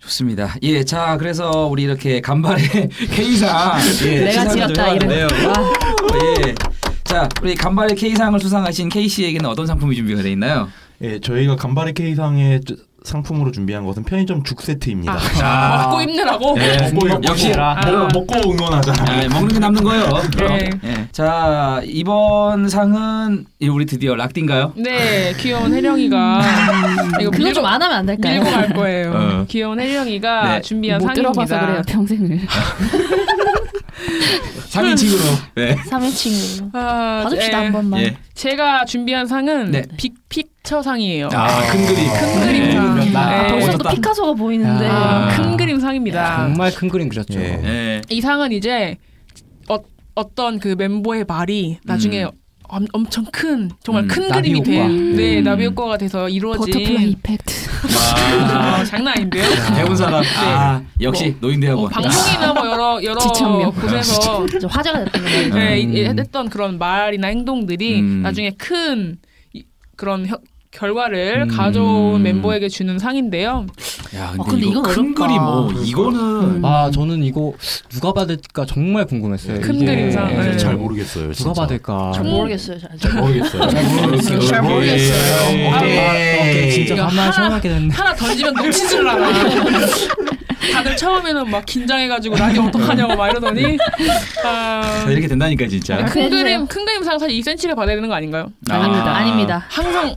좋습니다. 예, 자 그래서 우리 이렇게 간발의 [LAUGHS] K상 예, 내가 시상을 지었다, 좀 해봤는데요. 이런. 와. 어, 예. 자 우리 간발의 K상을 수상하신 K 씨에게는 어떤 상품이 준비가 돼 있나요? 예, 저희가 간발의 K상의 상품으로 준비한 것은 편의점 죽 세트입니다. 아, 먹고 힘내라고? 네, 아. 예, 먹고 힘- 네, 역시 아. 먹- 먹고 응원하자. 예, 먹는 게 [LAUGHS] 남는 거예요. 네. 예. 자 이번 상은 예, 우리 드디어 락디인가요? 네 귀여운 [LAUGHS] 혜령이가 이거 그거 좀 안 하면 안 될까요? 밀고 갈 거예요. 어. 귀여운 혜령이가 네. 아, 준비한 못 상입니다. 들어봐서 그래요 평생을. [LAUGHS] 3인칭으로. 네. 3인칭으로. 아, 봐줍시다, 예. 한 번만. 예. 제가 준비한 상은 네. 빅픽처 상이에요. 네. 아, 큰 그림. 큰 그림 상. 네. 아, 벌써 또 어쩌다. 피카소가 보이는데 아. 큰 그림 상입니다. 정말 큰 그림 그렸죠. 이 상은 이제 어, 어떤 그 멤버의 말이 나중에 음. 엄, 엄청 큰 정말 음, 큰 나비 그림이 효과. 돼요. 네 음. 나비 효과가 돼서 이루어진 버터플라이 이펙트. 아, 장난 아닌데요? 배운 사람. 아 역시 노인대학원. 방송이나 뭐 [LAUGHS] 여러 여러 지천명. 곳에서 화제가 됐던 거네요. 네, 이- 음. 이- 했던 그런 말이나 행동들이 음. 나중에 큰 이- 그런 혀- 결과를 음. 가져온 멤버에게 주는 상인데요. 야, 근데 근데 이거 이건 큰 어렵다. 그림, 어, 이거는- 아 저는 이거 누가 받을까 정말 궁금했어요. 큰 이게 그림상, 네. 잘 모르겠어요. 누가 아, 받을까? 음. 잘 모르겠어요. 잘, 잘 모르겠어요. 잘 네. 모르겠어요. 네. 아, 오케이. 오케이. 오케이. 진짜 이거 가만 생각하게 됐네. 하나 던지면 [LAUGHS] 놓치질라나 다들 처음에는 막 긴장해가지고 라디오 어떡하냐고 막 이러더니 아, 이렇게 된다니까 진짜. 큰 그림 큰 그림상 사실 2cm를 받아야 되는 거 아닌가요? 아. 아닙니다. 아닙니다. 항상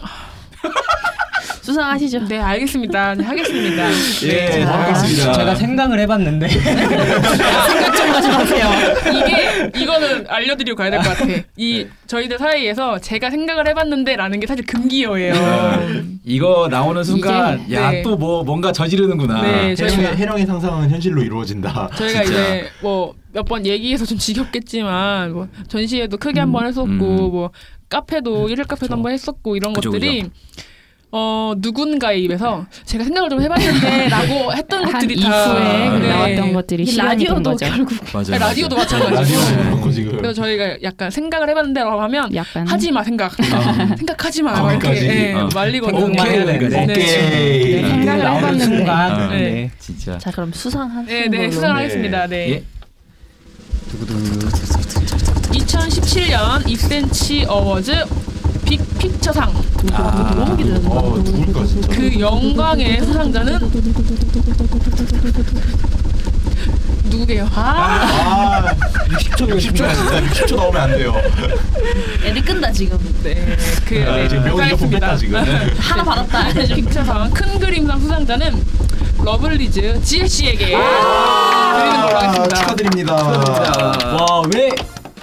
수상하시죠. 네 알겠습니다. 네, [LAUGHS] 하겠습니다. 예, 알겠습니다. 제가 생각을 해봤는데 생각 좀 하지 마세요. 이게 이거는 알려드리고 가야 될 것 같아. 네. 이 저희들 사이에서 제가 생각을 해봤는데라는 게 사실 네. 금기어예요. 네. 이거 나오는 순간 이게- 야 네. 또 뭐 뭔가 저지르는구나. 네, 저희가- 혜령의, 혜령의 상상은 현실로 이루어진다. 저희가 이제 뭐 몇 번 얘기해서 좀 지겹겠지만 뭐 전시회도 크게 한 음. 번 했었고 뭐 카페도 일일 카페도 한 번 했었고 이런 네, 그죠, 것들이 어 누군가의 입에서 네. 제가 생각을 좀 [LAUGHS] 해봤는데라고 했던 한 것들이 이 다 후에 그 나왔던 것들이 이 실현이 된 거죠. 아니, 라디오도 마찬가지고 그래서 저희가 약간 생각을 해봤는데라고 하면 하지 마 생각 [LAUGHS] 생각하지 마 막 아. 거기까지. 이렇게 예, 어. 말리거든요. 생각만 해야 되는 거지. 오케이. 네, 생각을 나오는 해봤는데. 순간. 네. 진짜. 자 그럼 수상한 네, 네, 수상하겠습니다. 네. 예. 2017년 2cm 어워즈 빅픽처상 너무 기대된다. 어, 누굴까 진짜. 그 영광의 수상자는 누구게요? 아, 아, 60초 60초 진짜 60초 나오면 안 돼요. 애들 끈다 지금. 네, 그 아, 네, 지금 명훈이가 폼 뺐다, 지금. 네. 하나 받았다. 빅처상 큰 그림상 수상자는 러블리즈 지혜 씨에게 아! 드리는 걸로 하겠습니다. 축하드립니다. 와왜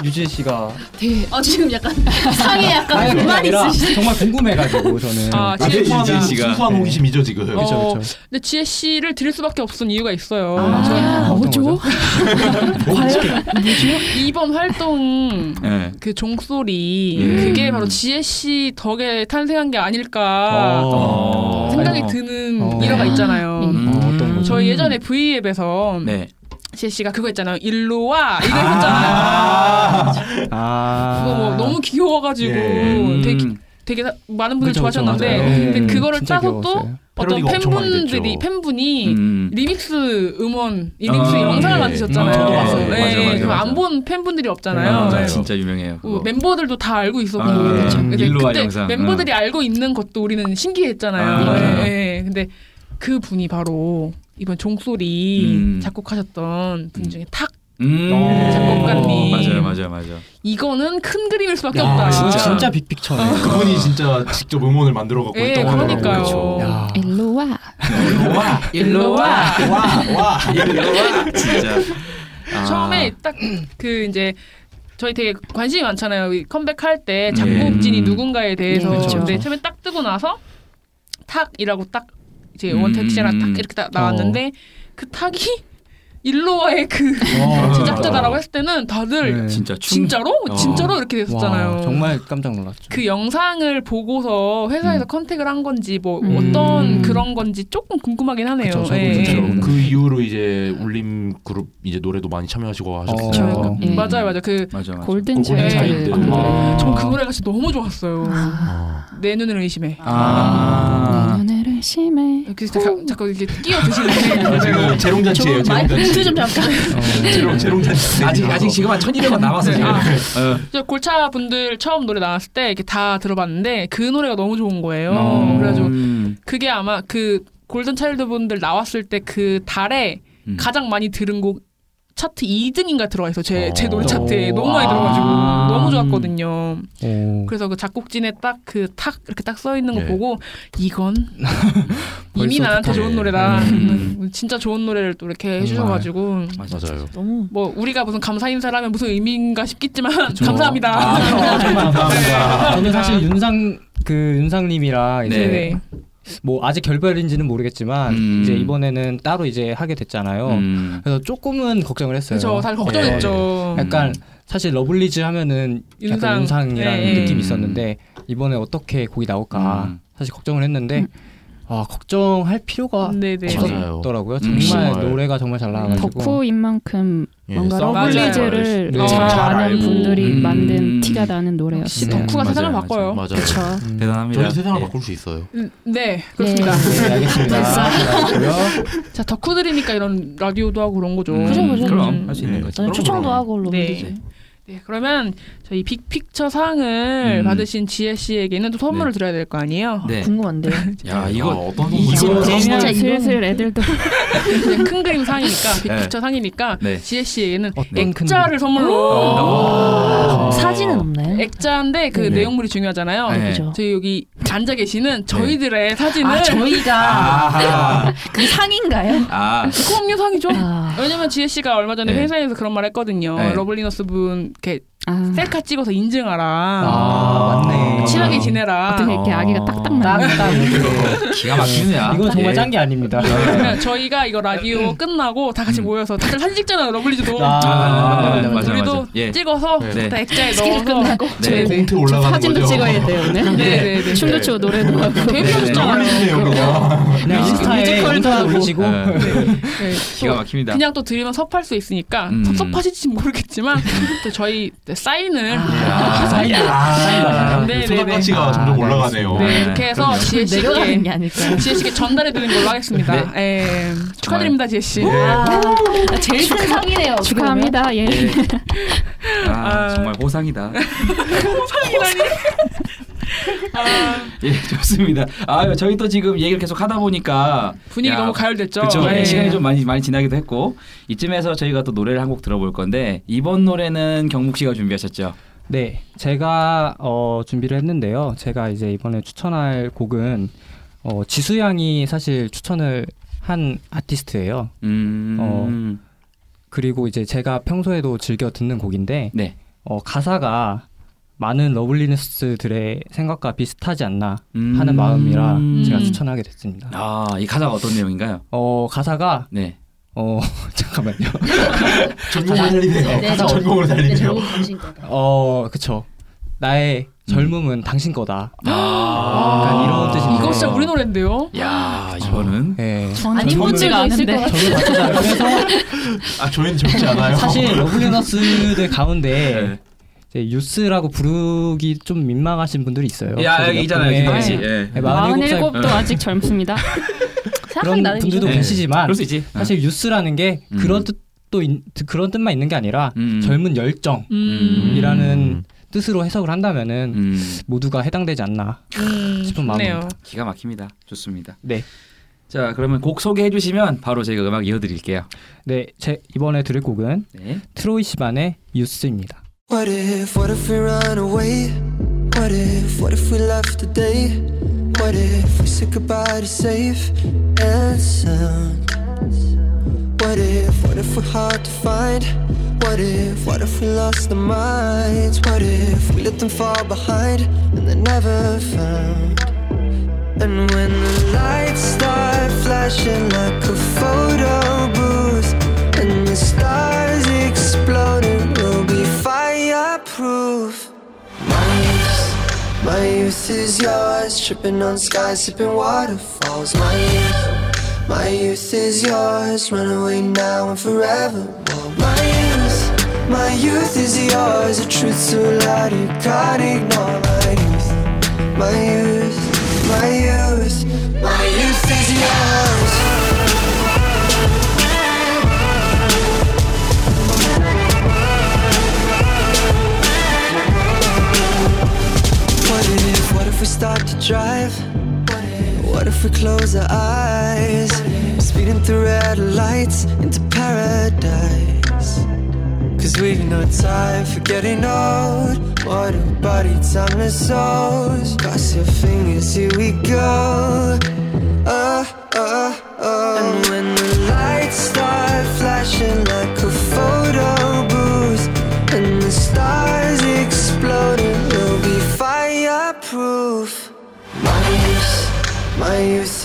유진 씨가 되게 어 지금 약간 상에 아니, 약간 그게 불만 아니라 있으시죠? 정말 궁금해가지고 저는 아, 아, 지혜 이제 씨가. 순수한 호기심이죠 지금. 네, 어, 근데 지혜 씨를 드릴 수밖에 없은 이유가 있어요. 아, [LAUGHS] 뭐죠? 과연 뭐죠? 이번 활동 예. 그 종소리 예. 그게 바로 지혜 씨 덕에 탄생한 게 아닐까 어. 생각이 어. 드는 어. 일화가 있잖아요. 어떤 거죠? 음. 저희 예전에 V앱에서 네. 지혜 씨가 그거 있잖아요. 일로 와 이거 했잖아요. 아 그거 뭐 너무 귀여워가지고 예. 되게 되게 사- 많은 분들 그쵸, 그쵸, 좋아하셨는데 맞아요. 음, 근데 그거를 진짜 따서 또 귀여웠어요. 어떤 패러디가 엄청 많이 팬분들이 됐죠. 팬분이 음. 리믹스 음원 리믹스 아, 영상을 예. 만드셨잖아요. 음, 저도 그래서 봤어요. 맞아요, 맞아요, 그럼 맞아요. 안본 팬분들이 아, 없잖아요. 네. 맞아요. 그래서 진짜 유명해요. 어, 멤버들도 다 알고 있었고 아, 예. 그래서 일로 와 그때 영상. 멤버들이 알고 있는 것도 우리는 신기했잖아요. 아, 맞아요. 예, 예. 근데 그 분이 바로 이번 종소리 음. 작곡하셨던 분 중에 탁 음. 작곡가님. 맞아요, 맞아요, 맞아요. 이거는 큰 그림일 수밖에 아, 야, 없다. 진짜. 진짜 빅픽처네. 그분이 진짜 직접 음원을 만들어 갖고 예, 했던 거예요. 그러니까요. 일로 와. 일로 와. 와와 [LAUGHS] 진짜. 아. 처음에 딱 그 이제 저희 되게 관심이 많잖아요. 이 컴백할 때 작곡진이 음. 누군가에 대해서. 예, 그쵸, 근데 그쵸. 처음에 딱 뜨고 나서 탁이라고 딱 이제 음. 원택시랑 탁 이렇게 딱 나왔는데 그 탁이 [LAUGHS] 일로와의 그 어. 제작자다라고 했을 때는 다들 네. 진짜 춤- 진짜로 어. 진짜로 이렇게 됐었잖아요. 와, 정말 깜짝 놀랐죠. 그 영상을 보고서 회사에서 컨택을 한 건지 뭐 어떤 그런 건지 조금 궁금하긴 하네요. 그쵸, 저도 예, 진짜 예. 그 이후로 이제 울림 그룹 이제 노래도 많이 참여하시고 하셨어요. 그쵸. 음. 맞아요, 맞아요. 그 예. 맞아, 맞아. 골든 골든 차일드. 차일드. 음. 네. 전그 노래 같이 너무 좋았어요. 내 눈을 의심해. 아. 네, 눈을 의심해. 이렇게 자, 자꾸 이렇게 끼어 드시는데. 네. 아, 네. 지금 재롱잔치예요. 어. 재롱잔치. 재롱 재롱잔치. 네. 아직 아직 지금 한 1,200원 남았어 지금. 어. 저 골차 분들 처음 노래 나왔을 때 이렇게 다 들어봤는데 그 노래가 너무 좋은 거예요. 어. 그래가지고 음. 그게 아마 그 골든 차일드 분들 나왔을 때 그 달에 음. 가장 많이 들은 곡 차트 2등인가 들어가 있어 제 제 노래 차트에 너무 아. 많이 들어가지고 너무 좋았거든요. 그래서 그 작곡진에 딱 그 탁 이렇게 딱 써 있는 거 음. 예. 보고 이건 이미 [LAUGHS] 벌써 나한테 좋다. 좋은 예. 노래다. 음. 음, 진짜 좋은 노래를 또 이렇게 해주셔가지고 맞아요. 너무 뭐 우리가 무슨 감사 인사라면 무슨 의미인가 싶겠지만 [LAUGHS] 감사합니다. 아. 감사합니다. 저는 사실 윤상 그 윤상님이랑 이제 네. 음. 뭐 아직 결별인지는 모르겠지만 이제 이번에는 따로 이제 하게 됐잖아요. 음. 그래서 조금은 걱정을 했어요. 그쵸, 사실 걱정했죠. 음. 네. 약간 사실 러블리즈 하면은 윤상. 약간 윤상이라는 네, 음. 네. 느낌이 있었는데 이번에 어떻게 곡이 나올까 사실 걱정을 했는데 아 걱정할 필요가 음. 네네. 없었더라고요. 맞아요. 음, 정말 정말. 노래가 정말 잘 나와가지고 덕후인 만큼 예, 뭔가 썸- 러블리즈를 맞아요. 잘 네. 잘 아는 알고. 분들이 음. 만든 티가 나는 노래였어요. 덕후가 세상을 맞아요, 바꿔요. 맞아요. 그쵸. 음. 네. 음. 대단합니다. 저희 세상을 바꿀 수 있어요. 음, [LAUGHS] 네, 그렇습니다. 네, 네, 알겠습니다. 감사합니다. [LAUGHS] 자, 덕후들이니까 이런 라디오도 하고 그런 거죠. 그죠, 그죠. 그럼 음. 할수 있는 거지. 저는 초청도 하고 올라오면 네. 되지. 네, 그러면 저희 빅픽처 상을 음. 받으신 지혜 씨에게는 또 선물을 드려야 될 거 아니에요? 네. [LAUGHS] 궁금한데요. 야 이거 어떤 이거 되면 슬슬 애들도 그냥 [LAUGHS] 큰 그림 상이니까 네. 빅픽처 상이니까 네. 지혜 씨에게는 큰 액자를 오. 선물로 사진은 없나요? 액자인데 그 네. 내용물이 중요하잖아요. 네. 그죠. 저희 여기 앉아 계시는 저희들의 사진을 아, 저희가. 아. 그 상인가요? 아. 그럼요 상이죠. 왜냐면 지혜 씨가 얼마 전에 네. 회사에서 그런 말 했거든요. 네. 러블리너스 분 이렇게 셀카 찍어서 인증하라. 아, 맞네. 친하게 지내라. 어떻게 이렇게 아기가 딱딱 나왔다. 기가 막히네요. 이건 정말 예. 짠 게 아닙니다. 네. 그러면 저희가 이거 라디오 끝나고 다 같이 모여서 다들 사진 찍잖아요 러블리즈도 아, 맞아, 맞아, 맞아. 우리도 예. 찍어서 네. 다 액자에 스케줄 넣어서 끝나고 네. 콘트 올라가는 사진도 거죠. 찍어야 돼요 오늘. 네, 네, 네. 춤도 추고 노래도 하고. 어울리시네요, 그거. 그냥 인스타에 뮤지컬도 인스타에 하고. 올리시고 네, 기가 또 막힙니다. 그냥 또 드리면 섭할 수 있으니까 음. 섭섭하실지 모르겠지만 또 저희 사인을 아, 사인. 아, 사인 받아요? 손톱 가치가 점점 올라가네요. 네, 이렇게 해서 그럼요. 지혜 내려가는 씨께 게 아닐까요? 지혜 씨께 전달해 드리는 걸로 하겠습니다. 예, 축하드립니다, 지혜 씨. 아, 제일 큰 상이네요. 축하합니다. 예. 아. 아, 정말 호상이다. 상이라니. 예, [LAUGHS] 좋습니다. 아, 저희 또 지금 얘기를 계속 하다 보니까 분위기 너무 가열됐죠? 그렇죠. 네. 시간이 좀 많이 많이 지나기도 했고 이쯤에서 저희가 또 노래를 한 곡 들어볼 건데 이번 노래는 경목 씨가 준비하셨죠. 네, 제가 어, 준비를 했는데요. 제가 이제 이번에 추천할 곡은 어, 지수 양이 사실 추천을 한 아티스트예요. 음, 어, 그리고 이제 제가 평소에도 즐겨 듣는 곡인데 네. 어, 가사가 많은 러블리네스들의 생각과 비슷하지 않나 하는 음. 마음이라 제가 음. 추천하게 됐습니다. 아, 이 가사가 어떤 내용인가요? 어, 가사가 네. 어, [LAUGHS] 잠깐만요. 아, 전공을 달리네요. 가사 전공을 달리네요. 어, 그쵸. 나의 젊음은 당신 거다. 아. 아, 약간 이런 뜻인데. 이거 진짜 우리 노래인데요. 야 이거는 예. 저는 아니, 뭔지가 저는 네. 아는데. 네. 저는 맞추지 않아요. 그래서 [LAUGHS] 아 저희는 적지 않아요. [LAUGHS] 사실 러블리너스들 가운데 네. 이제 유스라고 부르기 좀 민망하신 분들이 있어요. 야, 그래서 여기 있잖아요, 옆에 김광희 씨. 예. 네, 47도 47도 아직 젊습니다. 그런 분들도 계시지만 네. 그럴 수 있지. 음. 사실 유스라는 게 그런 뜻도 있- 그런 뜻만 있는 게 아니라 음. 젊은 열정이라는 뜻으로 해석을 한다면은 모두가 해당되지 않나 싶은 마음입니다. 음. 기가 막힙니다. 좋습니다. 네. 자, 그러면 곡 소개해 주시면 바로 저희가 음악 이어 드릴게요. 네, 제 이번에 들을 곡은 네. 트로이 시반의 [LAUGHS] 유스입니다. What if, what if we run away? What if, what if we left today? What if we said goodbye to safe and sound? What if, what if we're hard to find? What if, what if we lost our minds? What if we let them fall behind and they're never found? And when the lights start flashing like a photo booth, and the stars exploding, we'll be fireproof. My youth, my youth is yours, tripping on skies, sipping waterfalls. My youth, my youth is yours, run away now and forever. My youth, my youth is yours, a truth so loud you can't ignore. My youth, my youth, my youth, my youth is yours. What if, what if we start to drive? What if we close our eyes? Speeding through red lights into paradise. Cause we've no time for getting old. What a body, timeless souls. Cross your fingers, here we go. Uh, uh, uh. And when the lights start flashing like a photo booth, and the stars exploding, we'll be fireproof. My youth, my youth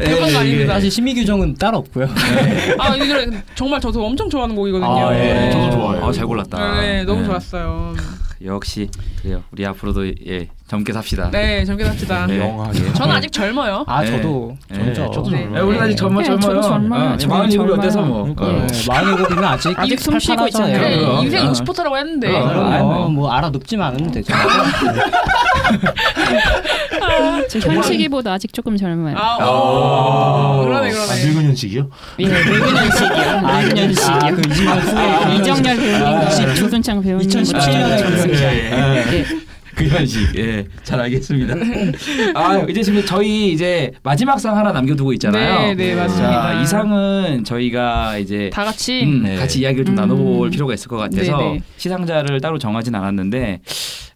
예, 그런 거 아닙니다. 사실 심의 규정은 따로 없고요. 네. [LAUGHS] 아, 이 노래 정말 저도 엄청 좋아하는 곡이거든요. 아, 네. 아, 잘 골랐다. 네, 너무 네. 좋았어요. 역시 그래요. 우리 앞으로도 예, 젊게 삽시다. 네, 젊게 삽시다. 명하게. 저는 아직 젊어요. 아, 저도 네. 젊죠. 저도 젊어요. 네, 우리 아직 젊어, 네, 저도 젊어요. 젊어요. 어, 저도 마흔 일곱이 젊어요. 어때서 뭐. 어. 아, 네, 마흔 일곱이면 아직 아직 숨 쉬고 팔팔하잖아요. 있잖아요. 그럼요. 그래, 인생 어. 50%라고 했는데. 어, 네. 그럼요. 뭐 알아 눕지만 [LAUGHS] 않으면 되죠. 저 현식이보다 아직 조금 젊어요. 아, 그러네, 아, 그러네. 늙은 현식이요? 예, 늙은 현식이요. 늙은 현식이요. 아, 그 이정열 아, 후에 이정열 배우님과 조순창 배우님. 2017년에 그렇죠. 예, 예. 네. 그 현식. 예, 잘 [LAUGHS] 알겠습니다. 아, 이제 지금 저희 이제 마지막 상 하나 남겨두고 있잖아요. 네, 네, 맞습니다. 자, 이 상은 저희가 이제 다 같이? 음, 네. 같이 이야기를 좀 음. 나눠볼 필요가 있을 것 같아서 네, 네. 시상자를 따로 정하진 않았는데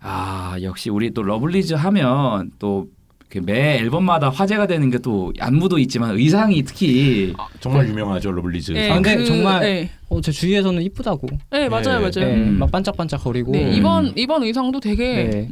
아 역시 우리 또 러블리즈 하면 또. 그매 앨범마다 화제가 되는 게 또 안무도 있지만 의상이 특히 아, 정말 유명하죠 러블리즈. 네, 아, 근데 그- 정말 네. 어, 제 주위에서는 이쁘다고. 네, 맞아요, 맞아요. 네, 음. 막 반짝반짝 거리고. 음. 네. 네, 이번 네. 이번 의상도 되게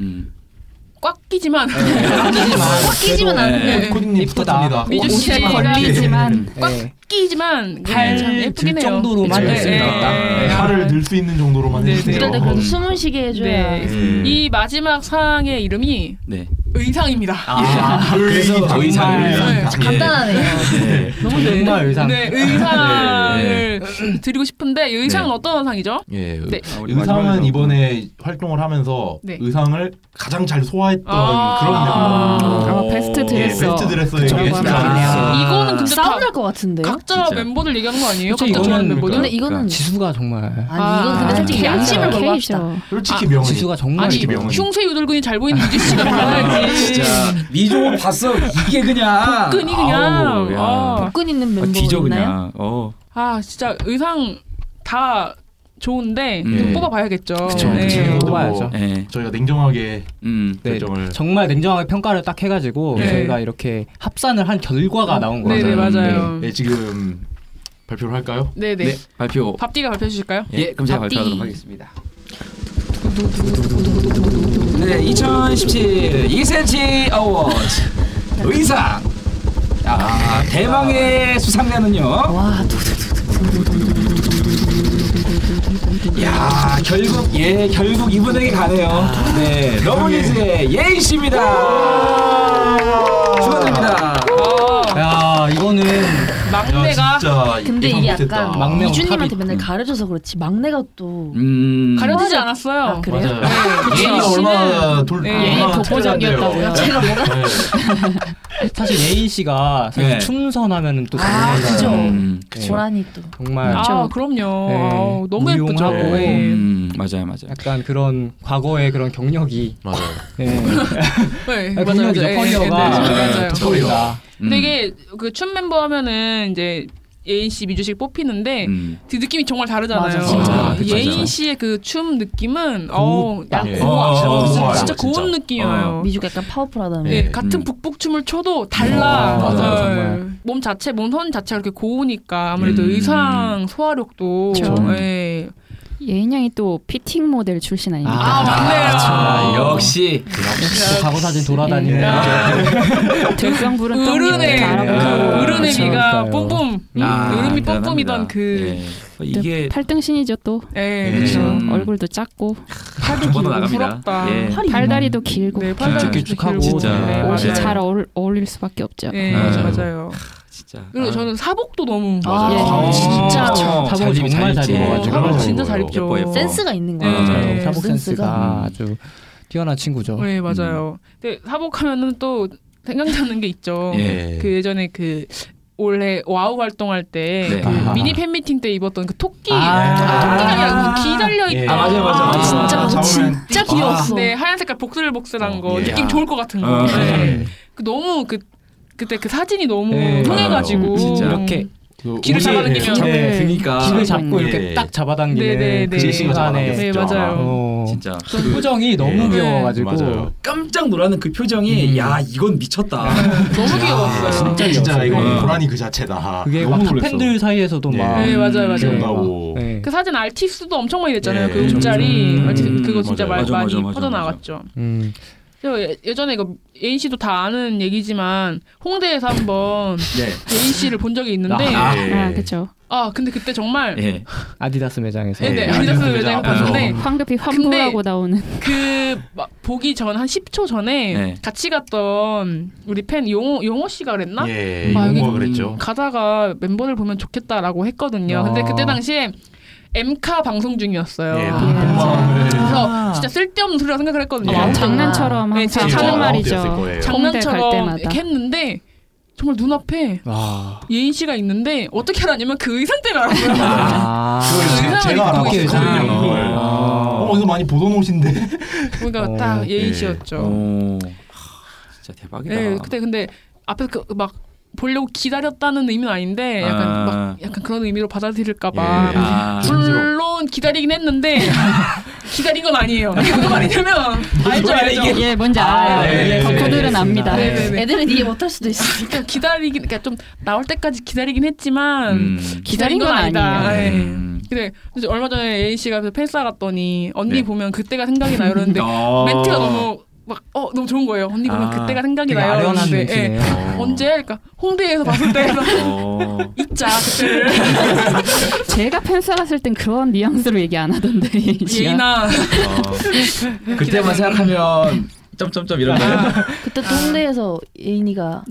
꽉 끼지만 [LAUGHS] 꽉 끼지만 그 않은데 코디님 이쁘다. 미주 씨의 어, 네. 걸리지만 꽉 끼지만 팔 참 예쁘긴 들 해요. 정도로만 네, 네, 네. 네. 팔을 들 수 있는 정도로만 해주세요. 그래도 그래도 숨을 쉬게 해줘야. 네. 음. 이 마지막 상의 이름이 네. 의상입니다. [LAUGHS] 아, 그래서 의상을 간단하네요. 네. 너무 정말 네. 의상. 네, 의상을 네. 드리고 싶은데 이 의상은 네. 어떤 의상이죠? 예, 네. 아, 의상은 이번에 활동을 하면서 네. 의상을 가장 잘 소화했던 아. 그런 멤버. 아마 베스트 드레서. 예, 베스트 드레서에게 네. 그쵸, 아. 그거 시상을 이거는 근데 아, 싸움 다- 날것 같은데. 각자 아, 네. 진짜. 멤버들 얘기한 거 아니에요? 솔직히 각자 좋아하는 멤버들. 그러니까 근데 이거는 지수가 정말 아니, 그러니까 네. 이건 근데 솔직히 양심을 걸고 합시다. 아, 솔직히 명언이 지수가 정말 아니 이뻐요. 흉쇄 유돌근이 잘 보이는 유지 [LAUGHS] 씨가 불러야지. 진짜 미조 봤어 이게 그냥 복근이 그냥, 아우, 야. 어. 복근 있는 아, 멤버 뒤져 있나요? 그냥 어. 아 진짜 의상 다 좋은데 음. 좀 예. 뽑아봐야겠죠. 네. 뽑아야죠. 저희가 냉정하게 네, 결정을 정말 냉정하게 평가를 딱 해가지고 네. 저희가 이렇게 합산을 한 결과가 나온 거예요. 네네, 맞아요. 네, 지금 발표를 할까요? 네네. 네, 발표. 밥디가 발표해 주실까요? 예, 그럼 제가 밥디. 발표하도록 하겠습니다. 네, 2017 2cm 어워즈 의상 아, 대망의 수상자는요. 와, 야, 결국 예, 결국 이분에게 가네요. 아, 네, 러블리즈의 예인 씨입니다. 축하드립니다. 아. 야 이거는 아, 막내가 야, 진짜 근데 예상 이게 못했다. 약간 그러니까. 막내하고 이준님한테 탑이- 음. 맨날 가려져서 그렇지 막내가 또 음. 가려지지 않았어요. 아, 그래요? 예인이 얼마나 돌 예, 얼마나 특별한데요. 제가 뭐가 사실 예인 씨가 아, 사실 네. 춤선하면은 또 아, 장난이잖아요. 그죠. 음, 네. 보라니 또 정말 아 그럼요. 네. 아우, 너무 예쁘죠. 무용하고 네. 맞아요, 맞아요. 약간 그런 과거의 그런 경력이 맞아요. [LAUGHS] 네. 네, 맞아요. 아, 근육이죠, 예, 예, 커리어가. 네, 네, 맞아요. 커리어. 커리어. 근데 음. 이게 그 춤 멤버 하면은 이제 예인 씨, 미주 씨 뽑히는데 음. 그 느낌이 정말 다르잖아요. 맞아, 진짜. 아, 그쵸, 예인 그쵸. 씨의 그 춤 느낌은 아, 어우 딱 야, 예. 고와. 어, 진짜, 고와요, 아, 진짜 진짜. 고운 어. 어. 느낌이에요. 미주가 약간 파워풀하다며 네, 같은 북북 춤을 춰도 달라. 아, 맞아요, 맞아요. 정말. 몸 자체, 몸 선 자체가 그렇게 고우니까 아무래도 음. 의상 소화력도 그쵸. 예. 예인 양이 또 피팅 모델 출신 아닙니까? 아, 맞네요. 아, 역시 그 또 과거 사진 돌아다니는 들성부른 어른의 어른의 아, 그렇죠, 그쵸, 미가 그러니까요. 뿜뿜, 아, 어른이 대단합니다. 뿜뿜이던 그 이게 팔등신이죠 또. 예, 예. 그렇죠. 음. 얼굴도 작고. 팔도 길고 나갑니다. 부럽다. 예. 팔이 팔다리도 길고. 네, 팔다리도 길쭉길쭉하고. 길고. 진짜. 네, 옷이 맞아요. 잘 어울, 어울릴 수밖에 없죠. 예, 맞아요. 맞아요. 진짜. 그리고 저는 사복도 너무 맞아요. 예. 아, 진짜. 사복을 잘 입- 정말 잘 잘 입지. 입어가지고 아, 사복을 진짜 잘 입죠. 예뻐, 예뻐. 센스가 있는 거예요. 맞아요. 네. 사복 센스가. 센스가 음. 아주 뛰어난 친구죠. 네 맞아요. 근데 사복하면은 또 생각나는 게 있죠. 예. 그 예전에 그 올해 와우 활동할 때 네. 그 아하. 미니 팬 미팅 때 입었던 그 토끼 아. 토끼가 아니라 그귀 달려 예. 있다. 아, 맞아요, 맞아요, 맞아요. 진짜 그거 잡으면 진짜 띠- 귀여웠어. 아. 네 하얀 색깔 복슬복슬한 거 예. 느낌 좋을 것 같은 거. 어. 네. 그 너무 그 그때 그 사진이 너무 네. 흥해가지고 진짜 이렇게 귀를 잡아당기면 네. 귀를 잡고 이렇게 딱 네, 네, 잡아당기는 네. 그 순간에 네, 맞아요. 진짜 예. 네, 그 표정이 너무 귀여워가지고 맞아요. 깜짝 놀라는 그 표정이 야 이건 미쳤다. [LAUGHS] 너무 아, 네. 진짜 진짜 이거 보라니 그 자체다. 그게 너무 막 놀랐어. 팬들 사이에서도 예. 막 네, 맞아요, 맞아요. 기억나고. 그 사진 알티스도 엄청 많이 됐잖아요. 예, 그 옷자리 음. 알티스 그거 진짜 맞아요. 말 맞아, 많이 맞아, 맞아, 퍼져나갔죠. 음. 저 예- 예전에 이거 예인 씨도 다 아는 얘기지만 홍대에서 한번 네. 예인 씨를 본 적이 있는데 아, 아, 예. 아, 그쵸. 아 근데 그때 네. 정말 예. 아디다스 매장에서. 네, 네, 아디다스 매장 어. 봤는데 황급히 환불하고 나오는 그 막 보기 전 한 10초 전에 네. 같이 갔던 우리 팬 용호 용호 씨가 그랬나? 예, 아, 용호가 여기 그랬죠. 가다가 멤버들 보면 좋겠다라고 했거든요. 근데 아. 그때 당시에 엠카 방송 중이었어요. 아. 예, 돈방망을. 그래서 진짜 쓸데없는 소리라 생각을 했거든요. 아, 장난처럼 네, 항상 진짜 하는 장난- 말이죠. 장난- 거예요. 홍대 갈 장난처럼 때마다. 이렇게 했는데 정말 눈앞에 아. 와. 예인 씨가 있는데 어떻게 알았냐면 그 의상 때문에 알았어요. 아. 그 의상을 제가 입고 알았거든요. 있었구나. 그걸. 어, 이거 많이 보던 [LAUGHS] 옷인데. 그러니까 어, 딱 예인 씨였죠. 오. 네. 진짜 어, 대박이다. 네, 그때 근데 앞에서 그 막 보려고 기다렸다는 의미는 아닌데 약간 아. 막 약간 그런 의미로 예. 아. 받아들일까봐 물론 기다리긴 했는데 [LAUGHS] 기다린 건 아니에요. 이게 무슨 말이냐면 네. 알죠 소리야, 알죠. 이게? 예, 뭔지 알아요. 아, 네, 예, 덕후들은 네, 네, 압니다. 네, 네, 네. 애들은 이해 못할 수도 있어요. 좀 [LAUGHS] 기다리긴 그러니까 좀 나올 때까지 기다리긴 했지만 기다린 기다린 건 건 아니다. 아니에요. 예. 음. 근데 그래서 얼마 전에 예인 씨가 그 팬싸 갔더니 언니 네. 보면 그때가 생각이 나요 그러는데 [LAUGHS] 어. 멘트가 너무 막 어 너무 좋은 거예요. 언니 보면 아, 그때가 생각이 되게 나요. 아련한 그러는데 예. 멘트네요. [LAUGHS] 언제? 그러니까 홍대에서 봤을 때 있자 그때를 제가 팬싸 갔을 땐 그런 뉘앙스로 얘기 안 하던데. 예인아 그때만 생각하면 점점점 이런 거예요. 그때 또 홍대에서 예인이가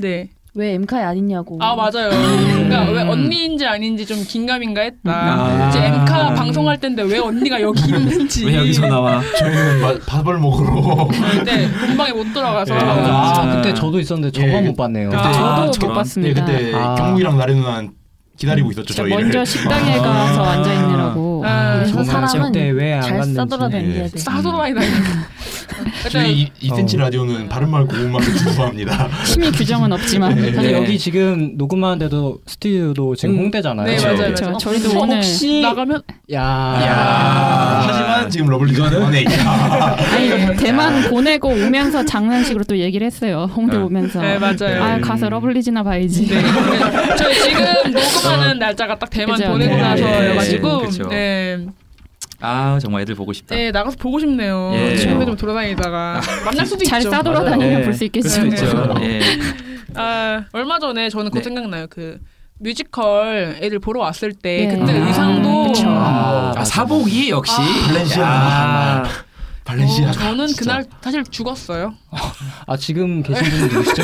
왜 엠카에 안 있냐고. 네. 아 맞아요. 그러니까 왜 언니인지 아닌지 좀 긴가민가 했다. 아. 이제 엠카 방송할 때인데 왜 언니가 여기 [LAUGHS] 있는지 나와? [LAUGHS] 저희는 마- 밥을 먹으러. [LAUGHS] 그때 네, 본방에 못 들어가서 아, 그때 저도 있었는데 저만 못 봤네요. 아. 그때 예, 그때 경욱이랑 나래 누나는 기다리고 있었죠 저희를. 아. 식당에 가서 앉아 있느라고. 아, 그래서 사람은 잘 예. 싸돌아다녀야 돼. [LAUGHS] 싸돌아다니. 저희 2, 2cm 라디오는 바른말 고운말을 주소합니다. 심의 규정은 없지만 예, 사실 여기 지금 녹음하는데도 스튜디오도 지금 네, 음. 홍대잖아요. 네, 맞아요, 그쵸. 맞아요. 저희도 오늘 혹시 나가면 야. 하지만 지금 러블리즈 만에 아니, 대만 보내고 오면서 장난식으로 또 얘기를 했어요. 홍대 네. 음. 오면서. 네, 맞아요. 네, 아, 가서 러블리즈나 봐야지. 저희 [LAUGHS] 지금 어. 녹음하는 날짜가 딱 대만 그죠. 보내고 네. 나서여가지고 아, 네, 그쵸. 네. 아 정말 애들 보고 싶다. 네, 나가서 보고 싶네요. 예. 집에 좀 돌아다니다가 만날 수도 잘 있죠. 네. 싸돌아다니면 볼 수 그렇 있겠죠. 예. 아, 얼마 전에 저는 그거 네. 생각나요. 그 뮤지컬 애들 보러 왔을 때 네. 그때 아, 의상도 그쵸. 아, 아, 사복이 역시 발렌시아가. 발렌시아가. 어, 저는 그날 사실 죽었어요. 아 지금 계신 분 누구시죠?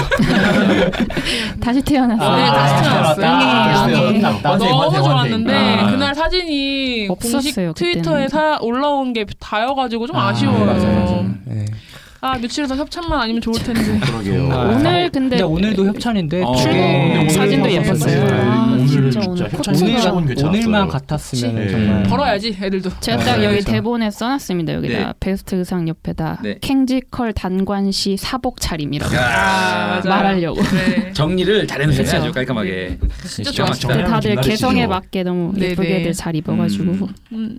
다시 태어났어요. 아, 네, 다시 태어났어요. 다시 아, 태어났다. 네. 완전히, 너무 완전히, 좋았는데 완전히. 아. 그날 사진이 공식 없었어요, 그때는. 트위터에 사 올라온 게 다여가지고 좀 아, 쉬워요 아 며칠에서 협찬만 아니면 좋을 텐데. [LAUGHS] 그러게요. 오늘 근데- 오늘도 협찬인데 어. 출근 네, 오늘 사진도 오늘 예뻤어요. 네, 진짜 오늘 아, 진짜 오늘 코트가 오늘 오늘만 같았으면 네. 정말 벌어야지 애들도. 제가 아, 딱 여기 대본에 써놨습니다. 여기다 네. 베스트 의상 옆에다 네. 캥지컬 단관시 사복 차림이라고 아, 야. 말하려고. 네. 정리를 잘해놓으세요 그쵸. 네, 아주 깔끔하게. 진짜 근데 다들 개성에 맞게 너무 네네. 예쁘게 애들 잘 입어가지고 음,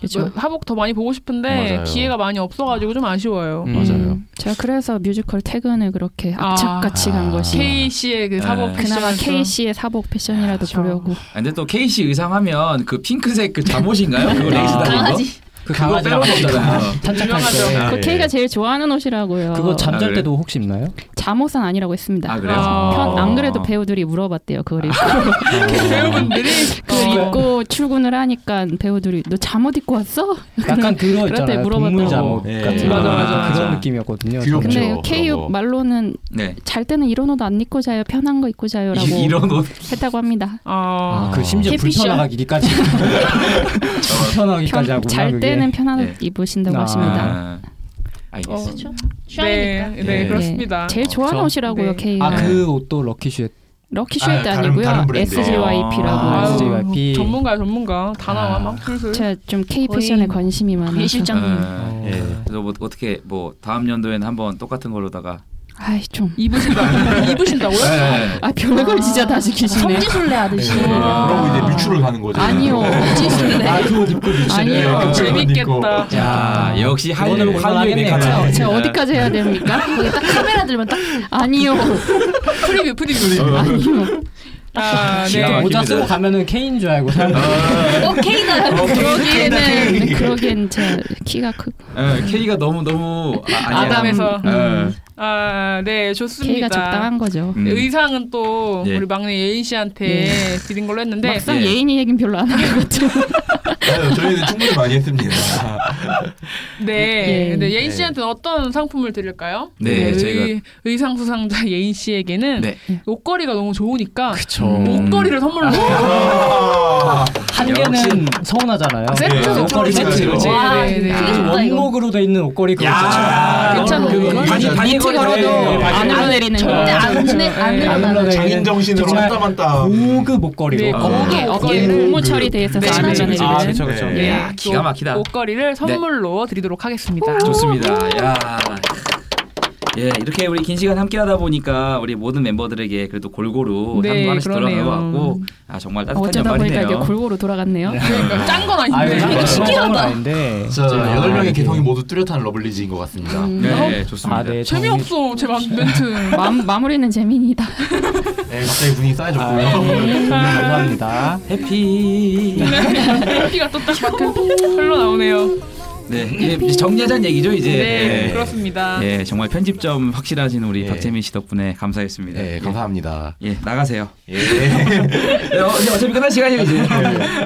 그쵸. 뭐, 하복 더 많이 보고 싶은데 맞아요. 기회가 많이 없어가지고 좀 아쉬워요. 음, 제가 그래서 뮤지컬 퇴근을 그렇게 아. 악착같이 간 것이 뭐 K 씨의 그 사복 패션. 그나마 K 씨의 사복 패션이라도 보려고 아, 근데 또 K 씨 의상 하면 그 핑크색 그 잠옷인가요? 그거 레이스 달린 거? 강아지. 그 그거 빼놓은 강아지랑 거잖아요. 탄착할 때. 유명하죠. 그 어. 예. K가 제일 좋아하는 옷이라고요. 그렇죠. 네. 그거 아, 잠잘 그래요? 때도 혹시 입나요? 잠옷은 아니라고 했습니다. 아, 그래요? 아. 편- 안 그래도 배우들이 물어봤대요. 그걸 입고 배우분들이 그걸 입고 출근을 하니까 배우들이 너 잠옷 입고 왔어? 약간 그거 그럴 때 있잖아요. 물어봤다고. 동물 잠옷 예. 같은 맞아, 맞아, 네. 그런 맞아. 느낌이었거든요. 근데 K 말로는 네. 잘 때는 이런 옷 안 입고 자요. 편한 거 입고 자요라고 이- 이런 옷? 했다고 합니다. 아, 그 심지어 [LAUGHS] 불편하기까지 불편하기까지 아. 하고 잘 때는 편한 네. 옷 입으신다고 하십니다. 아, 그렇죠. 알겠습니다. 취향이니까. 네, 네, 그렇습니다. 네. 제일 좋아하는 옷이라고요, K가. 아그 옷도 럭키슈 럭키슈에트 아, 니고요 SGYP라고. 아, SGYP. 전문가 전문가 다 나와 막 슬슬. 제가 좀 K 패션에 관심이 많아서. 아, 예. 그래서 뭐 어떻게 뭐 다음 연도에는 한번 똑같은 걸로다가 아이 좀 입으신다. 입으신다고요? 네. 아 별걸 진짜 다 시키시네. 네. 성지순례 하듯이. 그러고 이제 뮤추를 가는 거죠. 아니요. 아그 옷 입고 아니요. 네, 재밌겠다. 야, 역시 한류 아, 그거는 한류의 올라가겠네요. 매력. 제가, 제가 어디까지 해야 됩니까? 거기 딱 카메라 들면 딱 아니요. 어. 프리뷰 프리뷰. 아니요. 아, 네. 모자 쓰고 가면은 K인 줄 알고 어, 아. 오케이다. K. 네, 그러기에는 그러기엔 제 키가 크고 예, K가 너무 너무 아, 아니야. 아담해서. 예. 아, 네, 좋습니다. K가 적당한 거죠. 네, 의상은 또 음. 예. 우리 막내 예인 씨한테 예. 드린 걸로 했는데 막상 예인이 얘긴 별로 안 하는 것 같아요. 아유, 저희는 충분히 많이 했습니다. [LAUGHS] 네. 예. 근데 예인 네. 씨한테는 어떤 상품을 드릴까요? 그 네, 저희가- 의, 의상 수상자 [LAUGHS] 예인 씨에게는 네. 옷걸이가 너무 좋으니까 그쵸. 아. 목걸이를 선물로 한 개는 서운하잖아요. 세트 네, 옷걸이 세트. 세트. 그렇지. 와, 네, 네. 그게 그래서 좋다, 이거. 원목으로 돼 있는 옷걸이 그거 있잖아요. 괜찮아. 그 그거 바지 진짜 바지 니트 걸어도 걸어도 네, 바지 안 걸어도 흘러내리는 거. 절대 안 절대 흘러내- 안 네, 흘러나가는 흘러내리는 장인 정신으로 정말 한 땀 고급 목걸이로. 네, 네. 고급 네, 어깨에 고무 처리돼 있어서 안 흘러내리는. 아, 그렇죠, 그렇죠. 예, 야, 기가 막히다. 옷걸이를 선물로 드리도록 하겠습니다. 좋습니다. 야. 예, 이렇게 우리 긴 시간 함께 하다 보니까 우리 모든 멤버들에게 그래도 골고루 네, 상품 하나씩 돌아간 그러네요. 것 같고 아 정말 따뜻한 어쩌다 보니까 이게 연말이네요. 골고루 돌아갔네요. 그러니까 짠건 아유, 아닌데. 이거 신기하다. 아닌데. 자, 제가- 여덟 명의 개성이 모두 뚜렷한 러블리즈인 것 같습니다. 음. 네, 좋습니다. 아, 네, 어? 재미없어 제 맘- 멘트. 마, 마무리는 재민이다. 네, 갑자기 분위기 쌓여졌고요. [LAUGHS] 감사합니다. 해피. 해피가 또 딱 막혀 흘러나오네요. 네, 이게 이제 정리하자는 얘기죠 이제. 네, 예. 그렇습니다. 예, 정말 편집점 확실하신 우리 박재민 씨 덕분에 감사했습니다. 예, 감사합니다. 예, 나가세요. 예. 어, 이제 어차피 끝날 시간이에요 이제.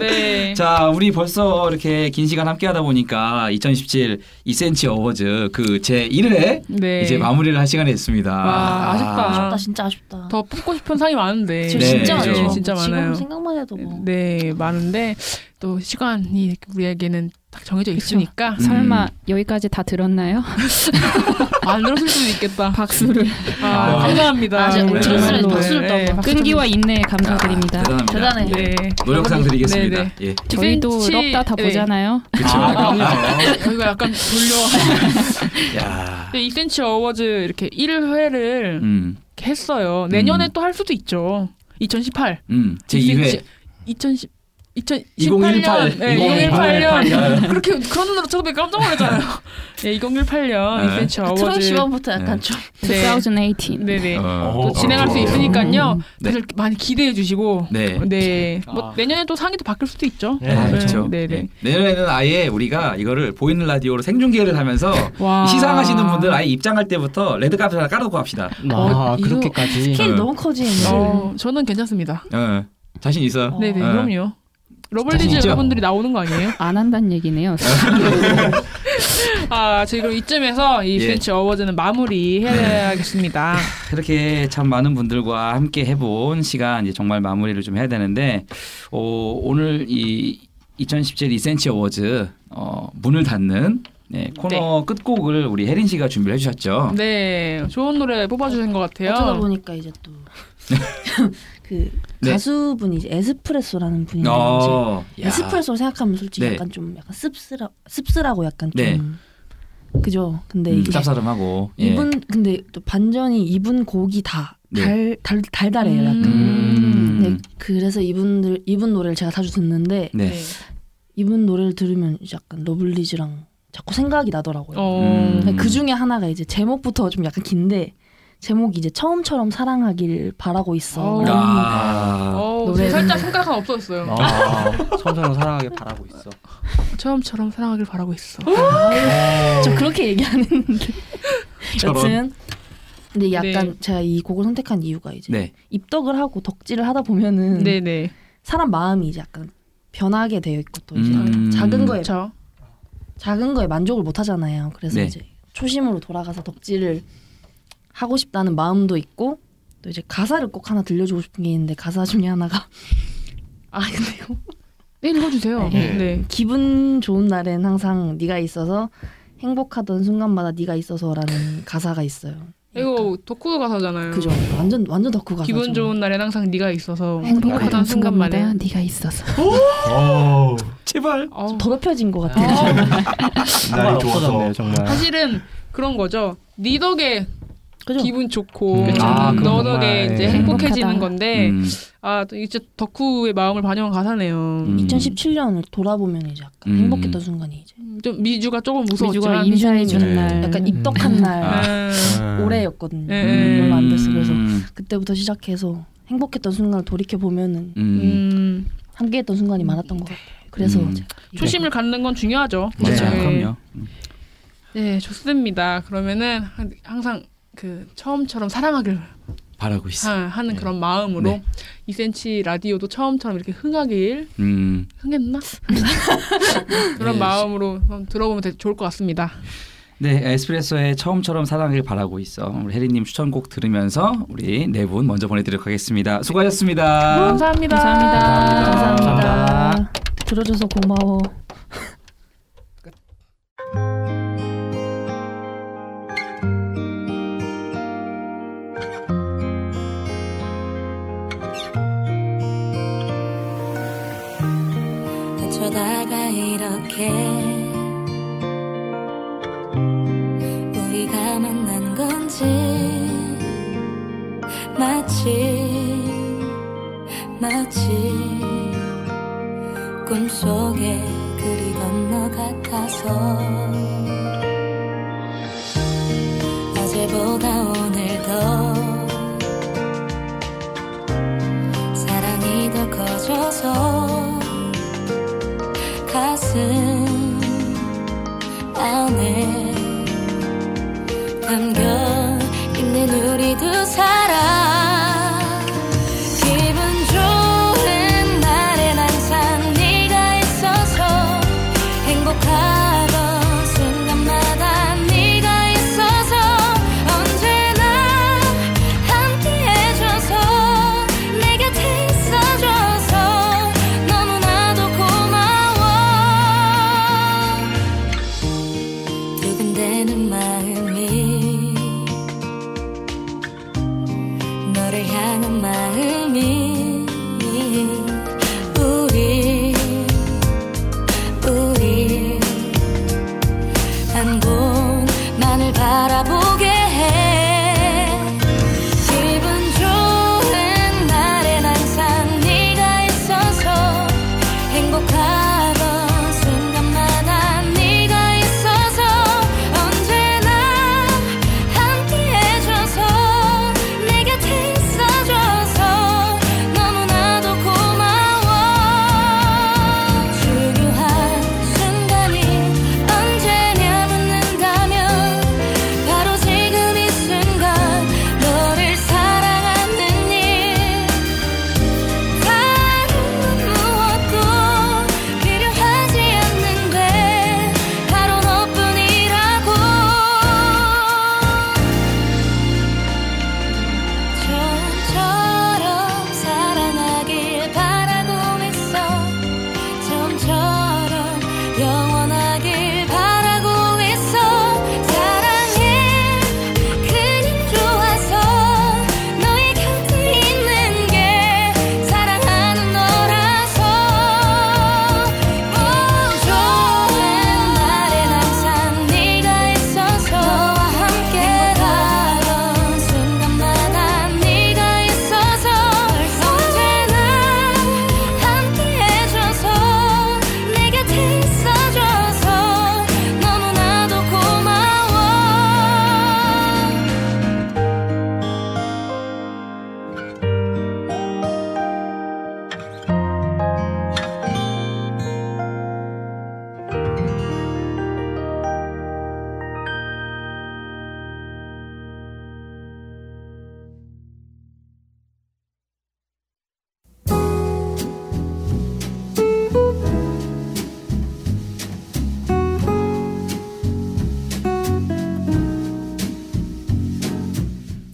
네. 자, 우리 벌써 이렇게 긴 시간 함께하다 보니까 2017 2cm 어워즈 그 제 1회 네. 이제 마무리를 할 시간이 됐습니다. 와, 아쉽다. 아쉽다, 진짜 아쉽다. 더 뽑고 싶은 상이 많은데. 지금 네, 진짜 많죠. 네, 진짜 지금 많아요. 생각만 해도 뭐. 네, 많은데 또 시간이 우리에게는 딱 정해져 음, 있으니까 설마 여기까지 다 들었나요? [LAUGHS] 안 들었을 수도 있겠다. 박수를. 아, 감사합니다. 아주 네. 박수를 네. 박수를 네, 떠. 박수 끈기와 인내에 감사드립니다. 아, 대단합니다. 대단해. 네. 노력상 드리겠습니다. 예. 저희도 이센치- 럽다 다 네. 보잖아요. 그쵸. 아. 저희가 약간 네. 돌려. 야. 2cm 그 어워즈 이렇게 1회를 음. 했어요. 내년에 또 할 수도 있죠. 2018. 음. 제 2회. 2010 2018. 2018년 네, 2018. 아. 2018년 그렇게 그런 눈으로 쳐다보니 깜짝 놀랐잖아요. [LAUGHS] 예, 2018년 네. 이센치 그 어워즈 트럼프 시범부터 약간 네. 좀. 2018. 네네. 어. 또 진행할 수 어. 있으니까요. 네. 다들 많이 기대해 주시고. 네. 네. 뭐 아. 내년에 또 상이 또 바뀔 수도 있죠. 네, 그렇죠. 네, 네. 네. 내년에는 아예 우리가 이거를 보이는 라디오로 생중계를 하면서 와. 시상하시는 분들 아예 입장할 때부터 레드 카펫 하나 깔아놓고 합시다. 어, 이거 어. 커지는데. 어, 저는 괜찮습니다. 어. 자신 있어요? 네네. 어. 그럼요. 러블리즈 진짜? 여러분들이 나오는 거 아니에요? 안 한다는 얘기네요. [LAUGHS] 아, 저희 그럼 이쯤에서 이 예. 스위치 어워즈는 마무리 해야겠습니다. 이렇게 참 많은 분들과 함께 해본 시간 이제 정말 마무리를 좀 해야 되는데 어, 오늘 이 2017 2cm 어워즈 어, 문을 닫는 네, 코너 끝곡을 우리 혜린 씨가 준비를 해주셨죠. 네, 좋은 노래 뽑아주신 것 같아요. 어쩌다 보니까 이제 또 그 네. 가수분이 이제 에스프레소라는 분인데 어, 이제 야. 에스프레소 생각하면 솔직히 네. 약간 좀 약간 씁쓸하, 씁쓸하고 약간 좀 네. 그죠. 근데 음, 이게 쌉싸름하고 예. 네. 이분 근데 또 반전이 이분 곡이 네. 음. 다달 달, 음. 달달해요. 약간. 음. 네, 그래서 이분들 이분 노래를 제가 자주 듣는데 네. 이분 노래를 들으면 이제 약간 러블리즈랑 자꾸 생각이 나더라고요. 어. 음. 그 중에 하나가 이제 제목부터 좀 약간 긴데 제목이 이제 처음처럼 사랑하길 바라고 있어. 어, 노래를- 살짝 손가락은 없어졌어요. 아. 선선을 아, 사랑하길 바라고 있어. 처음처럼 사랑하길 바라고 있어. 아. 좀 그렇게 얘기하는데. 어. 저런. 여튼 근데 약간 네. 제가 이 곡을 선택한 이유가 이제 네. 입덕을 하고 덕질을 하다 보면은 네네. 사람 마음이 이제 약간 변하게 되어 있고 또 이제 음. 작은 거에 그쵸. 작은 거에 만족을 못 하잖아요. 그래서 네. 이제 초심으로 돌아가서 덕질을 하고 싶다는 마음도 있고 또 이제 가사를 꼭 하나 들려주고 싶은 게 있는데 가사 중에 하나가 [LAUGHS] 아 근데요. 네, 읽어주세요. 네. 네. 기분 좋은 날엔 항상 네가 있어서 행복하던 순간마다 네가 있어서라는 가사가 있어요. 이거 덕후 가사잖아요. 그죠? 완전 완전 덕후 가사죠. 기분 좋은 날엔 항상 네가 있어서 행복하던 행복하다는 순간만에 순간마다 네가 있어서. 제발. 더럽혀진 것 어. 같아요. 날이 좋아서 사실은 그런 거죠. 네 덕에 기분 좋고 음. 그쵸. 아, 그건 너 정말, 덕에 예. 이제 행복해지는 건데 음. 아, 또 이제 덕후의 마음을 반영한 가사네요. 2017년을 돌아보면 이제 약간 음. 행복했던 순간이 이제 좀 미주가 조금 무서웠지만 미주가 인사해 미주는 주는 날, 약간 입덕한 날 네. 아. 올해였거든요. 음. 얼마 안 됐어. 그래서 음. 그때부터 시작해서 행복했던 순간을 돌이켜 보면은 음. 함께했던 순간이 많았던 것 같아요. 그래서 음. 초심을 갖는 건 중요하죠. 네, 그럼요. 네, 좋습니다. 그러면은 한- 항상 그 처음처럼 사랑하길 바라고 있어. 하- 하는 그런 마음으로 네. 2cm 라디오도 처음처럼 이렇게 흥하길 음. [LAUGHS] 흥했나? 그런 네, 마음으로 한번 들어보면 되게 좋을 것 같습니다. 네, 에스프레소의 처음처럼 사랑을 바라고 있어. 우리 혜리님 추천곡 들으면서 우리 네 분 먼저 보내드리도록 하겠습니다. 수고하셨습니다. 감사합니다. 감사합니다. 감사합니다. 들어줘서 고마워. 어쩌다가 이렇게 우리가 만난 건지 마치 마치 꿈속에 그리던 너 같아서 어제보다 오늘 더 사랑이 더 커져서 가슴 안에 담겨 있는 우리 두 사람 기분 좋은 날엔 항상 네가 있어서 행복하던 순간마다 네가 있어서 언제나 함께 해줘서 내 곁에 있어줘서 너무나도 고마워 두근대는 마음이 너를 향한 마음이 우리 우리 단번만을 바라보게 해 기분 좋은 날엔 항상 네가 있어서 행복하던 순간마다 네가 있어서 언제나 함께해줘서 내 곁에 있어줘서 너무나도 고마워 중요한 순간이 언제냐 묻는다면 바로 지금 이 순간 너를 사랑하는 일 다른 건 무엇도 필요하지 않는데 바로 너뿐이라고 처음처럼 사랑하길 바라고 있어 처음처럼 영원하길 바라고 있어 사랑해 그냥 좋아서 너의 곁에 있는 게 사랑하는 너라서 좋은 날엔 항상 네가 있어서 너와 함께 가던 순간마다 네가 있어서 언제나 함께해줘서 내 곁에 있어줘서 너무나도 고마워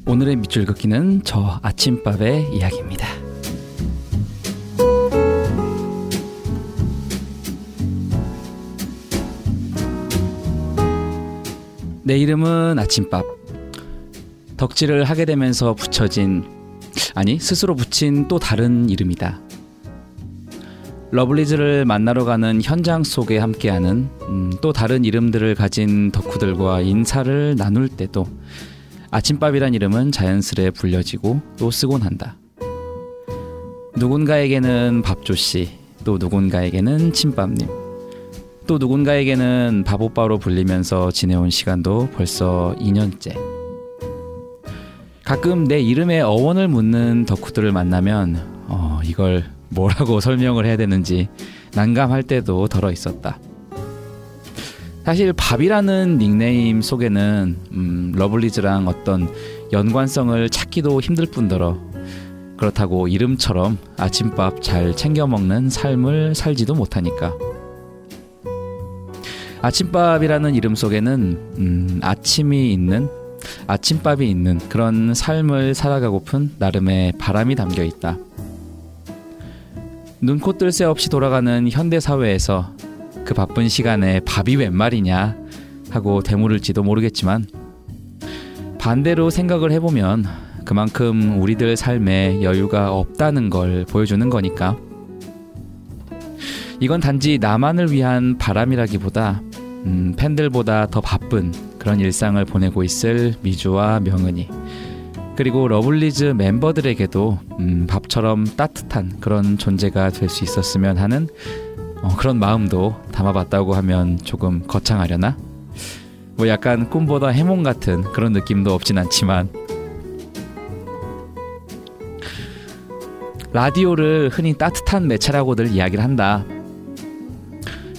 오늘의 밑줄 긋기는 저 아침밥의 이야기입니다. 내 이름은 아침밥. 덕질을 하게 되면서 붙여진 아니 스스로 붙인 또 다른 이름이다. 러블리즈를 만나러 가는 현장 속에 함께하는 음, 또 다른 이름들을 가진 덕후들과 인사를 나눌 때도 아침밥이란 이름은 자연스레 불려지고 또 쓰곤 한다. 누군가에게는 밥조씨, 또 누군가에게는 침밥님, 또 누군가에게는 밥오빠로 불리면서 지내온 시간도 벌써 2년째. 가끔 내 이름에 어원을 묻는 덕후들을 만나면 어, 이걸 뭐라고 [LAUGHS] 설명을 해야 되는지 난감할 때도 덜어 있었다. 사실 밥이라는 닉네임 속에는 음, 러블리즈랑 어떤 연관성을 찾기도 힘들 뿐더러 그렇다고 이름처럼 아침밥 잘 챙겨 먹는 삶을 살지도 못하니까 아침밥이라는 이름 속에는 음, 아침이 있는 아침밥이 있는 그런 삶을 살아가고픈 나름의 바람이 담겨 있다. 눈코 뜰 새 없이 돌아가는 현대 사회에서 그 바쁜 시간에 밥이 웬 말이냐 하고 대물을지도 모르겠지만 반대로 생각을 해보면 그만큼 우리들 삶에 여유가 없다는 걸 보여주는 거니까 이건 단지 나만을 위한 바람이라기보다 음, 팬들보다 더 바쁜 그런 일상을 보내고 있을 미주와 명은이 그리고 러블리즈 멤버들에게도 음, 밥처럼 따뜻한 그런 존재가 될 수 있었으면 하는 어, 그런 마음도 담아봤다고 하면 조금 거창하려나? 뭐 약간 꿈보다 해몽 같은 그런 느낌도 없진 않지만 라디오를 흔히 따뜻한 매체라고들 이야기를 한다.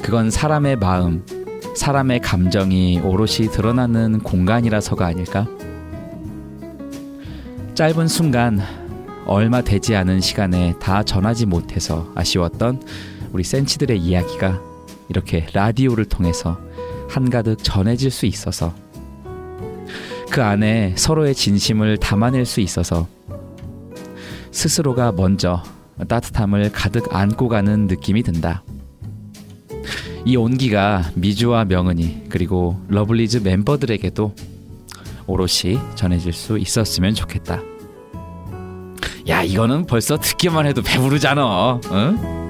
그건 사람의 마음, 사람의 감정이 오롯이 드러나는 공간이라서가 아닐까? 짧은 순간, 얼마 되지 않은 시간에 다 전하지 못해서 아쉬웠던 우리 센치들의 이야기가 이렇게 라디오를 통해서 한가득 전해질 수 있어서 그 안에 서로의 진심을 담아낼 수 있어서 스스로가 먼저 따뜻함을 가득 안고 가는 느낌이 든다. 이 온기가 미주와 명은이 그리고 러블리즈 멤버들에게도 오롯이 전해질 수 있었으면 좋겠다. 야 이거는 벌써 듣기만 해도 배부르잖아. 어? 응?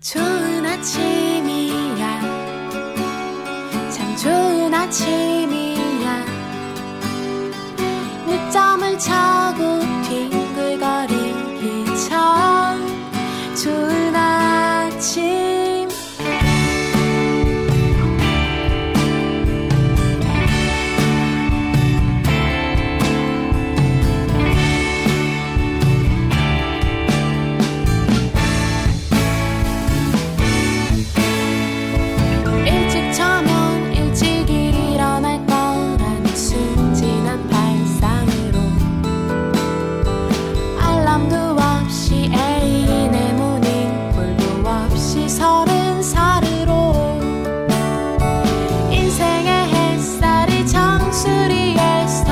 좋은 아침이야 참 좋은 아침이야 늦잠을 자고 뒹굴거리기 참 좋은 아침 일찍 자면 일찍 일어날 거란 순진한 발상으로 알람도 없이 애인의 모닝콜도 없이 서른 살으로 인생의 햇살이 정수리에서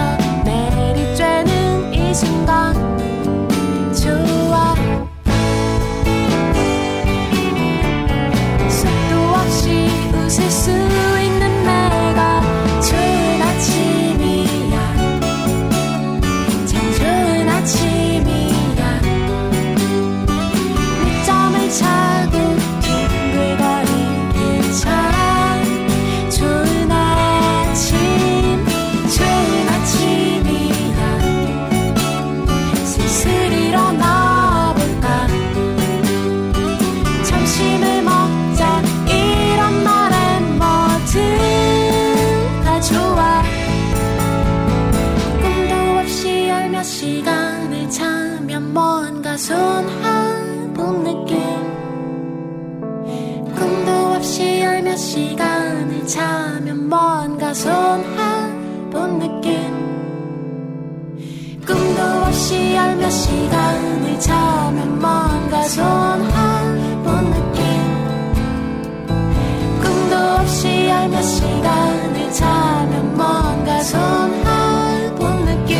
내리쬐는 이 순간 좋아 속도 없이 웃을 수 있는 내가 좋은 아침이야 참 좋은 아침이야 늦잠을 자고 뒹굴거리기 참 좋은 아침 좋은 아침이야 슬슬 일어나볼까 점심을 먹자 이런 말엔 뭐든 다 좋아 꿈도 없이 열몇 시간을 자면 뭔가 손아본 느낌 꿈도 없이 열몇 시간을 자면 뭔가 손아본 느낌 꿈도 없이 열몇 시간을 자면 뭔가 손아본 느낌 꿈도 없이 열몇 시간을 자면 뭔가 손아본 느낌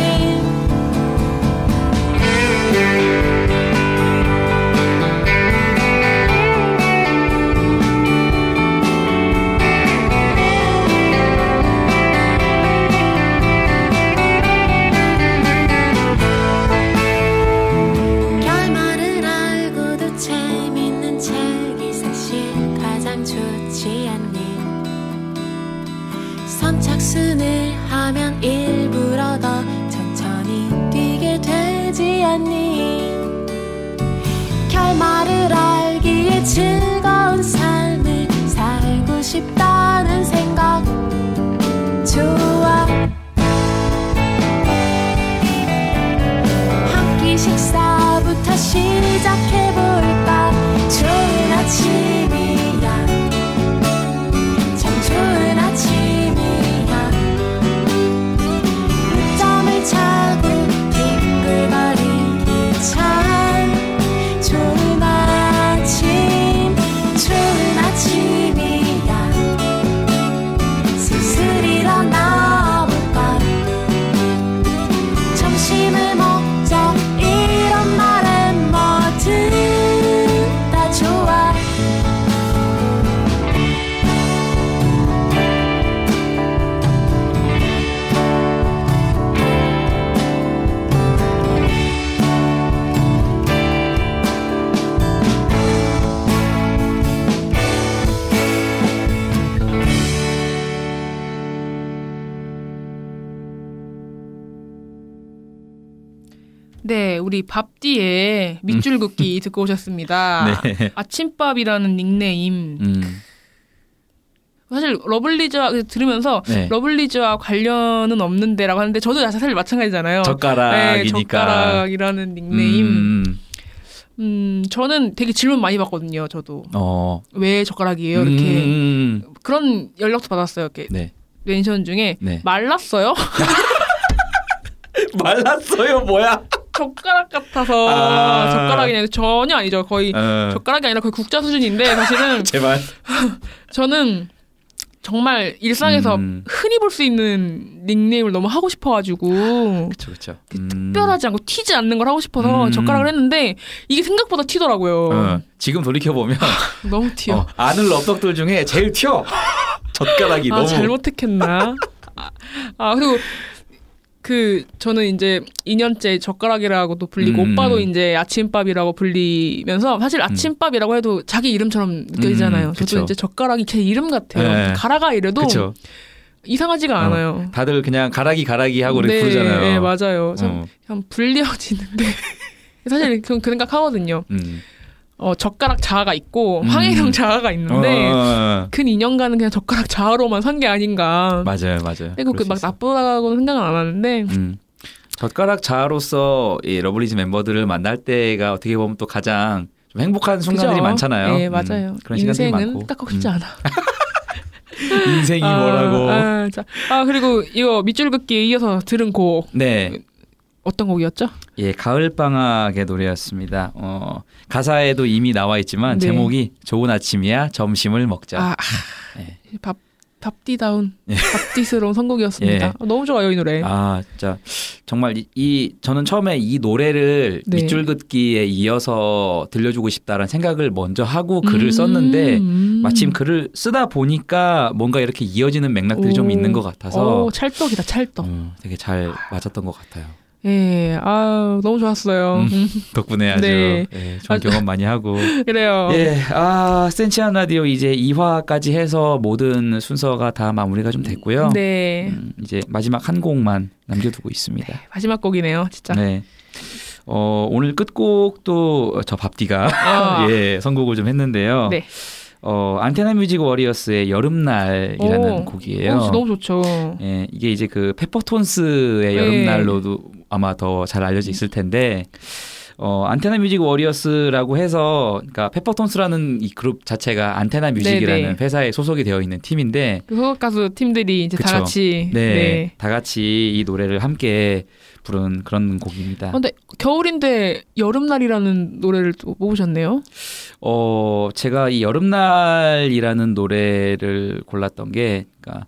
인 결말을 알기에 즐거운 삶을 살고 싶다는 생각 좋아 한 끼 식사부터 시작해볼까 좋은 아침이야 참 좋은 아침이야 늦잠을 자고 뒹굴거리기 참 좋은 아침 좋은 아침이야 슬슬 일어나볼까 점심을 먹자 이런 말은 뭐든 다 좋아 네, 우리 밥 뒤에 밑줄 긋기 듣고 오셨습니다. 음. [LAUGHS] 네. 아침밥이라는 닉네임. 음. 사실 러블리즈와 들으면서 네. 러블리즈와 관련은 없는데라고 하는데 저도 사실 마찬가지잖아요. 젓가락이니까. 네, 젓가락이라는 닉네임. 음. 음. 저는 되게 질문 많이 받거든요. 저도 어. 왜 젓가락이에요? 이렇게 음. 그런 연락도 받았어요. 이렇게 네. 멘션 중에 네. 말랐어요? [LAUGHS] 말랐어요, 뭐야? 젓가락 같아서 아. 젓가락이 아니라 전혀 아니죠. 거의 어. 젓가락이 아니라 거의 국자 수준인데 사실은 [LAUGHS] 제발. 저는 정말 일상에서 음. 흔히 볼 수 있는 닉네임을 너무 하고 싶어가지고 그렇죠. 특별하지 않고 튀지 않는 걸 하고 싶어서 음. 젓가락을 했는데 이게 생각보다 튀더라고요. 어. 지금 돌이켜 보면 너무 튀어. 어, 아는 럽덕들 중에 제일 튀어. 젓가락이 아 너무 잘못 택했나? 아 그리고 그 저는 이제 2년째 젓가락이라고도 불리고 음. 오빠도 이제 아침밥이라고 불리면서 사실 아침밥이라고 해도 자기 이름처럼 느껴지잖아요. 음, 저도 그쵸. 이제 젓가락이 제 이름 같아요. 네. 가라가 이래도 그쵸. 이상하지가 않아요. 어, 다들 그냥 가라기 가라기 하고 이렇게 네, 부르잖아요. 네, 맞아요. 참, 어. 참 불리어지는데 [LAUGHS] 사실 그, 그 생각하거든요. 음. 어, 젓가락 자아가 있고 음. 황해성 자아가 있는데 어. 근 2년간은 그냥 젓가락 자아로만 산 게 아닌가. 맞아요, 맞아요. 근데 그막 나쁘다고는 생각은 안 하는데 음. 젓가락 자아로서 이 러블리즈 멤버들을 만날 때가 어떻게 보면 또 가장 좀 행복한 순간들이 그죠? 많잖아요. 네, 음, 맞아요. 그런 시간들이 많고. 음. 인생은 깎고 싶지 않아. [LAUGHS] 인생이 아, 뭐라고. 아, 자. 아, 그리고 이거 밑줄 긋기에 이어서 들은 곡 네. 어떤 곡이었죠? 예, 가을 방학의 노래였습니다. 어, 가사에도 이미 나와 있지만 네. 제목이 좋은 아침이야 점심을 먹자. 아, 밥 밥디다운 밥디스러운 선곡이었습니다. [LAUGHS] 예. 아, 너무 좋아요 이 노래. 아, 진짜 정말 이, 이- 저는 처음에 이 노래를 네. 밑줄 긋기에 이어서 들려주고 싶다라는 생각을 먼저 하고 음. 글을 썼는데 마침 글을 쓰다 보니까 뭔가 이렇게 이어지는 맥락들이 좀 오. 어. 있는 것 같아서 음. 오, 찰떡이다 찰떡. 되게 잘 맞았던 것 같아요. 예, 아 너무 좋았어요. 음. 덕분에 아주 네. 예, 좋은 경험 많이 하고 [LAUGHS] 그래요. 예, 아 센치한 라디오 이제 2화까지 해서 모든 순서가 다 마무리가 좀 됐고요. 네 음, 이제 마지막 한 곡만 남겨두고 있습니다. 마지막 곡이네요 진짜. 네. 어, 오늘 끝곡도 저 밥디가 아. [LAUGHS] 예, 선곡을 좀 했는데요. 네. 어, 안테나 뮤직 워리어스의 여름날이라는 오. 예, 곡이에요. 오, 진짜 어, 너무 좋죠. 예, 이게 이제 그 네. 페퍼톤스의 여름날로도 아마 더 잘 알려져 있을 텐데 어, 안테나 뮤직 워리어스라고 해서 그러니까 페퍼톤스라는 이 그룹 자체가 안테나 뮤직이라는 네, 네. 회사에 소속이 되어 있는 팀인데 그 소속 가수 팀들이 이제 다 그쵸. 같이 네, 네. 다 같이 이 노래를 함께 부른 그런 곡입니다. 아, 근데 겨울인데 여름날이라는 노래를 또 뽑으셨네요. 어, 제가 이 여름날이라는 노래를 골랐던 게, 그러니까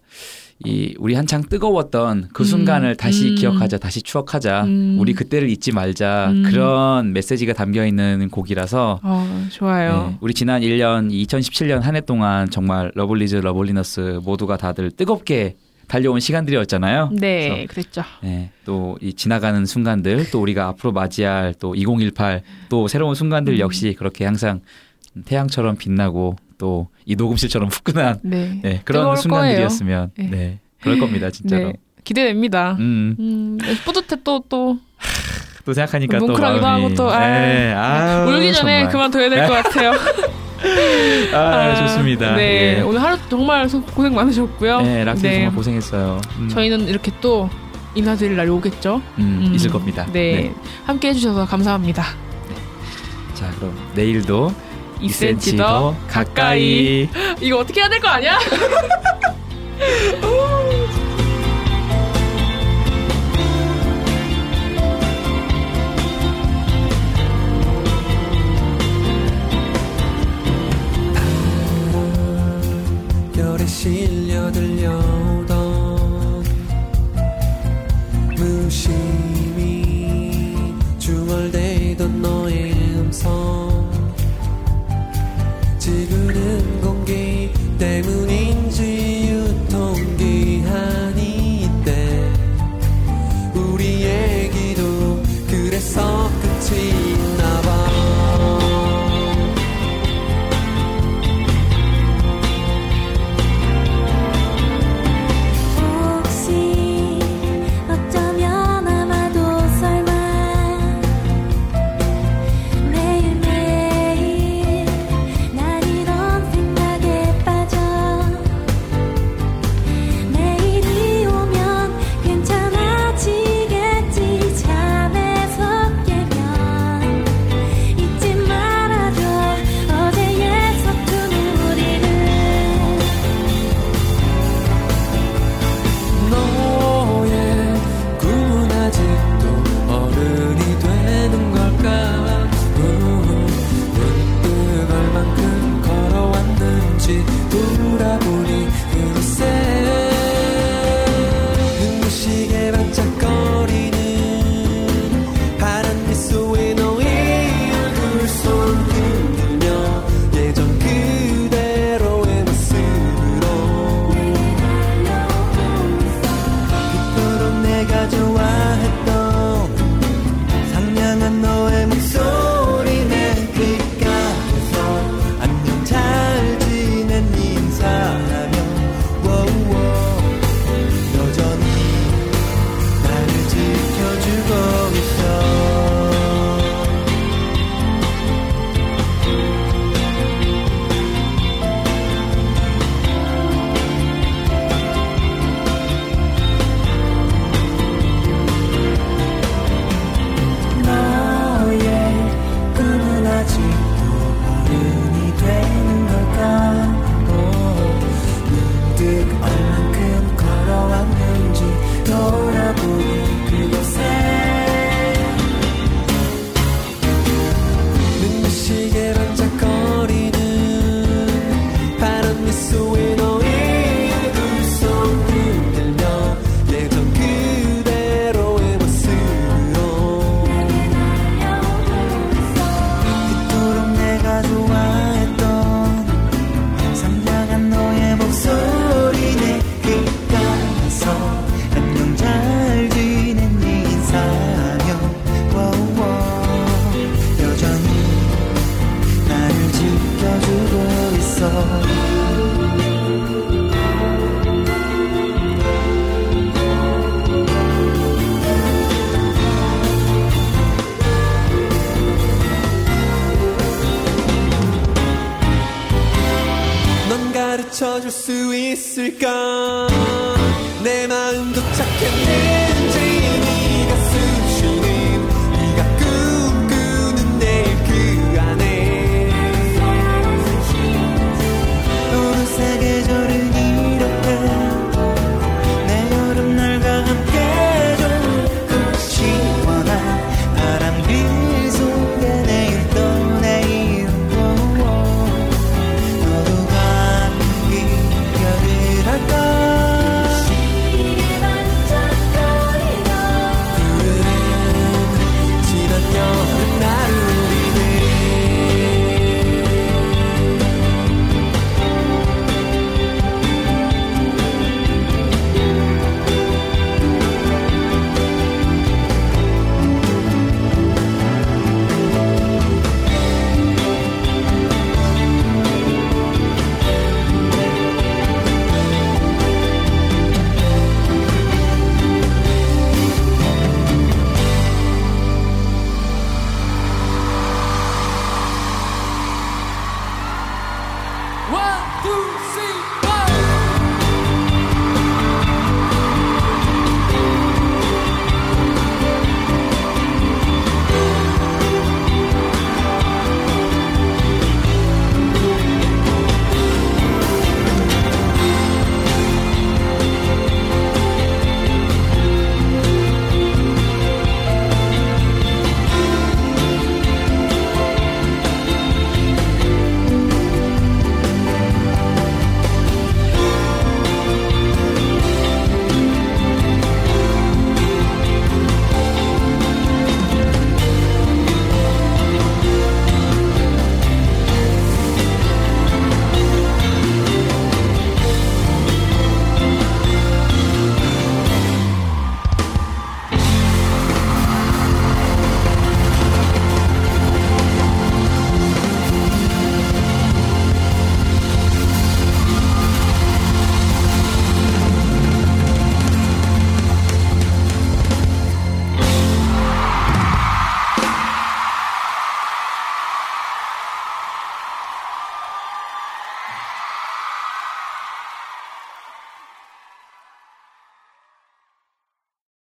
이 우리 한창 뜨거웠던 그 음, 순간을 다시 음. 기억하자, 다시 추억하자, 음. 우리 그때를 잊지 말자 음. 그런 메시지가 담겨 있는 곡이라서. 아 좋아요. 네, 우리 지난 1년, 2017년 한 해 동안 정말 러블리즈, 러블리너스 모두가 다들 뜨겁게 달려온 시간들이었잖아요. 네, 어, 그래서 그랬죠. 네, 또 이 지나가는 순간들, 또 우리가 앞으로 맞이할 또 2018, 또 새로운 음. 순간들 역시 그렇게 항상 태양처럼 빛나고 또 이 녹음실처럼 후끈한 네. 네, 뜨거울 그런 순간들이었으면 거예요. 네. 네. 그럴 겁니다 진짜로. 네, 기대됩니다. 음. 음, 뿌듯해 또 또. 또 생각하니까 또 뭉클하기도 마음이 하고 또, 아유. 네, 아유, 울기 전에 정말. 그만둬야 될 것 같아요. [LAUGHS] 아, 좋습니다. 네, 예. 오늘 하루 정말 손- 고생 많으셨고요. 네, 락스 정말 고생했어요. 음. 저희는 이렇게 또 인사드릴 날이 오겠죠. 음, 있을 겁니다. 네, 함께 해주셔서 감사합니다. [GASPS] 자, 그럼 내일도 2cm 2cm 더 가까이. 이거 어떻게 해야 될 거 아니야? [LAUGHS] 별에 실려 들려오던 무심히 중얼대던 너의 음성 지구는 공기 때문인지 유통기한이 있대 우리 얘기도 그래서 끝이 있나봐 혹시 어쩌면 아마도 설마 매일매일 난 이런 생각에 빠져 내일이 오면 괜찮아지겠지 잠에서 깨면 잊지 말아줘 어제의 서툰 우리를 너의 꿈은 아직도 어른이 되는 걸까 음, 문득 얼만큼 걸어왔는지 돌아보니 글쎄 눈부시게 반짝거리는 파란 빛 속에 너의 얼굴 손 흔들며 예전 그대로의 모습으로 그토록 내가 좋아했던 상냥한 너의 목소리 내 귓가에서 안녕 잘 지낸 인사하며 워우워 여전히 나를 지켜주고 있어 너의 꿈은 아직도 어른이 되는 걸까 오, 문득 얼만큼 걸어왔는지 돌아보니 그곳에 눈부시게 반짝거리는 파란 미소에 너의 웃음 흔들며 예전 그대로의 모습으로 그토록 내가 좋아했던 상냥한 너의 목소리 내 귓가에서 안녕 잘 지낸 네 인사하며 워워 여전히 나를 지켜주고 있어 넌 가르쳐 줄 수 있을까 내 마음 도착했네 그그